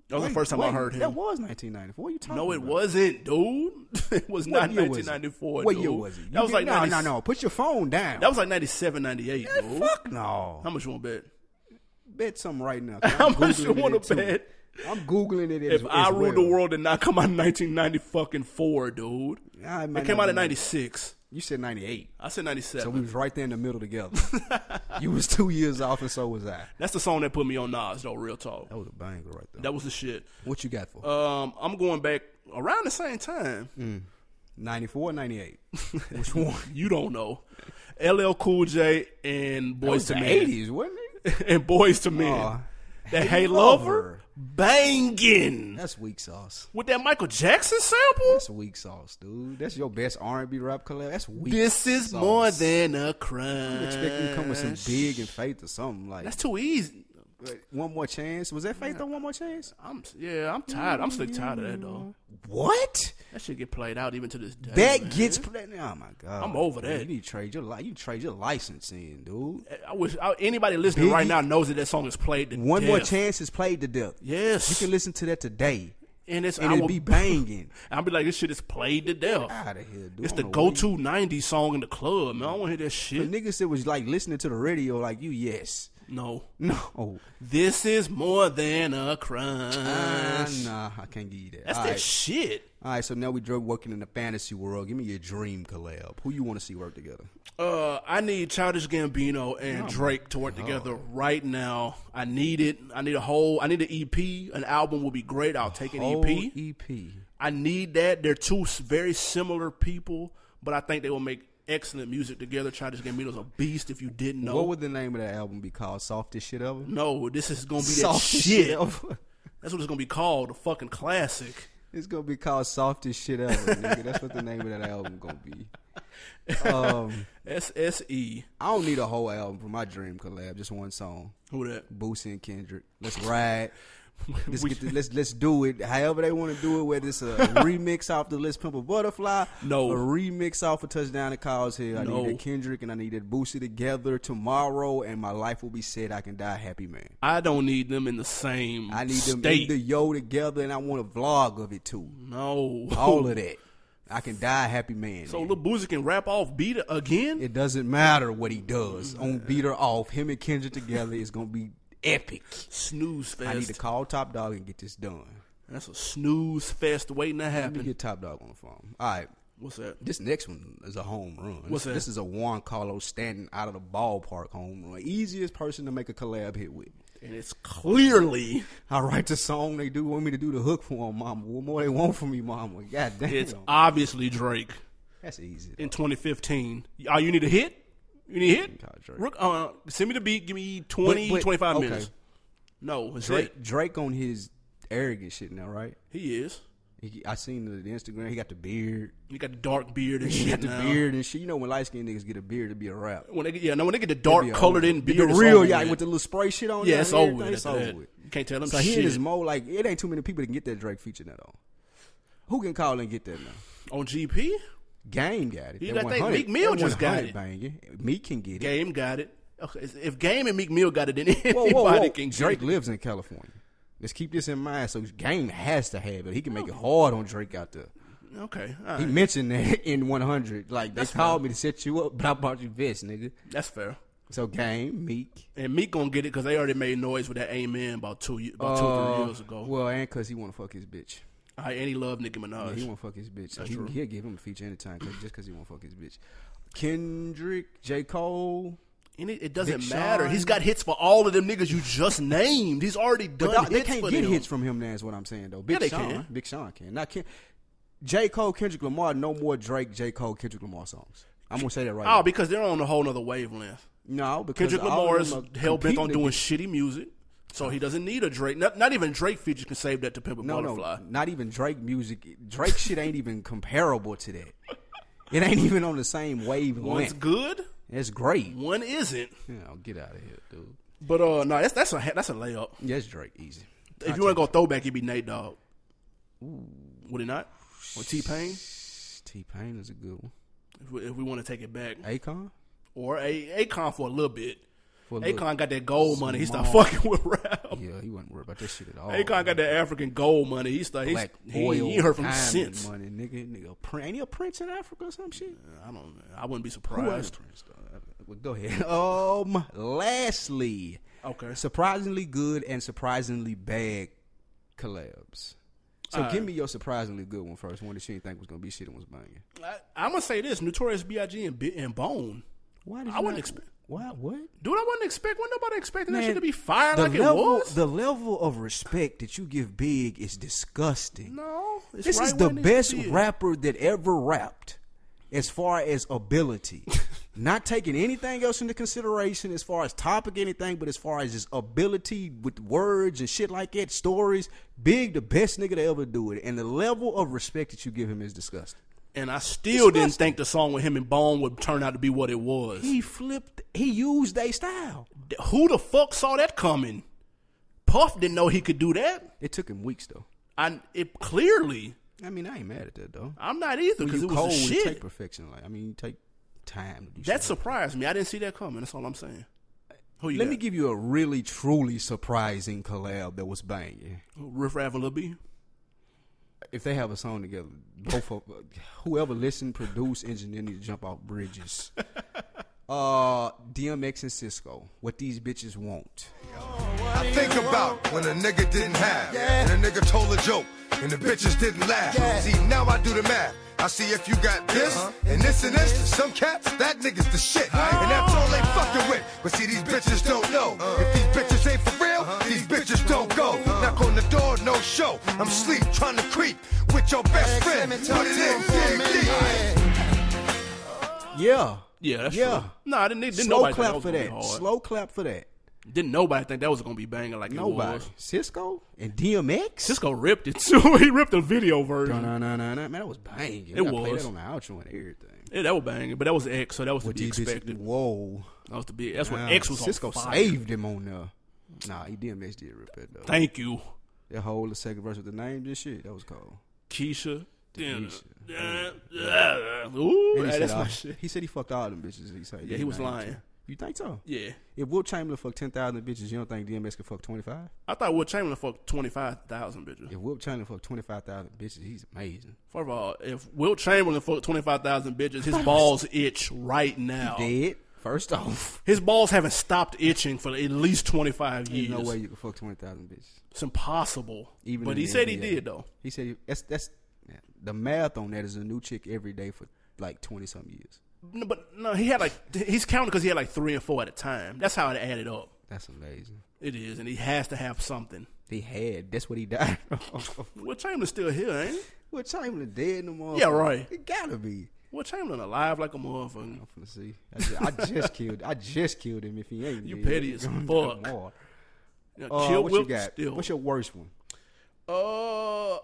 [SPEAKER 1] That was
[SPEAKER 2] Wait,
[SPEAKER 1] the first time I
[SPEAKER 2] wait,
[SPEAKER 1] heard him.
[SPEAKER 2] That was 1994. What are you talking
[SPEAKER 1] No, it
[SPEAKER 2] about?
[SPEAKER 1] wasn't, dude. it was
[SPEAKER 2] What
[SPEAKER 1] not
[SPEAKER 2] year was it?
[SPEAKER 1] 1994.
[SPEAKER 2] What
[SPEAKER 1] dude.
[SPEAKER 2] year was it? You
[SPEAKER 1] That was
[SPEAKER 2] get-
[SPEAKER 1] like
[SPEAKER 2] no,
[SPEAKER 1] 90
[SPEAKER 2] no, no. Put your phone down.
[SPEAKER 1] That was like 97, 98, dude.
[SPEAKER 2] fuck no.
[SPEAKER 1] How much you want to bet?
[SPEAKER 2] bet something right now. 'cause
[SPEAKER 1] How
[SPEAKER 2] I'm
[SPEAKER 1] much you
[SPEAKER 2] Googling it
[SPEAKER 1] wanna
[SPEAKER 2] too.
[SPEAKER 1] bet?
[SPEAKER 2] I'm googling it. As,
[SPEAKER 1] If I
[SPEAKER 2] as
[SPEAKER 1] ruled the
[SPEAKER 2] well.
[SPEAKER 1] world did not come out in 1990 fucking four, dude.
[SPEAKER 2] Nah, might
[SPEAKER 1] It came
[SPEAKER 2] not
[SPEAKER 1] out
[SPEAKER 2] be
[SPEAKER 1] in 96.
[SPEAKER 2] You said '98,
[SPEAKER 1] I said
[SPEAKER 2] so
[SPEAKER 1] 97.
[SPEAKER 2] we was right there in the middle together. you was two years off, and so was I.
[SPEAKER 1] That's the song that put me on Nas, though. Real talk.
[SPEAKER 2] That was a banger right there.
[SPEAKER 1] That was Uh, the shit.
[SPEAKER 2] what you got for?
[SPEAKER 1] Um, I'm going back around the same time.
[SPEAKER 2] 94 or 98? Mm, Which one?
[SPEAKER 1] You don't know. LL Cool J and
[SPEAKER 2] It
[SPEAKER 1] Boys
[SPEAKER 2] was
[SPEAKER 1] to
[SPEAKER 2] the
[SPEAKER 1] Men.
[SPEAKER 2] 80s, wasn't it?
[SPEAKER 1] and Boys to Men.
[SPEAKER 2] Aw.
[SPEAKER 1] that Hey
[SPEAKER 2] Hey
[SPEAKER 1] Lover
[SPEAKER 2] Lover.
[SPEAKER 1] banging
[SPEAKER 2] That's weak sauce.
[SPEAKER 1] with that Michael Jackson sample.
[SPEAKER 2] That's weak sauce, dude. That's your best R&B rap collab. That's weak.
[SPEAKER 1] This is
[SPEAKER 2] sauce.
[SPEAKER 1] more than a crime.
[SPEAKER 2] I expect you to come with some big and faith or something like
[SPEAKER 1] That's too easy.
[SPEAKER 2] one more chance. Was that faith on one more chance?
[SPEAKER 1] I'm yeah, I'm tired. I'm slick tired of that though.
[SPEAKER 2] What?
[SPEAKER 1] That should get played out even to this day.
[SPEAKER 2] Mm-hmm. That
[SPEAKER 1] man.
[SPEAKER 2] gets played. Oh my god!
[SPEAKER 1] I'm over
[SPEAKER 2] Man,
[SPEAKER 1] that.
[SPEAKER 2] You need to trade your li- you trade your license in, dude.
[SPEAKER 1] I wish I, anybody listening right
[SPEAKER 2] Biggie-
[SPEAKER 1] now knows that that song is played. To
[SPEAKER 2] One more
[SPEAKER 1] death.
[SPEAKER 2] chance is played to death.
[SPEAKER 1] Yes.
[SPEAKER 2] you can listen to that today,
[SPEAKER 1] and it's
[SPEAKER 2] and
[SPEAKER 1] our-
[SPEAKER 2] it'll be Ah, banging.
[SPEAKER 1] I'll be like, this shit is played to death.
[SPEAKER 2] Out of here, dude.
[SPEAKER 1] It's
[SPEAKER 2] I
[SPEAKER 1] the
[SPEAKER 2] don't
[SPEAKER 1] go
[SPEAKER 2] know
[SPEAKER 1] to '90s song in the club, man. I don't want to hear that
[SPEAKER 2] why
[SPEAKER 1] shit.
[SPEAKER 2] you- niggas that was like listening to the radio, like you. Yes,
[SPEAKER 1] No, Uh,
[SPEAKER 2] no,
[SPEAKER 1] this is more than a crime.
[SPEAKER 2] Ah, nah, I can't give you that.
[SPEAKER 1] That's
[SPEAKER 2] All
[SPEAKER 1] that
[SPEAKER 2] right.
[SPEAKER 1] shit.
[SPEAKER 2] All right, so now we drug working in the fantasy world. Give me your dream collab. Who you want to see work together?
[SPEAKER 1] Uh, I need Childish Gambino
[SPEAKER 2] Oh
[SPEAKER 1] and Drake to work together right now. I need it. I need a whole. I need an EP. An album would be great. I'll take an EP.
[SPEAKER 2] Whole E EP.
[SPEAKER 1] I need that. They're two s- very similar people, but I think they will make excellent music together. Childish Gambino's a beast. If you didn't know,
[SPEAKER 2] What would the name of that album be called? Softest shit ever.
[SPEAKER 1] no, this is gonna be that
[SPEAKER 2] Softest
[SPEAKER 1] shit.
[SPEAKER 2] ever.
[SPEAKER 1] That's what it's gonna be called. A fucking classic.
[SPEAKER 2] It's gonna be called softest shit ever. nigga. That's what the name of that album gonna be. Um,
[SPEAKER 1] SSE.
[SPEAKER 2] I don't need a whole album for my dream collab. Just one song.
[SPEAKER 1] Who that?
[SPEAKER 2] Boosie and Kendrick. Let's ride. Let's, get the, let's let's do it. However they want to do it, whether it's a remix off the Let's Pimp a Butterfly,
[SPEAKER 1] No.
[SPEAKER 2] a remix off of Touchdown to Cause Hill. I
[SPEAKER 1] No.
[SPEAKER 2] need that Kendrick and I need that Boosie together tomorrow, and my life will be said. I can die happy, man.
[SPEAKER 1] I don't need them in the same.
[SPEAKER 2] I need them
[SPEAKER 1] state.
[SPEAKER 2] in the yo together, and I want a vlog of it too.
[SPEAKER 1] no.
[SPEAKER 2] All of that. I can die happy, man.
[SPEAKER 1] So
[SPEAKER 2] man.
[SPEAKER 1] Lil Boozy can rap off beat again.
[SPEAKER 2] It doesn't matter what he does.
[SPEAKER 1] Mm-hmm.
[SPEAKER 2] On beat or off, him and Kendrick together is gonna be epic.
[SPEAKER 1] snooze fest.
[SPEAKER 2] I need to call Top Dog and get this done.
[SPEAKER 1] That's a snooze fest waiting to
[SPEAKER 2] Let me
[SPEAKER 1] happen.
[SPEAKER 2] get Top Dog on the phone. All right.
[SPEAKER 1] What's that?
[SPEAKER 2] This next one is a home run.
[SPEAKER 1] What's that?
[SPEAKER 2] This is a Juan Carlos standing out of the ballpark home run. Easiest person to make a collab hit with.
[SPEAKER 1] And it's clearly
[SPEAKER 2] I write the song they do want me to do the hook for them, mama. What more they want from me, mama? God damn.
[SPEAKER 1] it's obviously Drake
[SPEAKER 2] That's easy.
[SPEAKER 1] in 2015. Oh, you need a hit? You need a hit?
[SPEAKER 2] Call Drake.
[SPEAKER 1] Rook, uh, send me the beat. Give me 20,
[SPEAKER 2] But- but-
[SPEAKER 1] 25
[SPEAKER 2] okay.
[SPEAKER 1] minutes. No, it's Drake.
[SPEAKER 2] Drake Drake on his arrogant shit now, right?
[SPEAKER 1] He is.
[SPEAKER 2] He, I seen the, the Instagram. He got the beard.
[SPEAKER 1] He got the dark beard and
[SPEAKER 2] He
[SPEAKER 1] shit
[SPEAKER 2] got the
[SPEAKER 1] now.
[SPEAKER 2] beard and shit. You know when light skinned niggas get a beard, it be a rap.
[SPEAKER 1] When they get, yeah, no, when they get the dark colored in
[SPEAKER 2] Be
[SPEAKER 1] beard,
[SPEAKER 2] the
[SPEAKER 1] it's
[SPEAKER 2] real
[SPEAKER 1] over
[SPEAKER 2] yeah,
[SPEAKER 1] with.
[SPEAKER 2] with the little spray shit on.
[SPEAKER 1] yeah,
[SPEAKER 2] it,
[SPEAKER 1] it's
[SPEAKER 2] and
[SPEAKER 1] over.
[SPEAKER 2] everything,
[SPEAKER 1] With
[SPEAKER 2] It's over with.
[SPEAKER 1] You can't tell them
[SPEAKER 2] So he
[SPEAKER 1] shit.
[SPEAKER 2] and his mo like it ain't too many people that can get that Drake feature now. though. Who can call and get that now?
[SPEAKER 1] on GP,
[SPEAKER 2] Game got it.
[SPEAKER 1] You
[SPEAKER 2] That
[SPEAKER 1] gotta think
[SPEAKER 2] 100
[SPEAKER 1] Meek Mill
[SPEAKER 2] that
[SPEAKER 1] just got
[SPEAKER 2] 100
[SPEAKER 1] it.
[SPEAKER 2] Banging. Meek can get it.
[SPEAKER 1] Game got it. Okay, if Game and Meek Mill got it, then
[SPEAKER 2] Whoa,
[SPEAKER 1] anybody
[SPEAKER 2] whoa, whoa!
[SPEAKER 1] can get
[SPEAKER 2] Drake
[SPEAKER 1] it.
[SPEAKER 2] lives in California. Let's keep this in mind. So Game has to have it. He can make it hard on Drake out there.
[SPEAKER 1] Okay, all right.
[SPEAKER 2] He mentioned that in 100. Like, they called me to set you up, but I bought you this, nigga.
[SPEAKER 1] that's fair.
[SPEAKER 2] So, Game, Meek.
[SPEAKER 1] And Meek gonna get it because they already made noise with that Amen about two ye- about two or three years ago.
[SPEAKER 2] uh, Well, and because he want to fuck his bitch.
[SPEAKER 1] All right, and he loved Nicki Minaj.
[SPEAKER 2] Yeah, he want to fuck his bitch. So he, he'll give him a feature anytime 'cause- just because he want to fuck his bitch. Kendrick, J. Cole.
[SPEAKER 1] and it, it doesn't
[SPEAKER 2] Big
[SPEAKER 1] matter.
[SPEAKER 2] Sean.
[SPEAKER 1] He's got hits for all of them niggas you just named. He's already done
[SPEAKER 2] But dog, they
[SPEAKER 1] hits
[SPEAKER 2] can't
[SPEAKER 1] for
[SPEAKER 2] get
[SPEAKER 1] them.
[SPEAKER 2] hits from him now, is what I'm saying, though. Big
[SPEAKER 1] Yeah, they
[SPEAKER 2] Sean.
[SPEAKER 1] can.
[SPEAKER 2] Big Sean can. Now, Ken, J. Cole, Kendrick Lamar, no more Drake, J. Cole, Kendrick Lamar songs. I'm going to say that right
[SPEAKER 1] Oh,
[SPEAKER 2] now.
[SPEAKER 1] because they're on a whole nother wavelength.
[SPEAKER 2] no, because
[SPEAKER 1] Kendrick
[SPEAKER 2] all
[SPEAKER 1] Lamar
[SPEAKER 2] of
[SPEAKER 1] is
[SPEAKER 2] them are
[SPEAKER 1] hell bent on
[SPEAKER 2] competing
[SPEAKER 1] doing
[SPEAKER 2] against-
[SPEAKER 1] shitty music, so he doesn't need a Drake. Not, not even Drake feature can save that to Pimp a
[SPEAKER 2] No,
[SPEAKER 1] Butterfly.
[SPEAKER 2] no, not even Drake music. Drake shit ain't even comparable to that. It ain't even on the same
[SPEAKER 1] One's
[SPEAKER 2] wavelength.
[SPEAKER 1] good,
[SPEAKER 2] It's great.
[SPEAKER 1] one isn't.
[SPEAKER 2] You know, get out of here, dude.
[SPEAKER 1] But uh, no, that's that's a ha- that's a layup.
[SPEAKER 2] Yes, Drake, easy.
[SPEAKER 1] If you want to go throwback, it'd be Nate Dogg. Would it not? Or T Pain?
[SPEAKER 2] T Pain is a good one.
[SPEAKER 1] If we, if we want to take it back,
[SPEAKER 2] Akon.
[SPEAKER 1] or a Akon for a little bit.
[SPEAKER 2] For a
[SPEAKER 1] Akon
[SPEAKER 2] little-
[SPEAKER 1] got that gold money. He started
[SPEAKER 2] small.
[SPEAKER 1] fucking with rap.
[SPEAKER 2] Yeah, he wasn't worried about that shit at all.
[SPEAKER 1] Akon got that African gold money. He started. He's,
[SPEAKER 2] black
[SPEAKER 1] he,
[SPEAKER 2] oil.
[SPEAKER 1] he ain't heard from him
[SPEAKER 2] diamond
[SPEAKER 1] since.
[SPEAKER 2] Money, nigga, nigga. Prin- Ain't he a prince in Africa or some shit?
[SPEAKER 1] I don't. I wouldn't be
[SPEAKER 2] Who was
[SPEAKER 1] surprised.
[SPEAKER 2] Prince, though? Well, Go ahead. Um, lastly,
[SPEAKER 1] Okay.
[SPEAKER 2] surprisingly good and surprisingly bad collabs. So give me your surprisingly good one first. One that she didn't think was gonna be shit and was banging.
[SPEAKER 1] I, I'm gonna say this: Notorious B.I.G. and, B- and Bone.
[SPEAKER 2] Why did
[SPEAKER 1] I wouldn't expect.
[SPEAKER 2] What? What?
[SPEAKER 1] Dude, I wasn't expect. Wasn't nobody expecting that
[SPEAKER 2] Man,
[SPEAKER 1] shit to be fired
[SPEAKER 2] the
[SPEAKER 1] like
[SPEAKER 2] level,
[SPEAKER 1] it was?
[SPEAKER 2] The level of respect that you give Big is disgusting.
[SPEAKER 1] no, it's
[SPEAKER 2] this
[SPEAKER 1] right
[SPEAKER 2] is the
[SPEAKER 1] when it needs to
[SPEAKER 2] best
[SPEAKER 1] be.
[SPEAKER 2] rapper that ever rapped, as far as ability. Not taking anything else into consideration as far as topic, anything, but as far as his ability with words and shit like that, stories. Big, the best nigga to ever do it, and the level of respect that you give him is disgusting.
[SPEAKER 1] And I still didn't think the song with him and Bone would turn out to be what it was.
[SPEAKER 2] He flipped. He used they style.
[SPEAKER 1] Who the fuck saw that coming? Puff didn't know he could do that.
[SPEAKER 2] It took him weeks though.
[SPEAKER 1] I it clearly.
[SPEAKER 2] I mean, I ain't mad at that though.
[SPEAKER 1] I'm not either
[SPEAKER 2] When
[SPEAKER 1] because
[SPEAKER 2] you
[SPEAKER 1] it
[SPEAKER 2] cold,
[SPEAKER 1] was a
[SPEAKER 2] you take
[SPEAKER 1] shit.
[SPEAKER 2] perfection. Like I mean, you take time. To do
[SPEAKER 1] That
[SPEAKER 2] shit.
[SPEAKER 1] surprised me. I didn't see that coming. That's all I'm saying. Who you
[SPEAKER 2] Let
[SPEAKER 1] got?
[SPEAKER 2] me give you a really truly surprising collab that was banging.
[SPEAKER 1] Riff Raff and Lil B.
[SPEAKER 2] If they have a song together, both of whoever listened, produced, engineer need to jump off bridges. Uh, DMX and Cisco, what these bitches want.
[SPEAKER 9] I think about when a nigga didn't have, and a nigga told a joke, and the bitches didn't laugh. See, now I do the math. I see if you got this and this and this. to Some cats, that nigga's the shit, and that's all they fucking with. But see, these bitches don't know. If these bitches ain't for real, these bitches don't go. Knock on the door, no show. I'm sleep trying to creep with your best friend. Put it in, dig deep.
[SPEAKER 2] Yeah,
[SPEAKER 1] Yeah, that's
[SPEAKER 2] yeah.
[SPEAKER 1] true. Nah, I didn't, didn't
[SPEAKER 2] Slow
[SPEAKER 1] nobody think
[SPEAKER 2] clap
[SPEAKER 1] was
[SPEAKER 2] for
[SPEAKER 1] gonna be
[SPEAKER 2] that.
[SPEAKER 1] hard.
[SPEAKER 2] Slow clap for that.
[SPEAKER 1] Didn't nobody think that was gonna be banging like it
[SPEAKER 2] Nobody.
[SPEAKER 1] was.
[SPEAKER 2] Cisco and DMX.
[SPEAKER 1] Cisco ripped it too. he ripped the video
[SPEAKER 2] No,
[SPEAKER 1] version.
[SPEAKER 2] no, no, no, no. Man, that was banging.
[SPEAKER 1] It
[SPEAKER 2] I played
[SPEAKER 1] was.
[SPEAKER 2] that on the outro and everything.
[SPEAKER 1] Yeah, that was banging, but that was X, so that was to
[SPEAKER 2] What
[SPEAKER 1] be
[SPEAKER 2] these bitches-
[SPEAKER 1] expected.
[SPEAKER 2] Whoa.
[SPEAKER 1] That was to be. That's when
[SPEAKER 2] Nah,
[SPEAKER 1] X was
[SPEAKER 2] Cisco
[SPEAKER 1] on fire.
[SPEAKER 2] saved him on there. Nah, he DMX did rip it though.
[SPEAKER 1] Thank you,
[SPEAKER 2] That whole second verse with the names and shit, that was cold.
[SPEAKER 1] Keisha. Damn.
[SPEAKER 2] Keisha.
[SPEAKER 1] Ooh,
[SPEAKER 2] And
[SPEAKER 1] that's
[SPEAKER 2] he, said, "Ah."
[SPEAKER 1] my
[SPEAKER 2] all-
[SPEAKER 1] shit.
[SPEAKER 2] he said he fucked all them bitches. He said,
[SPEAKER 1] Yeah, he was
[SPEAKER 2] nah,
[SPEAKER 1] lying.
[SPEAKER 2] too. You think so?
[SPEAKER 1] Yeah,
[SPEAKER 2] If Will Chamberlain fucked ten thousand bitches, you don't think DMX could fuck twenty five?
[SPEAKER 1] I thought Will Chamberlain fucked twenty five thousand bitches.
[SPEAKER 2] If Will Chamberlain fucked twenty five thousand bitches, he's amazing.
[SPEAKER 1] First of all, if Will Chamberlain fucked twenty five thousand bitches, his balls itch right now.
[SPEAKER 2] Dead. First off,
[SPEAKER 1] His balls haven't stopped itching for at least twenty five years.
[SPEAKER 2] there's no way you could fuck twenty thousand bitches.
[SPEAKER 1] It's impossible.
[SPEAKER 2] Even
[SPEAKER 1] but
[SPEAKER 2] in
[SPEAKER 1] he
[SPEAKER 2] the
[SPEAKER 1] said
[SPEAKER 2] NBA.
[SPEAKER 1] he did though.
[SPEAKER 2] He said he- that's that's the math on that is a new chick every day for like twenty something years.
[SPEAKER 1] No, but no, he had like he's counting because he had like three and four at a time. That's how it added up.
[SPEAKER 2] That's amazing.
[SPEAKER 1] It is, and he has to have something.
[SPEAKER 2] He had. That's what he died. of.
[SPEAKER 1] Will Chamberlain's still here, ain't he?
[SPEAKER 2] Will Chamberlain dead in the morning?
[SPEAKER 1] Yeah, right.
[SPEAKER 2] It gotta be.
[SPEAKER 1] Will Chamberlain alive like a motherfucker.
[SPEAKER 2] I'm finna see. I just, I just killed. I just killed him. If he ain't,
[SPEAKER 1] You
[SPEAKER 2] dead.
[SPEAKER 1] petty as
[SPEAKER 2] Gonna
[SPEAKER 1] fuck.
[SPEAKER 2] die more.
[SPEAKER 1] Yeah,
[SPEAKER 2] Uh,
[SPEAKER 1] Kill
[SPEAKER 2] what
[SPEAKER 1] Will
[SPEAKER 2] you got?
[SPEAKER 1] still.
[SPEAKER 2] What's your worst one?
[SPEAKER 1] uh,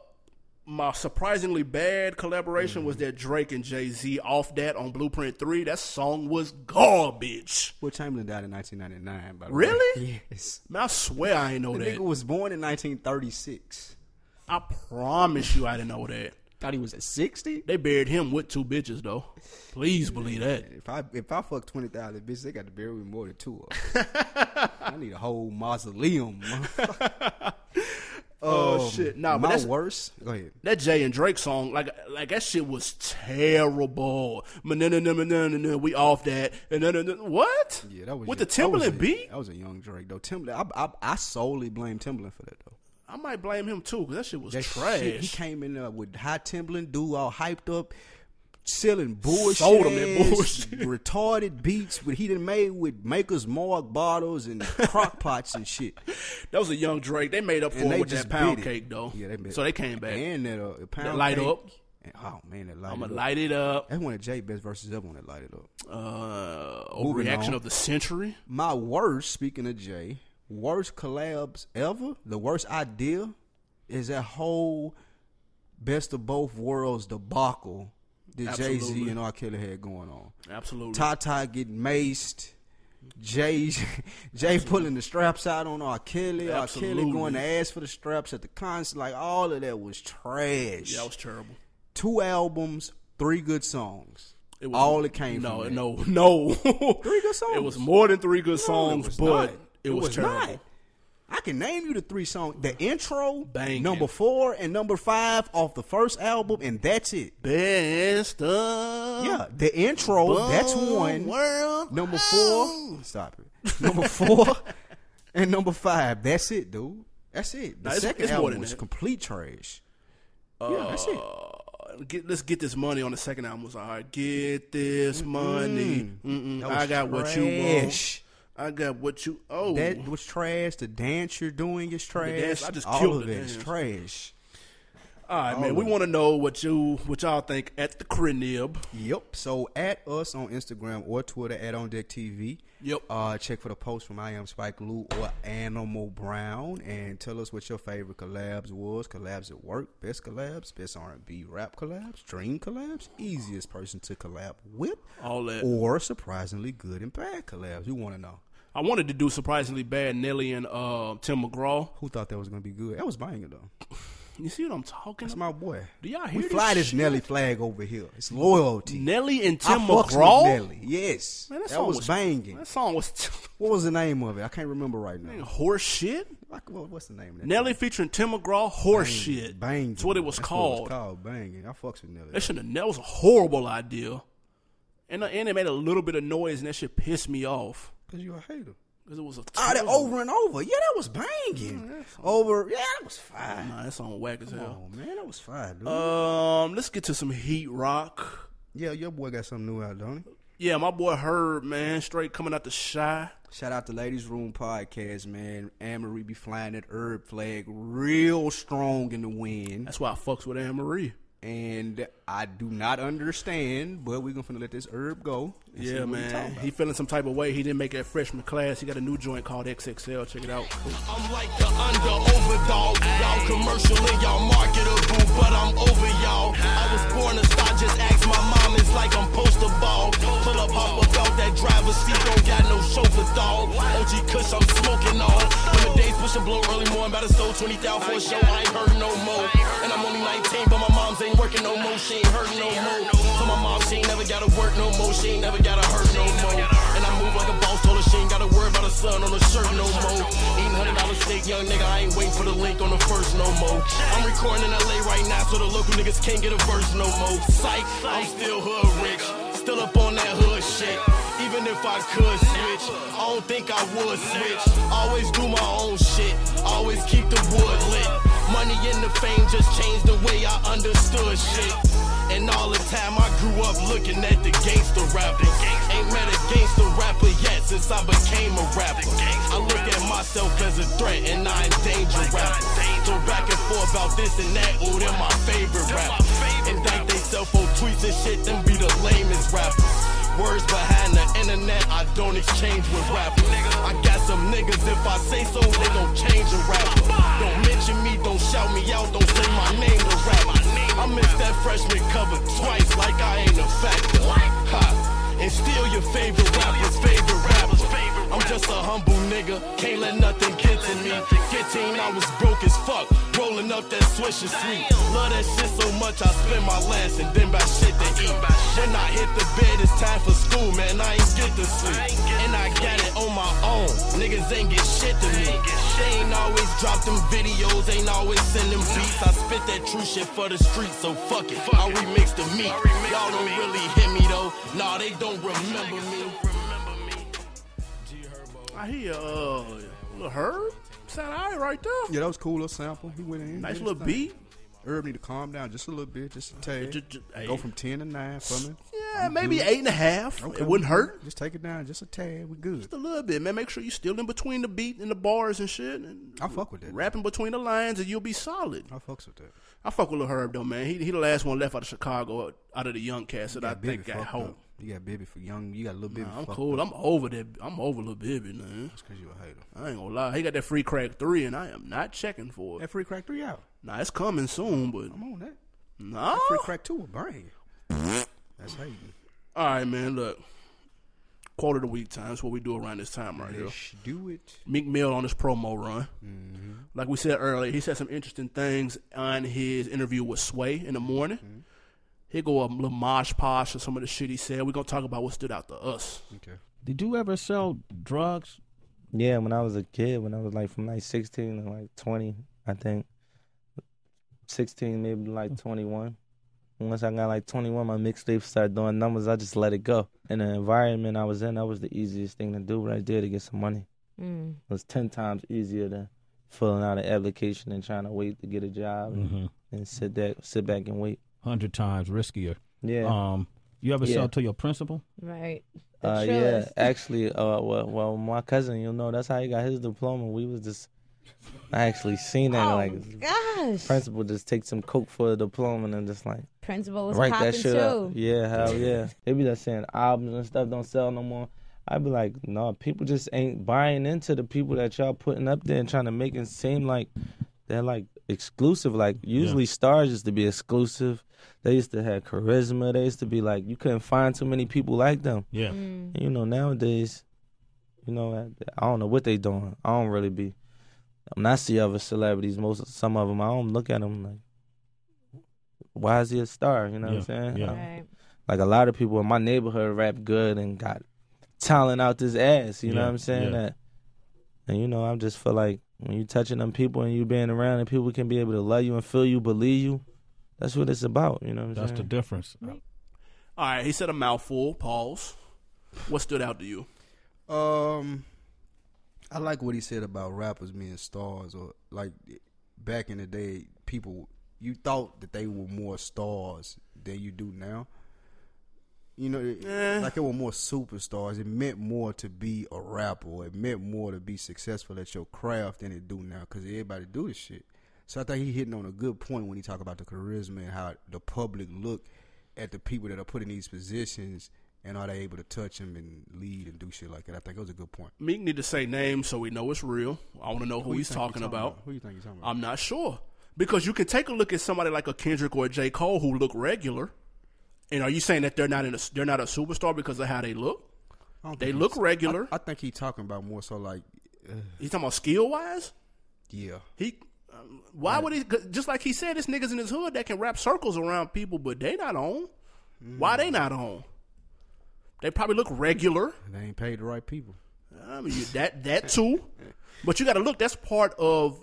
[SPEAKER 1] my surprisingly bad collaboration was that Drake and Jay Z off that on Blueprint Three. That song was garbage.
[SPEAKER 2] Will Chamberlain died in 1999. By the
[SPEAKER 1] Really?
[SPEAKER 2] Way. Yes.
[SPEAKER 1] Man, I swear I ain't know
[SPEAKER 2] The
[SPEAKER 1] that.
[SPEAKER 2] nigga was born in 1936.
[SPEAKER 1] I promise you I didn't know that.
[SPEAKER 2] Thought he was at 60.
[SPEAKER 1] They buried him with two bitches though. Please believe that.
[SPEAKER 2] If I if I fuck twenty thousand bitches, they got to bury me more than two of them. I need a whole mausoleum.
[SPEAKER 1] Oh shit! Nah, but
[SPEAKER 2] My
[SPEAKER 1] that's,
[SPEAKER 2] worst. Go ahead.
[SPEAKER 1] that Jay and Drake song, like, like that shit was terrible. Ma-na-na-na-na-na-na, We off that. And then- and then- What?
[SPEAKER 2] Yeah, that was
[SPEAKER 1] with
[SPEAKER 2] yo-
[SPEAKER 1] the Timberland
[SPEAKER 2] that was a-
[SPEAKER 1] beat.
[SPEAKER 2] That was a young Drake though. Timberland, I, I, I solely blame Timberland for that though.
[SPEAKER 1] I might blame him too because that shit was
[SPEAKER 2] That
[SPEAKER 1] trash.
[SPEAKER 2] shit, he came in there with high Timberland, dude, all hyped up, selling bullshit,
[SPEAKER 1] Sold him that bullshit.
[SPEAKER 2] retarded beats. But he done made with Maker's Mark bottles and crock pots and shit.
[SPEAKER 1] that was a young Drake. They made up for
[SPEAKER 2] And
[SPEAKER 1] it
[SPEAKER 2] they
[SPEAKER 1] with that
[SPEAKER 2] just
[SPEAKER 1] pound
[SPEAKER 2] bit it.
[SPEAKER 1] cake though.
[SPEAKER 2] Yeah, they bit
[SPEAKER 1] so
[SPEAKER 2] it.
[SPEAKER 1] they came back.
[SPEAKER 2] And that uh, pound
[SPEAKER 1] That light
[SPEAKER 2] cake.
[SPEAKER 1] up.
[SPEAKER 2] And- oh man, that light.
[SPEAKER 1] I'm gonna
[SPEAKER 2] it up.
[SPEAKER 1] light it up.
[SPEAKER 2] That's one of Jay best verses ever. When that light it up.
[SPEAKER 1] Uh,
[SPEAKER 2] Moving
[SPEAKER 1] reaction
[SPEAKER 2] on.
[SPEAKER 1] of the century.
[SPEAKER 2] My worst, speaking of Jay, worst collabs ever, the worst idea is that whole best of both worlds debacle that Jay Z
[SPEAKER 1] Absolutely.
[SPEAKER 2] and R. Kelly had going on.
[SPEAKER 1] Absolutely.
[SPEAKER 2] Tata getting maced. Jay Jay pulling the straps out on R. Kelly. R. Kelly
[SPEAKER 1] Absolutely.
[SPEAKER 2] going to ask for the straps at the concert. Like all of that was trash.
[SPEAKER 1] Yeah, that was terrible.
[SPEAKER 2] Two albums, three good songs.
[SPEAKER 1] It was-
[SPEAKER 2] all it came
[SPEAKER 1] no,
[SPEAKER 2] from. that.
[SPEAKER 1] No, no, Three
[SPEAKER 2] good songs.
[SPEAKER 1] It was more than three good
[SPEAKER 2] No,
[SPEAKER 1] songs,
[SPEAKER 2] it was
[SPEAKER 1] but
[SPEAKER 2] not.
[SPEAKER 1] it was, terrible.
[SPEAKER 2] not. I can name you the three songs. The intro,
[SPEAKER 1] Banging.
[SPEAKER 2] number four, and number five off the first album, and that's it.
[SPEAKER 1] Best of
[SPEAKER 2] Yeah, the intro, that's
[SPEAKER 1] both
[SPEAKER 2] one.
[SPEAKER 1] world.
[SPEAKER 2] Number four, stop it. Number four and number five, that's it, dude. That's it. The
[SPEAKER 1] Nah, it's-
[SPEAKER 2] second
[SPEAKER 1] it's more Uh,
[SPEAKER 2] album
[SPEAKER 1] than
[SPEAKER 2] was
[SPEAKER 1] that.
[SPEAKER 2] complete trash. yeah, that's it.
[SPEAKER 1] uh, get, let's get this money on the second album. Was all right. Get this money. Mm-mm.
[SPEAKER 2] That
[SPEAKER 1] I
[SPEAKER 2] was
[SPEAKER 1] got what you want.
[SPEAKER 2] trash.
[SPEAKER 1] I got what you owe.
[SPEAKER 2] That was trash. The dance you're doing is trash.
[SPEAKER 1] dance- I just
[SPEAKER 2] All
[SPEAKER 1] killed
[SPEAKER 2] of
[SPEAKER 1] the
[SPEAKER 2] it is
[SPEAKER 1] dance.
[SPEAKER 2] trash.
[SPEAKER 1] all right, man. We want to know what you what y'all think at the crib.
[SPEAKER 2] Yep. So at us on Instagram or Twitter at On Deck TV.
[SPEAKER 1] Yep.
[SPEAKER 2] Uh, check for the post from I Am Spike Lee or Animal Brown, and tell us what your favorite collabs was. Collabs at work, best collabs, best R and B rap collabs, dream collabs, easiest person to collab with,
[SPEAKER 1] All that.
[SPEAKER 2] or surprisingly good and bad collabs. We want to know
[SPEAKER 1] I wanted to do surprisingly bad Nelly and uh, Tim McGraw.
[SPEAKER 2] who thought that was gonna be good. That was banging though.
[SPEAKER 1] You see what I'm talking
[SPEAKER 2] That's
[SPEAKER 1] about?
[SPEAKER 2] my boy.
[SPEAKER 1] Do y'all
[SPEAKER 2] we
[SPEAKER 1] hear
[SPEAKER 2] fly
[SPEAKER 1] this
[SPEAKER 2] this Nelly flag over here? It's loyalty.
[SPEAKER 1] Nelly and
[SPEAKER 2] I
[SPEAKER 1] Tim
[SPEAKER 2] fucks with
[SPEAKER 1] McGraw.
[SPEAKER 2] Nelly. Yes,
[SPEAKER 1] Man,
[SPEAKER 2] that,
[SPEAKER 1] song
[SPEAKER 2] was, banging.
[SPEAKER 1] That song was
[SPEAKER 2] What was the name of it? I can't remember right now.
[SPEAKER 1] horse shit.
[SPEAKER 2] Like, what- what's the name of that?
[SPEAKER 1] Nelly featuring Tim McGraw, horse shit.
[SPEAKER 2] Banging.
[SPEAKER 1] That's what it was
[SPEAKER 2] That's
[SPEAKER 1] called.
[SPEAKER 2] What it was called banging. I fucks with Nelly.
[SPEAKER 1] That should have. That was a horrible idea. And, uh, and it made a little bit of noise, and that shit pissed me off
[SPEAKER 2] Cause you a hater.
[SPEAKER 1] because it was a.
[SPEAKER 2] Oh, that
[SPEAKER 1] terrible-
[SPEAKER 2] over and over. Yeah, that was banging. Over. Yeah, that was Uh, fine.
[SPEAKER 1] Nah, that song whack as hell.
[SPEAKER 2] Mm, Oh man, that was fine, dude.
[SPEAKER 1] Um, let's get to some heat rock.
[SPEAKER 2] yeah, your boy got something new out, don't he?
[SPEAKER 1] Yeah, my boy Herb, man, straight coming out the shy.
[SPEAKER 2] Shout out to Ladies Room Podcast, man. Anne-Marie be flying that herb flag real strong in the wind.
[SPEAKER 1] That's why I fucks with Anne Marie.
[SPEAKER 2] And I do not understand, but we're gonna finna let this herb go. and see
[SPEAKER 1] Yeah,
[SPEAKER 2] what we talking
[SPEAKER 1] man.
[SPEAKER 2] about.
[SPEAKER 1] He feeling some type of way. He didn't make that freshman class. He got a new joint called XXL. Check it out.
[SPEAKER 10] I'm like the under overdog. Y'all commercial and y'all marketable, but I'm over y'all. I was born a star, just ask my mom, it's like I'm poster ball. Pull up off a belt, that driver's seat don't got no chauffeur dog. OG Kush, I'm smoking all. Lemonades push and blow early morning, about to sold 20,000 for a show, I ain't heard no more. And I'm only 19, but my mom's ain't working no more, she ain't hurt no more. So my mom, she ain't never gotta work no more, she ain't never gotta hurt no more. And I move like a boss, told her she ain't gotta worry about her son on her shirt no more. Eating hundred dollar steak, young nigga, I ain't waiting for the link on the first no more. I'm recording in LA right now, so the local niggas can't get a verse no more. Psych, I'm still hood rich, still up on that hood shit. Even if I could switch, I don't think I would switch. Always do my own shit, always keep the wood lit. Money and the fame just changed the way I understood shit. And all the time I grew up looking at the gangster rapper. Ain't met a gangster rapper yet since I became a rapper. I look at myself as a threat and I ain't danger rapper. So back and forth about this and that, ooh, they're my favorite rapper. Indict they cell phone tweets and shit, them be the lamest rappers. Words behind the internet, I don't exchange with rappers. I got some niggas, if I say so, they gon' change the rapper. Don't mention me, don't shout me out, don't say my name to rapper. I missed that freshman cover twice, like I ain't a factor. Ha. And still your favorite rapper's favorite rapper. I'm just a humble nigga, can't let nothing get to me. 15, I was broke as fuck, rolling up that swisher sweet. Love that shit so much, I spend my last and then buy shit to eat. When I hit the bed, it's time for school, man. I ain't get to sleep. And I got it on my own. Niggas ain't get shit to me. They ain't always drop them videos, ain't always send them beats. I spit that true shit for the street, so fuck it. I remix the meat. Y'all don't really hit me though. Nah, they don't remember me.
[SPEAKER 1] I hear uh, little Herb. Sound all right right there.
[SPEAKER 2] Yeah, that was cool little sample. He went in.
[SPEAKER 1] Nice
[SPEAKER 2] did his
[SPEAKER 1] little
[SPEAKER 2] thing.
[SPEAKER 1] beat.
[SPEAKER 2] Herb need to calm down just a little bit, just a tad.
[SPEAKER 1] ju- ju-
[SPEAKER 2] Go
[SPEAKER 1] hey.
[SPEAKER 2] from ten to nine for me.
[SPEAKER 1] Yeah, maybe eight and a half. It wouldn't hurt.
[SPEAKER 2] Just take it down just a tad. We good.
[SPEAKER 1] Just a little bit, man. Make sure you still in between the beat and the bars and shit. And
[SPEAKER 2] I fuck with that.
[SPEAKER 1] rapping between the lines, and you'll be solid.
[SPEAKER 2] I fucks with that.
[SPEAKER 1] I fuck with Lil Herb though, man. He he the last one left out of Chicago, out of the young cast that I
[SPEAKER 2] Bibby
[SPEAKER 1] think got
[SPEAKER 2] fucked
[SPEAKER 1] hope.
[SPEAKER 2] up. You got Bibby for young. You got little Bibby.
[SPEAKER 1] I'm
[SPEAKER 2] fucked
[SPEAKER 1] cool.
[SPEAKER 2] Up.
[SPEAKER 1] I'm over that. I'm over Lil Bibby, man.
[SPEAKER 2] Cause you a hater.
[SPEAKER 1] I ain't gonna lie. He got that free crack three, and I am not checking for it.
[SPEAKER 2] That free crack three out.
[SPEAKER 1] Nah, it's coming soon, but
[SPEAKER 2] I'm on that.
[SPEAKER 1] nah.
[SPEAKER 2] Free crack two will bang. That's hating.
[SPEAKER 1] All right, man. Look, quote of the week time. That's what we do around this time right here.
[SPEAKER 2] Ish, do it.
[SPEAKER 1] Meek Mill on his promo run.
[SPEAKER 2] Mm-hmm.
[SPEAKER 1] Like we said earlier, he said some interesting things on his interview with Sway in the morning.
[SPEAKER 2] Mm-hmm.
[SPEAKER 1] He go a little mosh posh of some of the shit he said. We're gonna talk about what stood out to us.
[SPEAKER 2] Okay.
[SPEAKER 11] Did you ever sell drugs?
[SPEAKER 5] Yeah, when I was a kid, when I was like from like 16 to like 20, I think. 16, maybe like 21. Once I got like 21, my mixtape started doing numbers. I just let it go. And the environment I was in, that was the easiest thing to do right there to get some money.
[SPEAKER 4] Mm.
[SPEAKER 5] It was 10 times easier than filling out an application and trying to wait to get a job and, and sit, that, sit back and wait.
[SPEAKER 11] Mm-hmm. hundred times riskier.
[SPEAKER 5] Yeah.
[SPEAKER 11] Um, you ever
[SPEAKER 5] Yeah.
[SPEAKER 11] sell to your principal?
[SPEAKER 12] Right. The
[SPEAKER 5] Uh, yeah,
[SPEAKER 12] trillers.
[SPEAKER 5] actually, uh, well, well, my cousin, you know, that's how he got his diploma. We was just, I actually seen that.
[SPEAKER 12] Oh,
[SPEAKER 5] like,
[SPEAKER 12] gosh.
[SPEAKER 5] principal just take some coke for the diploma and then just like
[SPEAKER 12] Principal was
[SPEAKER 5] write
[SPEAKER 12] popping
[SPEAKER 5] that shit up.
[SPEAKER 12] too.
[SPEAKER 5] Yeah, hell yeah. they be like saying albums and stuff don't sell no more. I'd be like, no, people just ain't buying into the people that y'all putting up there and trying to make it seem like they're like exclusive. Like usually stars used to be exclusive. They used to have charisma. They used to be like you couldn't find too many people like them.
[SPEAKER 11] Yeah.
[SPEAKER 12] Mm.
[SPEAKER 5] And, you know nowadays, you know I, I don't know what they doing. I don't really be. When I see other celebrities, most some of them, I don't look at them like, why is he a star? You know what
[SPEAKER 11] Yeah,
[SPEAKER 5] I'm saying?
[SPEAKER 11] yeah.
[SPEAKER 5] Um,
[SPEAKER 11] Right.
[SPEAKER 5] Like a lot of people in my neighborhood rap good and got talent out this ass. You know
[SPEAKER 11] Yeah,
[SPEAKER 5] what I'm saying?
[SPEAKER 11] yeah.
[SPEAKER 5] That, and you know, I just feel like when you touching them people and you being around and people can be able to love you and feel you, believe you. That's what it's about. You know what I'm
[SPEAKER 11] That's the
[SPEAKER 5] saying?
[SPEAKER 11] difference.
[SPEAKER 1] All right, he said a mouthful. Pause. What stood out to you?
[SPEAKER 2] Um, I like what he said about rappers being stars, or like back in the day, people you thought that they were more stars than you do now. You know, it- like it were more superstars. It meant more to be a rapper. It meant more to be successful at your craft than it do now, because everybody do this shit. So I think he hitting on a good point when he talk about the charisma and how the public look at the people that are put in these positions and are they able to touch them and lead and do shit like that. I think that was a good point.
[SPEAKER 1] Meek need to say names so we know it's real. I want to know who,
[SPEAKER 2] Who you
[SPEAKER 1] he's
[SPEAKER 2] think he
[SPEAKER 1] talking,
[SPEAKER 2] talking
[SPEAKER 1] about.
[SPEAKER 2] about? Who you think he's talking
[SPEAKER 1] about? I'm not sure because you can take a look at somebody like a Kendrick or a J Cole who look regular, and are you saying that they're not in a, they're not a superstar because of how they look?
[SPEAKER 2] I don't
[SPEAKER 1] They
[SPEAKER 2] think
[SPEAKER 1] look
[SPEAKER 2] he's-
[SPEAKER 1] regular.
[SPEAKER 2] I, I think he's talking about more so like, uh,
[SPEAKER 1] He's talking about skill wise.
[SPEAKER 2] yeah.
[SPEAKER 1] He um, why would he? 'cause Just like he said, this niggas in his hood that can wrap circles around people, but they not on. Why
[SPEAKER 2] Mm.
[SPEAKER 1] they not on? They probably look regular.
[SPEAKER 2] They ain't paid the right people.
[SPEAKER 1] I mean, you- that that too. But you got to look. That's part of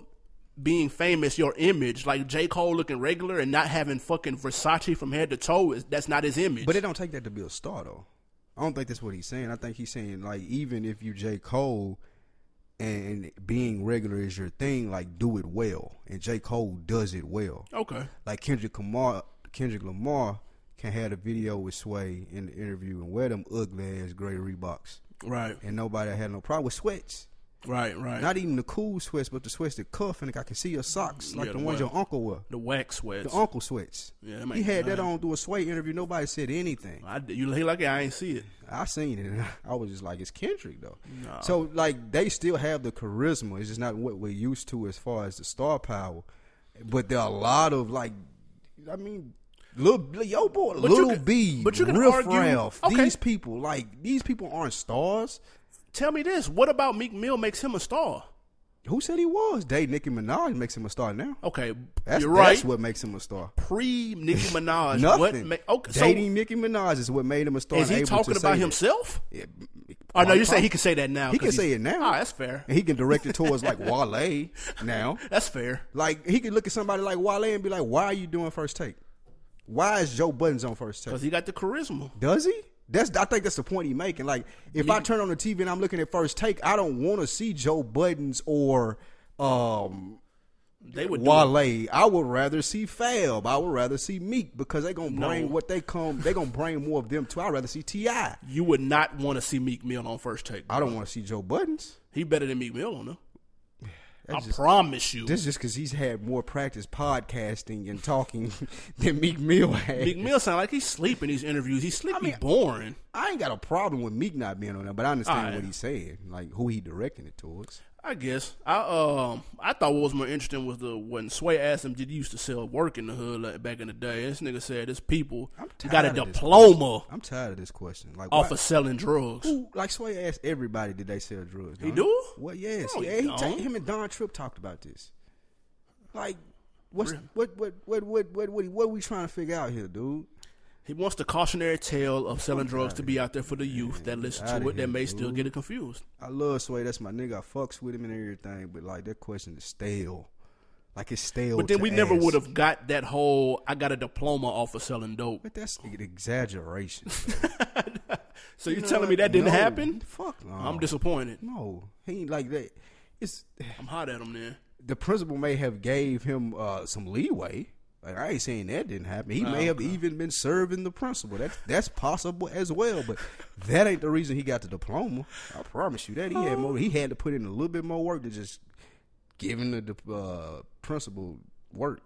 [SPEAKER 1] being famous. Your image, like J Cole looking regular and not having fucking Versace from head to toe, is that's not his image.
[SPEAKER 2] But it don't take that to be a star though. I don't think that's what he's saying. I think he's saying like even if you J Cole and being regular is your thing, like do it well. And J Cole does it well.
[SPEAKER 1] Okay.
[SPEAKER 2] Like Kendrick Lamar, Kendrick Lamar can have a video with Sway in the interview and wear them ugly ass gray Reeboks.
[SPEAKER 1] Right.
[SPEAKER 2] And nobody had no problem with sweats.
[SPEAKER 1] Right, right.
[SPEAKER 2] Not even the cool sweats, but the sweats that cuff and like I can see your socks, like
[SPEAKER 1] Yeah,
[SPEAKER 2] the,
[SPEAKER 1] the
[SPEAKER 2] ones
[SPEAKER 1] wax-
[SPEAKER 2] your uncle wore.
[SPEAKER 1] the wax sweats.
[SPEAKER 2] The uncle sweats.
[SPEAKER 1] Yeah, that
[SPEAKER 2] he
[SPEAKER 1] make
[SPEAKER 2] had
[SPEAKER 1] me
[SPEAKER 2] that
[SPEAKER 1] mad.
[SPEAKER 2] on through a Sway interview. Nobody said anything.
[SPEAKER 1] I, you he like I ain't see it.
[SPEAKER 2] I seen it. And I was just like, it's Kendrick though. So like they still have the charisma. It's just not what we're used to as far as the star power. But there are a lot of like, I mean, little yo boy,
[SPEAKER 1] But you
[SPEAKER 2] little
[SPEAKER 1] could-
[SPEAKER 2] B,
[SPEAKER 1] but you can
[SPEAKER 2] Riff
[SPEAKER 1] argue-
[SPEAKER 2] Raff.
[SPEAKER 1] okay.
[SPEAKER 2] These people like these people aren't stars.
[SPEAKER 1] Tell me this: What about Meek Mill makes him a star?
[SPEAKER 2] Who said he was? They Nicki Minaj makes him a star now.
[SPEAKER 1] Okay,
[SPEAKER 2] That's,
[SPEAKER 1] you're right.
[SPEAKER 2] That's what makes him a star.
[SPEAKER 1] Pre Nicki Minaj, what
[SPEAKER 2] Nothing.
[SPEAKER 1] ma- okay, so
[SPEAKER 2] Dating Nicki Minaj is what made him a star.
[SPEAKER 1] is
[SPEAKER 2] and
[SPEAKER 1] he
[SPEAKER 2] able to
[SPEAKER 1] talking
[SPEAKER 2] say
[SPEAKER 1] about
[SPEAKER 2] that.
[SPEAKER 1] himself? oh no, you're saying he can say that now.
[SPEAKER 2] He
[SPEAKER 1] 'cause
[SPEAKER 2] can say
[SPEAKER 1] he's-
[SPEAKER 2] it now.
[SPEAKER 1] Ah, that's fair.
[SPEAKER 2] And he can direct it towards like Wale now.
[SPEAKER 1] That's fair.
[SPEAKER 2] Like he could look at somebody like Wale and be like, "Why are you doing first take? Why is Joe Buttons on first take?
[SPEAKER 1] Because he got the charisma.
[SPEAKER 2] Does he? That's I think that's the point he making. Like if I turn on the TV and I'm looking at first take, I don't want to see Joe Buttons or um
[SPEAKER 1] They would do
[SPEAKER 2] Wale. I would rather see Fab. I would rather see Meek because they gonna
[SPEAKER 1] No.
[SPEAKER 2] bring what they come. They gonna bring more of them too. I'd rather see Ti. I
[SPEAKER 1] You would not want to see Meek Mill on first take.
[SPEAKER 2] don't want to see Joe Buttons.
[SPEAKER 1] He better than Meek Mill on them. I
[SPEAKER 2] That's just-
[SPEAKER 1] promise you.
[SPEAKER 2] This is just because he's had more practice podcasting and talking than Meek Mill had.
[SPEAKER 1] Meek Mill sound like he's sleeping these interviews. He's sleepy boring.
[SPEAKER 2] I ain't got a problem with Meek not being on there, but I understand
[SPEAKER 1] Alright.
[SPEAKER 2] what he's saying, like who he directing it towards.
[SPEAKER 1] I guess. I um I thought what was more interesting was the when Sway asked him, Did you used to sell work in the hood like back in the day? This nigga said this people got a
[SPEAKER 2] Tired of this
[SPEAKER 1] diploma
[SPEAKER 2] question. I'm tired of this question. Like
[SPEAKER 1] off
[SPEAKER 2] why-
[SPEAKER 1] of selling drugs.
[SPEAKER 2] Who, like Sway asked everybody, did they sell drugs?
[SPEAKER 1] He
[SPEAKER 2] Don?
[SPEAKER 1] do?
[SPEAKER 2] Well, yes.
[SPEAKER 1] No, he
[SPEAKER 2] yeah, he ta-
[SPEAKER 1] don't.
[SPEAKER 2] him and Don Tripp talked about this. Like, what's what what what what what what what we trying to figure out here, dude?
[SPEAKER 1] He wants the cautionary tale of selling drugs to be out there for the youth that listen
[SPEAKER 2] outta
[SPEAKER 1] to it that
[SPEAKER 2] here,
[SPEAKER 1] may still
[SPEAKER 2] dude.
[SPEAKER 1] get it confused.
[SPEAKER 2] I love Sway. That's my nigga. I fucks with him and everything, but like that question is stale. Like it's stale.
[SPEAKER 1] But then
[SPEAKER 2] to
[SPEAKER 1] we never
[SPEAKER 2] ask.
[SPEAKER 1] would have got that whole I got a diploma off of selling dope.
[SPEAKER 2] But that's an exaggeration.
[SPEAKER 1] So you're
[SPEAKER 2] know
[SPEAKER 1] telling me
[SPEAKER 2] what?
[SPEAKER 1] that didn't
[SPEAKER 2] No.
[SPEAKER 1] happen?
[SPEAKER 2] Fuck no.
[SPEAKER 1] I'm disappointed.
[SPEAKER 2] no, he ain't like that. It's
[SPEAKER 1] I'm hot at him then.
[SPEAKER 2] the principal may have gave him uh, some leeway. Like I ain't saying that didn't happen. He may have even been serving the principal. That's that's possible as well. But that ain't the reason he got the diploma. I promise you that he had more. He had to put in a little bit more work to just giving the dip- uh, principal work.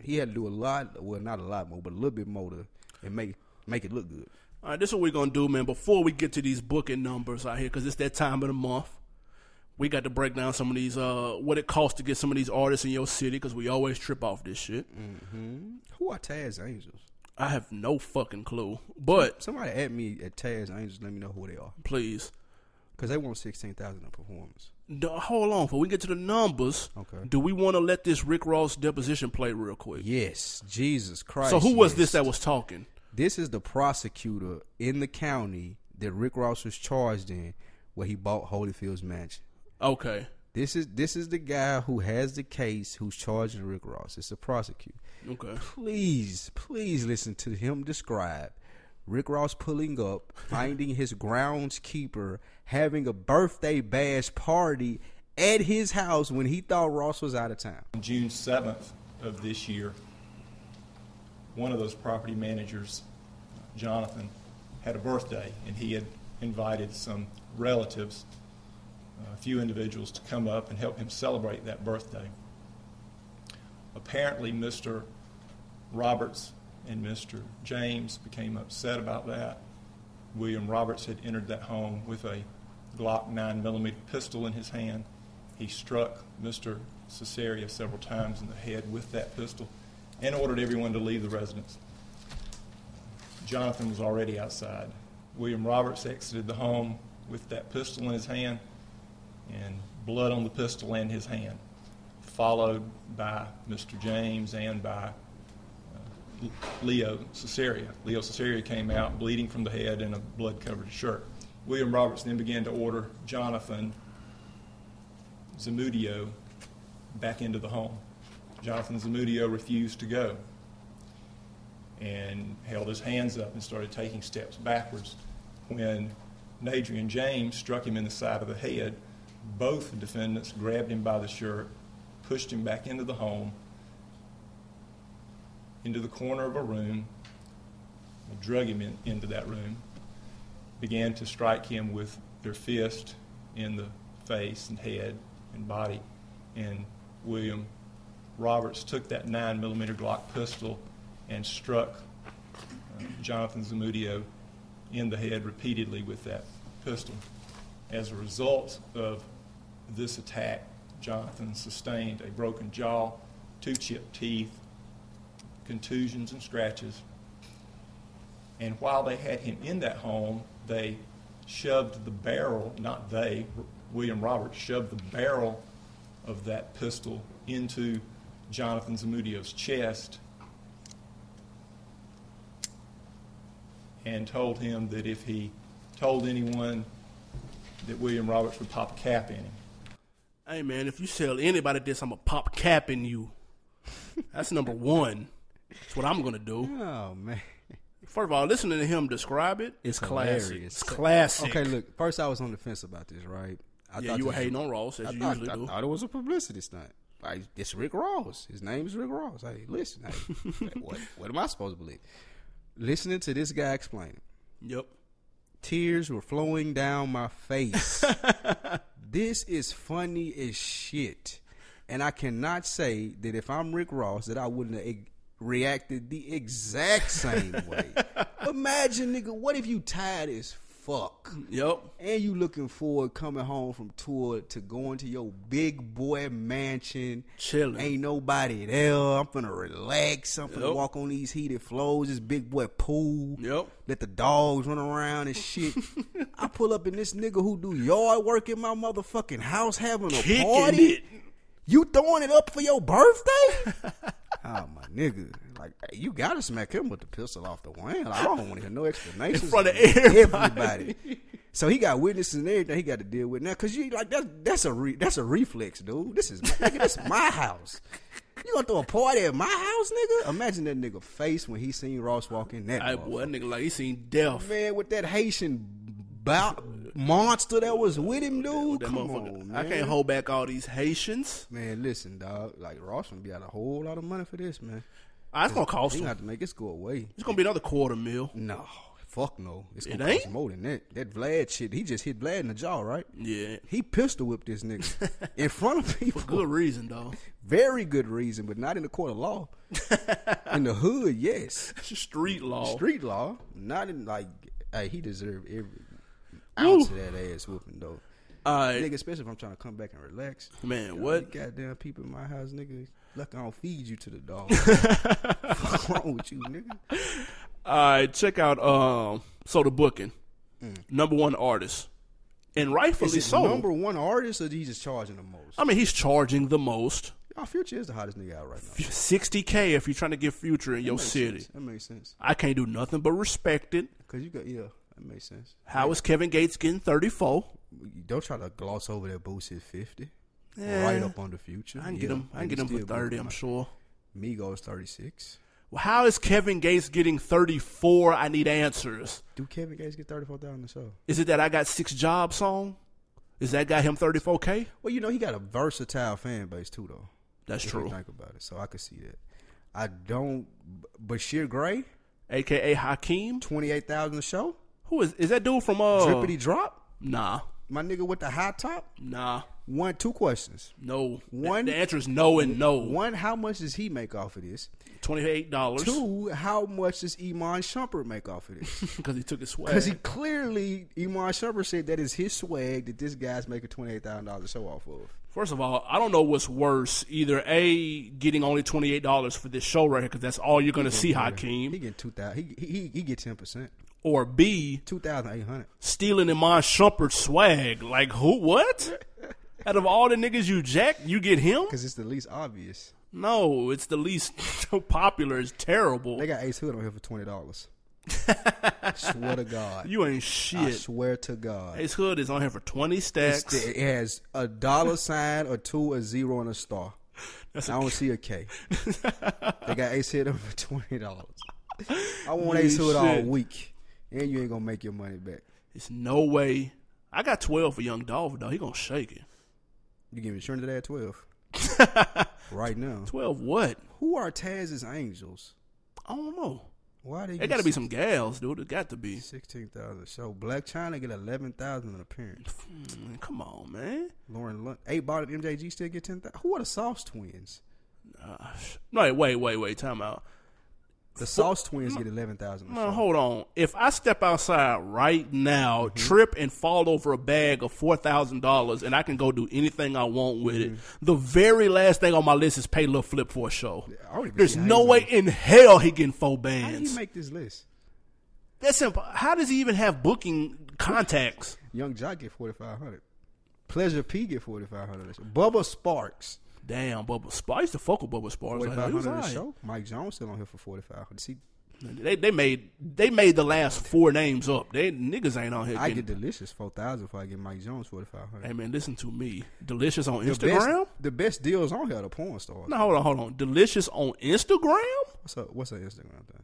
[SPEAKER 2] He had to do a lot. Well, not a lot more, but a little bit more to and make make it look good.
[SPEAKER 1] All right, this is what we're gonna do, man. Before we get to these booking numbers out here, because it's that time of the month, we got to break down some of these uh, what it costs to get some of these artists in your city, because we always trip off this shit.
[SPEAKER 2] Mm-hmm. Who are Taz Angels?
[SPEAKER 1] I have no fucking clue, but
[SPEAKER 2] somebody at me at Taz Angels. Let me know who they are,
[SPEAKER 1] please.
[SPEAKER 2] because they want sixteen thousand in performance.
[SPEAKER 1] D- hold on, before we get to the numbers,
[SPEAKER 2] Okay.
[SPEAKER 1] do we want to let this Rick Ross deposition play real quick?
[SPEAKER 2] Yes, Jesus Christ.
[SPEAKER 1] So who was
[SPEAKER 2] yes.
[SPEAKER 1] this that was talking?
[SPEAKER 2] This is the prosecutor in the county that Rick Ross was charged in, where he bought Holyfield's mansion.
[SPEAKER 1] Okay,
[SPEAKER 2] This is this is the guy who has the case who's charging Rick Ross. It's the prosecutor.
[SPEAKER 1] okay.
[SPEAKER 2] Please, please listen to him describe Rick Ross pulling up, finding his groundskeeper having a birthday bash party at his house when he thought Ross was out of town.
[SPEAKER 12] On June 7th of this year, one of those property managers, Jonathan, had a birthday, and he had invited some relatives, a few individuals, to come up and help him celebrate that birthday. Apparently, Mr. Roberts and Mr. James became upset about that. William Roberts had entered that home with a Glock 9 millimeter pistol in his hand. He struck Mr. Cesaria several times in the head with that pistol and ordered everyone to leave the residence. Jonathan was already outside. William Roberts exited the home with that pistol in his hand and blood on the pistol and his hand, followed by Mr. James and by uh, Leo Cesaria. Leo Cesaria came out bleeding from the head in a blood covered shirt. William Roberts then began to order Jonathan Zamudio back into the home. Jonathan Zamudio refused to go and held his hands up and started taking steps backwards when Nadrian James struck him in the side of the head. Both defendants grabbed him by the shirt, pushed him back into the home, into the corner of a room, drug him in, into that room, began to strike him with their fist in the face and head and body. And William Roberts took that 9 millimeter Glock pistol and struck uh, Jonathan Zamudio in the head repeatedly with that pistol. As a result of this attack, Jonathan sustained a broken jaw, two chipped teeth, contusions and scratches. And while they had him in that home, they shoved the barrel, not they, R- William Roberts shoved the barrel of that pistol into Jonathan Zamudio's chest and told him that if he told anyone that William Roberts would pop a cap in him.
[SPEAKER 1] Hey man, if you sell anybody this, I'ma pop cap in you. That's number one. That's what I'm gonna do.
[SPEAKER 2] Oh man.
[SPEAKER 1] First of all, listening to him describe it is classic.
[SPEAKER 2] hilarious.
[SPEAKER 1] It's classic.
[SPEAKER 2] Okay, look. First, I was on the fence about this, right? I
[SPEAKER 1] Yeah,
[SPEAKER 2] thought
[SPEAKER 1] you were
[SPEAKER 2] this-
[SPEAKER 1] hating on Ross, as
[SPEAKER 2] I
[SPEAKER 1] you
[SPEAKER 2] thought,
[SPEAKER 1] usually
[SPEAKER 2] I
[SPEAKER 1] do.
[SPEAKER 2] thought it was a publicity stunt. Like it's Rick Ross. His name is Rick Ross. Hey, listen. Hey, like, what what am I supposed to believe? Listening to this guy explain it,
[SPEAKER 1] Yep.
[SPEAKER 2] tears were flowing down my face. this is funny as shit, and I cannot say that if I'm Rick Ross that I wouldn't have e- reacted the exact same way. Imagine, nigga, what if you tired as fuck?
[SPEAKER 1] Yep.
[SPEAKER 2] and you looking forward coming home from tour to going to your big boy mansion.
[SPEAKER 1] Chilling.
[SPEAKER 2] Ain't nobody there. I'm finna relax. I'm finna
[SPEAKER 1] Yep.
[SPEAKER 2] walk on these heated floors, this big boy pool.
[SPEAKER 1] Yep.
[SPEAKER 2] Let the dogs run around and shit. I pull up in this nigga who do yard work in my motherfucking house having a
[SPEAKER 1] Kicking
[SPEAKER 2] party.
[SPEAKER 1] it.
[SPEAKER 2] You throwing it up for your birthday? oh my nigga. Like you gotta smack him with the pistol off the wand. I don't wanna hear no explanations.
[SPEAKER 1] In front of
[SPEAKER 2] everybody. So he got witnesses and everything he got to deal with now, cause you like that. That's a re, that's a reflex, dude. This is nigga, this my house. You gonna throw a party at my house, nigga? Imagine that nigga face when he seen Ross walk in that.
[SPEAKER 1] I
[SPEAKER 2] motherfucker.
[SPEAKER 1] boy, that nigga like he seen death.
[SPEAKER 2] man with that Haitian bout monster that was with him, dude.
[SPEAKER 1] That
[SPEAKER 2] Come
[SPEAKER 1] motherfucker.
[SPEAKER 2] on,
[SPEAKER 1] I
[SPEAKER 2] man.
[SPEAKER 1] can't hold back all these Haitians.
[SPEAKER 2] Man, listen, dog. Like Ross gonna be out a whole lot of money for this, man.
[SPEAKER 1] Ah, it's gonna cost
[SPEAKER 2] He
[SPEAKER 1] him.
[SPEAKER 2] gonna have to make it go away.
[SPEAKER 1] It's gonna be another quarter mil.
[SPEAKER 2] No, fuck no. It's
[SPEAKER 1] It
[SPEAKER 2] gonna cost
[SPEAKER 1] ain't?
[SPEAKER 2] more than that. That Vlad shit, he just hit Vlad in the jaw, right?
[SPEAKER 1] Yeah.
[SPEAKER 2] He pistol whipped this nigga in front of people. For
[SPEAKER 1] good reason, though.
[SPEAKER 2] Very good reason, but not in the court of law. in the hood, yes.
[SPEAKER 1] Street law.
[SPEAKER 2] Street law. Not in like, hey, he deserved every ounce of that ass whooping though.
[SPEAKER 1] All right.
[SPEAKER 2] nigga, especially if I'm trying to come back and relax.
[SPEAKER 1] Man,
[SPEAKER 2] You know,
[SPEAKER 1] what?
[SPEAKER 2] you goddamn people in my house, nigga? Look, I don't feed you to the dog. What's wrong with you, nigga?
[SPEAKER 1] All right, check out um so the booking. Number one artist. And rightfully
[SPEAKER 2] Mm. Is it
[SPEAKER 1] so.
[SPEAKER 2] number one artist, or he just charging the most?
[SPEAKER 1] I mean, he's charging the most.
[SPEAKER 2] Our future is the hottest nigga out right now.
[SPEAKER 1] 60K if you're trying to get future in your
[SPEAKER 2] makes
[SPEAKER 1] city.
[SPEAKER 2] sense. That makes sense.
[SPEAKER 1] I can't do nothing but respect it.
[SPEAKER 2] Cause you got yeah, that makes sense.
[SPEAKER 1] How is Kevin Gates getting 34?
[SPEAKER 2] Don't try to gloss over that Boosie at fifty.
[SPEAKER 1] Yeah.
[SPEAKER 2] Right up on the future.
[SPEAKER 1] I can get him- I can get him for 30, I'm sure.
[SPEAKER 2] Migos thirty six.
[SPEAKER 1] Well, how is Kevin Gates getting 34? I need answers.
[SPEAKER 2] Do Kevin Gates get thirty four thousand or so?
[SPEAKER 1] Is it that I got six jobs on? Is that got him 34K?
[SPEAKER 2] Well, you know he got a versatile fan base too, though.
[SPEAKER 1] That's
[SPEAKER 2] If you
[SPEAKER 1] true.
[SPEAKER 2] Think about it. So I could see that. I don't. Bashir Gray,
[SPEAKER 1] aka Hakeem,
[SPEAKER 2] twenty eight thousand a show.
[SPEAKER 1] Who is is that dude from uh
[SPEAKER 2] Drippity Drop?
[SPEAKER 1] Nah.
[SPEAKER 2] My nigga with the high top.
[SPEAKER 1] Nah.
[SPEAKER 2] One, two questions.
[SPEAKER 1] No.
[SPEAKER 2] One.
[SPEAKER 1] The answer is no and no.
[SPEAKER 2] One, how much does he make off of this?
[SPEAKER 1] $28.
[SPEAKER 2] Two, how much does Iman Shumpert make off of this?
[SPEAKER 1] Because he took his swag.
[SPEAKER 2] Because he clearly, Iman Shumpert said that is his swag that this guy's making twenty eight thousand dollars a show off of.
[SPEAKER 1] First of all, I don't know what's worse: either a getting only twenty eight dollars for this show right here because that's all you're going to see, Hakeem,
[SPEAKER 2] He get two thousand. He he he get ten percent.
[SPEAKER 1] or B
[SPEAKER 2] two thousand eight hundred
[SPEAKER 1] stealing Iman Shumpert's swag. Like who? What? Out of all the niggas you jack, you get him?
[SPEAKER 2] Because it's the least obvious.
[SPEAKER 1] No, it's the least popular. It's terrible.
[SPEAKER 2] They got Ace Hood on here for twenty dollars. swear to God,
[SPEAKER 1] You ain't
[SPEAKER 2] I
[SPEAKER 1] shit.
[SPEAKER 2] swear to God,
[SPEAKER 1] Ace Hood is on here for twenty
[SPEAKER 2] It's
[SPEAKER 1] stacks.
[SPEAKER 2] the- it has a dollar sign, a two, a zero, and a star.
[SPEAKER 1] That's
[SPEAKER 2] I
[SPEAKER 1] a-
[SPEAKER 2] don't see a K. they got Ace Hood on for twenty dollars. I want
[SPEAKER 1] Yeah,
[SPEAKER 2] Ace Hood all
[SPEAKER 1] shit.
[SPEAKER 2] week, and you ain't gonna make your money back.
[SPEAKER 1] It's no way. I got twelve for Young Dolph though. He gonna shake it.
[SPEAKER 2] You giving Trinidad twelve right now?
[SPEAKER 1] Twelve what?
[SPEAKER 2] Who are Taz's angels?
[SPEAKER 1] I don't know.
[SPEAKER 2] Why they?
[SPEAKER 1] It got to be some gals, dude. It got to be.
[SPEAKER 2] sixteen thousand. So Black China get eleven thousand an appearance.
[SPEAKER 1] Mm, Come on, man.
[SPEAKER 2] Lauren Lunt, eight ball at MJG still get ten thousand. Who are the Sauce Twins?
[SPEAKER 1] No, wait, wait, wait. Time out.
[SPEAKER 2] The Sauce Twins get eleven thousand.
[SPEAKER 1] No, hold on. If I step outside right now,
[SPEAKER 2] Mm-hmm.
[SPEAKER 1] trip and fall over a bag of four thousand dollars, and I can go do anything I want with it,
[SPEAKER 2] Mm-hmm.
[SPEAKER 1] the very last thing on my list is pay Lil Flip for a show.
[SPEAKER 2] don't even
[SPEAKER 1] There's
[SPEAKER 2] see how
[SPEAKER 1] no
[SPEAKER 2] he's
[SPEAKER 1] way in hell he getting four
[SPEAKER 2] How did
[SPEAKER 1] bands.
[SPEAKER 2] he make this list?
[SPEAKER 1] That's imp- How does he even have booking contacts?
[SPEAKER 2] Young Jock get forty five hundred. Pleasure P get forty five hundred. Bubba Sparks
[SPEAKER 1] Damn, Bubba Sparks. I used to fuck with Bubba Sparks.
[SPEAKER 2] forty
[SPEAKER 1] Like,
[SPEAKER 2] five
[SPEAKER 1] he was
[SPEAKER 2] hundred a
[SPEAKER 1] alright.
[SPEAKER 2] show. Mike Jones still on here for forty five hundred. See,
[SPEAKER 1] They they made they made the last four names up. They niggas ain't on here.
[SPEAKER 2] I
[SPEAKER 1] getting-
[SPEAKER 2] get delicious four thousand if I get Mike Jones forty five hundred.
[SPEAKER 1] Hey man, listen to me. Delicious on
[SPEAKER 2] The best-
[SPEAKER 1] Instagram?
[SPEAKER 2] The best deals on here are the porn stars.
[SPEAKER 1] No, hold on, hold on. Delicious on Instagram?
[SPEAKER 2] What's up? What's her Instagram thing?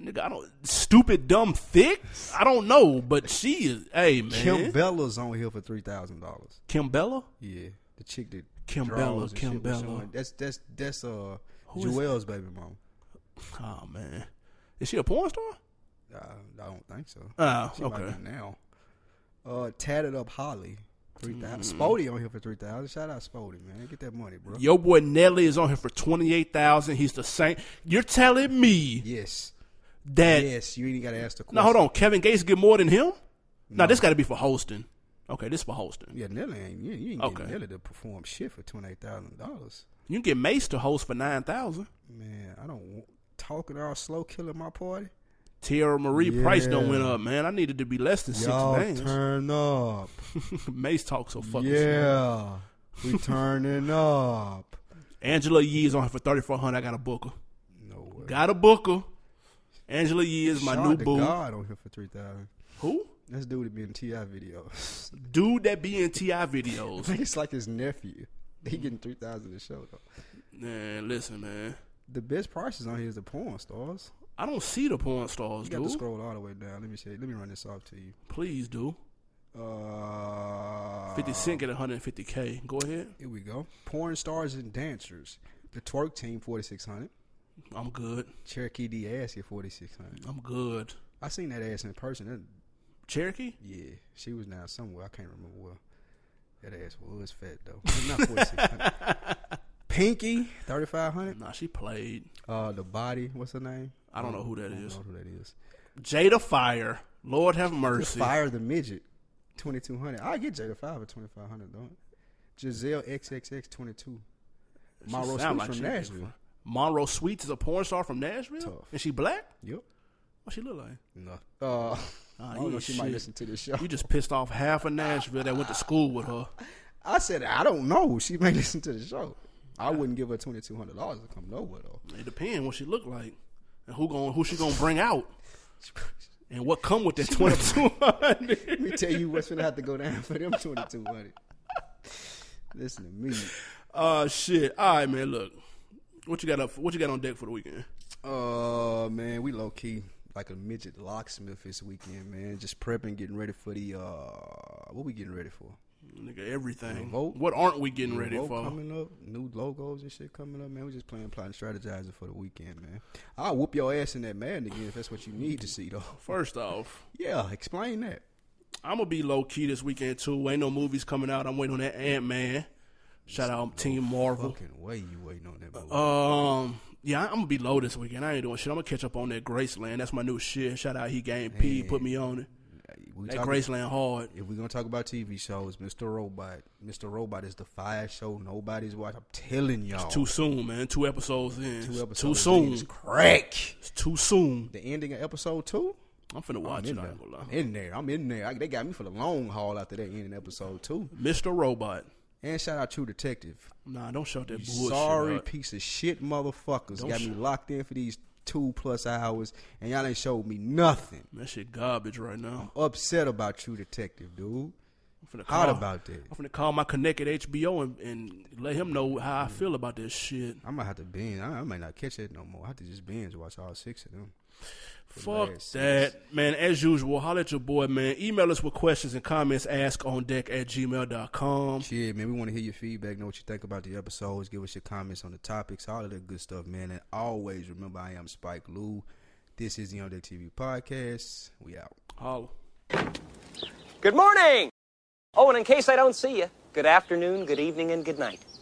[SPEAKER 1] Nigga, I don't stupid, dumb, thick. I don't know, but she is. Hey man,
[SPEAKER 2] Kim Bella's on here for three thousand dollars.
[SPEAKER 1] Kim Bella.
[SPEAKER 2] Yeah, the chick that
[SPEAKER 1] Kim
[SPEAKER 2] draws
[SPEAKER 1] Bella,
[SPEAKER 2] and shit
[SPEAKER 1] Kim
[SPEAKER 2] with
[SPEAKER 1] Bella.
[SPEAKER 2] Sean. That's that's that's uh
[SPEAKER 1] is
[SPEAKER 2] Joel's baby mama.
[SPEAKER 1] Oh man, is she a porn star?
[SPEAKER 2] Uh, I don't think so.
[SPEAKER 1] Oh,
[SPEAKER 2] She might
[SPEAKER 1] okay.
[SPEAKER 2] be now. Uh, tatted up Holly. Three thousand.
[SPEAKER 1] Mm.
[SPEAKER 2] Spody on here for three thousand. Shout out Spody, man. Get that money, bro.
[SPEAKER 1] Your boy Nelly is on here for twenty eight thousand. He's the same. You're telling me
[SPEAKER 2] Yes.
[SPEAKER 1] that?
[SPEAKER 2] yes, you ain't gotta ask the question.
[SPEAKER 1] Now hold on, Kevin Gates get more than him? Now this got to be for hosting. Okay, this for hosting.
[SPEAKER 2] Yeah, Nelly ain't you, you ain't
[SPEAKER 1] Okay.
[SPEAKER 2] getting Nelly to perform shit for twenty eight thousand dollars.
[SPEAKER 1] You can get Mace to host for nine thousand.
[SPEAKER 2] Man, I don't want talking all slow killing my party.
[SPEAKER 1] Tierra Marie price don't
[SPEAKER 2] Yeah.
[SPEAKER 1] went up, man. I needed to be less than
[SPEAKER 2] Y'all
[SPEAKER 1] six bands.
[SPEAKER 2] turn up.
[SPEAKER 1] Mace talk so fucking slow.
[SPEAKER 2] yeah. We turning up.
[SPEAKER 1] Angela Yee is on here for thirty four hundred. I got a booker.
[SPEAKER 2] No way.
[SPEAKER 1] Got a booker. Angela Yee is my new
[SPEAKER 2] Shonda
[SPEAKER 1] boo.
[SPEAKER 2] God on here for three thousand.
[SPEAKER 1] Who?
[SPEAKER 2] That's dude that be in Ti videos.
[SPEAKER 1] Dude that be in Ti
[SPEAKER 2] I
[SPEAKER 1] videos.
[SPEAKER 2] think it's like his nephew.
[SPEAKER 1] Hmm.
[SPEAKER 2] He getting three thousand a show though.
[SPEAKER 1] man, listen, man.
[SPEAKER 2] The best prices on here is the porn stars.
[SPEAKER 1] I don't see the porn stars,
[SPEAKER 2] You got to
[SPEAKER 1] dude.
[SPEAKER 2] scroll all the way down. Let me see. Let me run this off to you.
[SPEAKER 1] Please do.
[SPEAKER 2] Uh,
[SPEAKER 1] Fifty Cent get one hundred and fifty k. Go ahead.
[SPEAKER 2] Here we go. Porn stars and dancers. The twerk team forty six hundred.
[SPEAKER 1] I'm good.
[SPEAKER 2] Cherokee D ass at forty six hundred.
[SPEAKER 1] I'm good.
[SPEAKER 2] I seen that ass in person. That,
[SPEAKER 1] Cherokee?
[SPEAKER 2] Yeah, she was now somewhere. I can't remember where. That ass was fat though. Not forty six hundred. Pinky thirty five hundred.
[SPEAKER 1] Nah, she played.
[SPEAKER 2] Uh, the body. What's her name? Um,
[SPEAKER 1] I don't know who that
[SPEAKER 2] I don't
[SPEAKER 1] is.
[SPEAKER 2] know who that is.
[SPEAKER 1] Jada Fire. Lord have mercy.
[SPEAKER 2] Fire the midget, twenty two hundred. I get Jada Five at twenty five hundred though. Giselle XXX twenty two.
[SPEAKER 1] She
[SPEAKER 2] Monroe
[SPEAKER 1] sound
[SPEAKER 2] Sweet
[SPEAKER 1] like
[SPEAKER 2] from
[SPEAKER 1] she-
[SPEAKER 2] Nashville.
[SPEAKER 1] Monroe Sweets is a porn star from Nashville, and she black.
[SPEAKER 2] Yep.
[SPEAKER 1] What she look like?
[SPEAKER 2] No. Uh, I don't
[SPEAKER 1] you
[SPEAKER 2] know. She might
[SPEAKER 1] shit.
[SPEAKER 2] listen to this show.
[SPEAKER 1] You just pissed off half of Nashville that went to school with her.
[SPEAKER 2] I said I don't know. She may listen to the show. I wouldn't give her twenty two hundred dollars to come nowhere though.
[SPEAKER 1] It depends what she look like and who going who she gonna bring out and what come with that twenty two hundred.
[SPEAKER 2] Let me tell you what's gonna have to go down for them twenty two hundred. Listen to me.
[SPEAKER 1] Uh shit. All right, man. Look, what you got up? What you got on deck for the weekend?
[SPEAKER 2] Oh man, we low key like a midget locksmith this weekend, man. Just prepping, getting ready for the uh what we getting ready for?
[SPEAKER 1] Nigga, everything.
[SPEAKER 2] Vote.
[SPEAKER 1] What aren't we getting ready
[SPEAKER 2] Vote
[SPEAKER 1] for?
[SPEAKER 2] Coming up, new logos and shit coming up, man. We just playing, plotting, strategizing for the weekend, man. I'll whoop your ass in that Madden again if that's what you need to see, though.
[SPEAKER 1] First off,
[SPEAKER 2] yeah, explain that.
[SPEAKER 1] I'm gonna be low key this weekend too. Ain't no movies coming out. I'm waiting on that Ant Man. Shout out Team Marvel.
[SPEAKER 2] Fucking way you waiting on that
[SPEAKER 1] Uh,
[SPEAKER 2] movie.
[SPEAKER 1] Um, yeah, I'm gonna be low this weekend. I ain't doing shit. I'm gonna catch up on that Graceland. That's my new shit. Shout out, he game P put me on it.
[SPEAKER 2] We
[SPEAKER 1] That
[SPEAKER 2] talking-
[SPEAKER 1] Graceland hard.
[SPEAKER 2] If we're gonna talk about TV shows, Mr. Robot, Mr. Robot is the fire show nobody's watching. I'm telling y'all,
[SPEAKER 1] It's too soon, man. Two episodes in. It's
[SPEAKER 2] Two episodes
[SPEAKER 1] too
[SPEAKER 2] in.
[SPEAKER 1] soon.
[SPEAKER 2] It's crack.
[SPEAKER 1] It's too soon.
[SPEAKER 2] The ending of episode two.
[SPEAKER 1] I'm finna watch
[SPEAKER 2] in
[SPEAKER 1] it. I
[SPEAKER 2] there.
[SPEAKER 1] ain't gonna lie.
[SPEAKER 2] I'm in there. I'm in there. I, they got me for the long haul after that ending episode two.
[SPEAKER 1] Mr. Robot.
[SPEAKER 2] And shout out True Detective.
[SPEAKER 1] Nah, don't shout that
[SPEAKER 2] You
[SPEAKER 1] bullshit.
[SPEAKER 2] sorry
[SPEAKER 1] up.
[SPEAKER 2] piece of shit motherfuckers
[SPEAKER 1] Don't
[SPEAKER 2] got
[SPEAKER 1] sh-
[SPEAKER 2] me locked in for these two plus hours, and y'all ain't showed me nothing.
[SPEAKER 1] That shit garbage right now.
[SPEAKER 2] Upset about True Detective, dude.
[SPEAKER 1] I'm finna
[SPEAKER 2] Hot
[SPEAKER 1] call-
[SPEAKER 2] about that.
[SPEAKER 1] I'm finna call my connect at HBO and, and let him know how I feel about this shit.
[SPEAKER 2] I'm gonna have to binge. I, I might not catch it no more. I have to just binge watch all six of them. For the
[SPEAKER 1] Fuck
[SPEAKER 2] last
[SPEAKER 1] that.
[SPEAKER 2] six.
[SPEAKER 1] Man, as usual, holler at your boy, man. Email us with questions and comments. Ask on deck at gmail.com.
[SPEAKER 2] Yeah, man, we want to hear your feedback, know what you think about the episodes, give us your comments on the topics, all of that good stuff, man. And always remember, I am Spike Lou. This is the On Deck TV podcast. We out.
[SPEAKER 1] Holla.
[SPEAKER 13] Good morning! Oh, and in case I don't see you, good afternoon, good evening, and good night.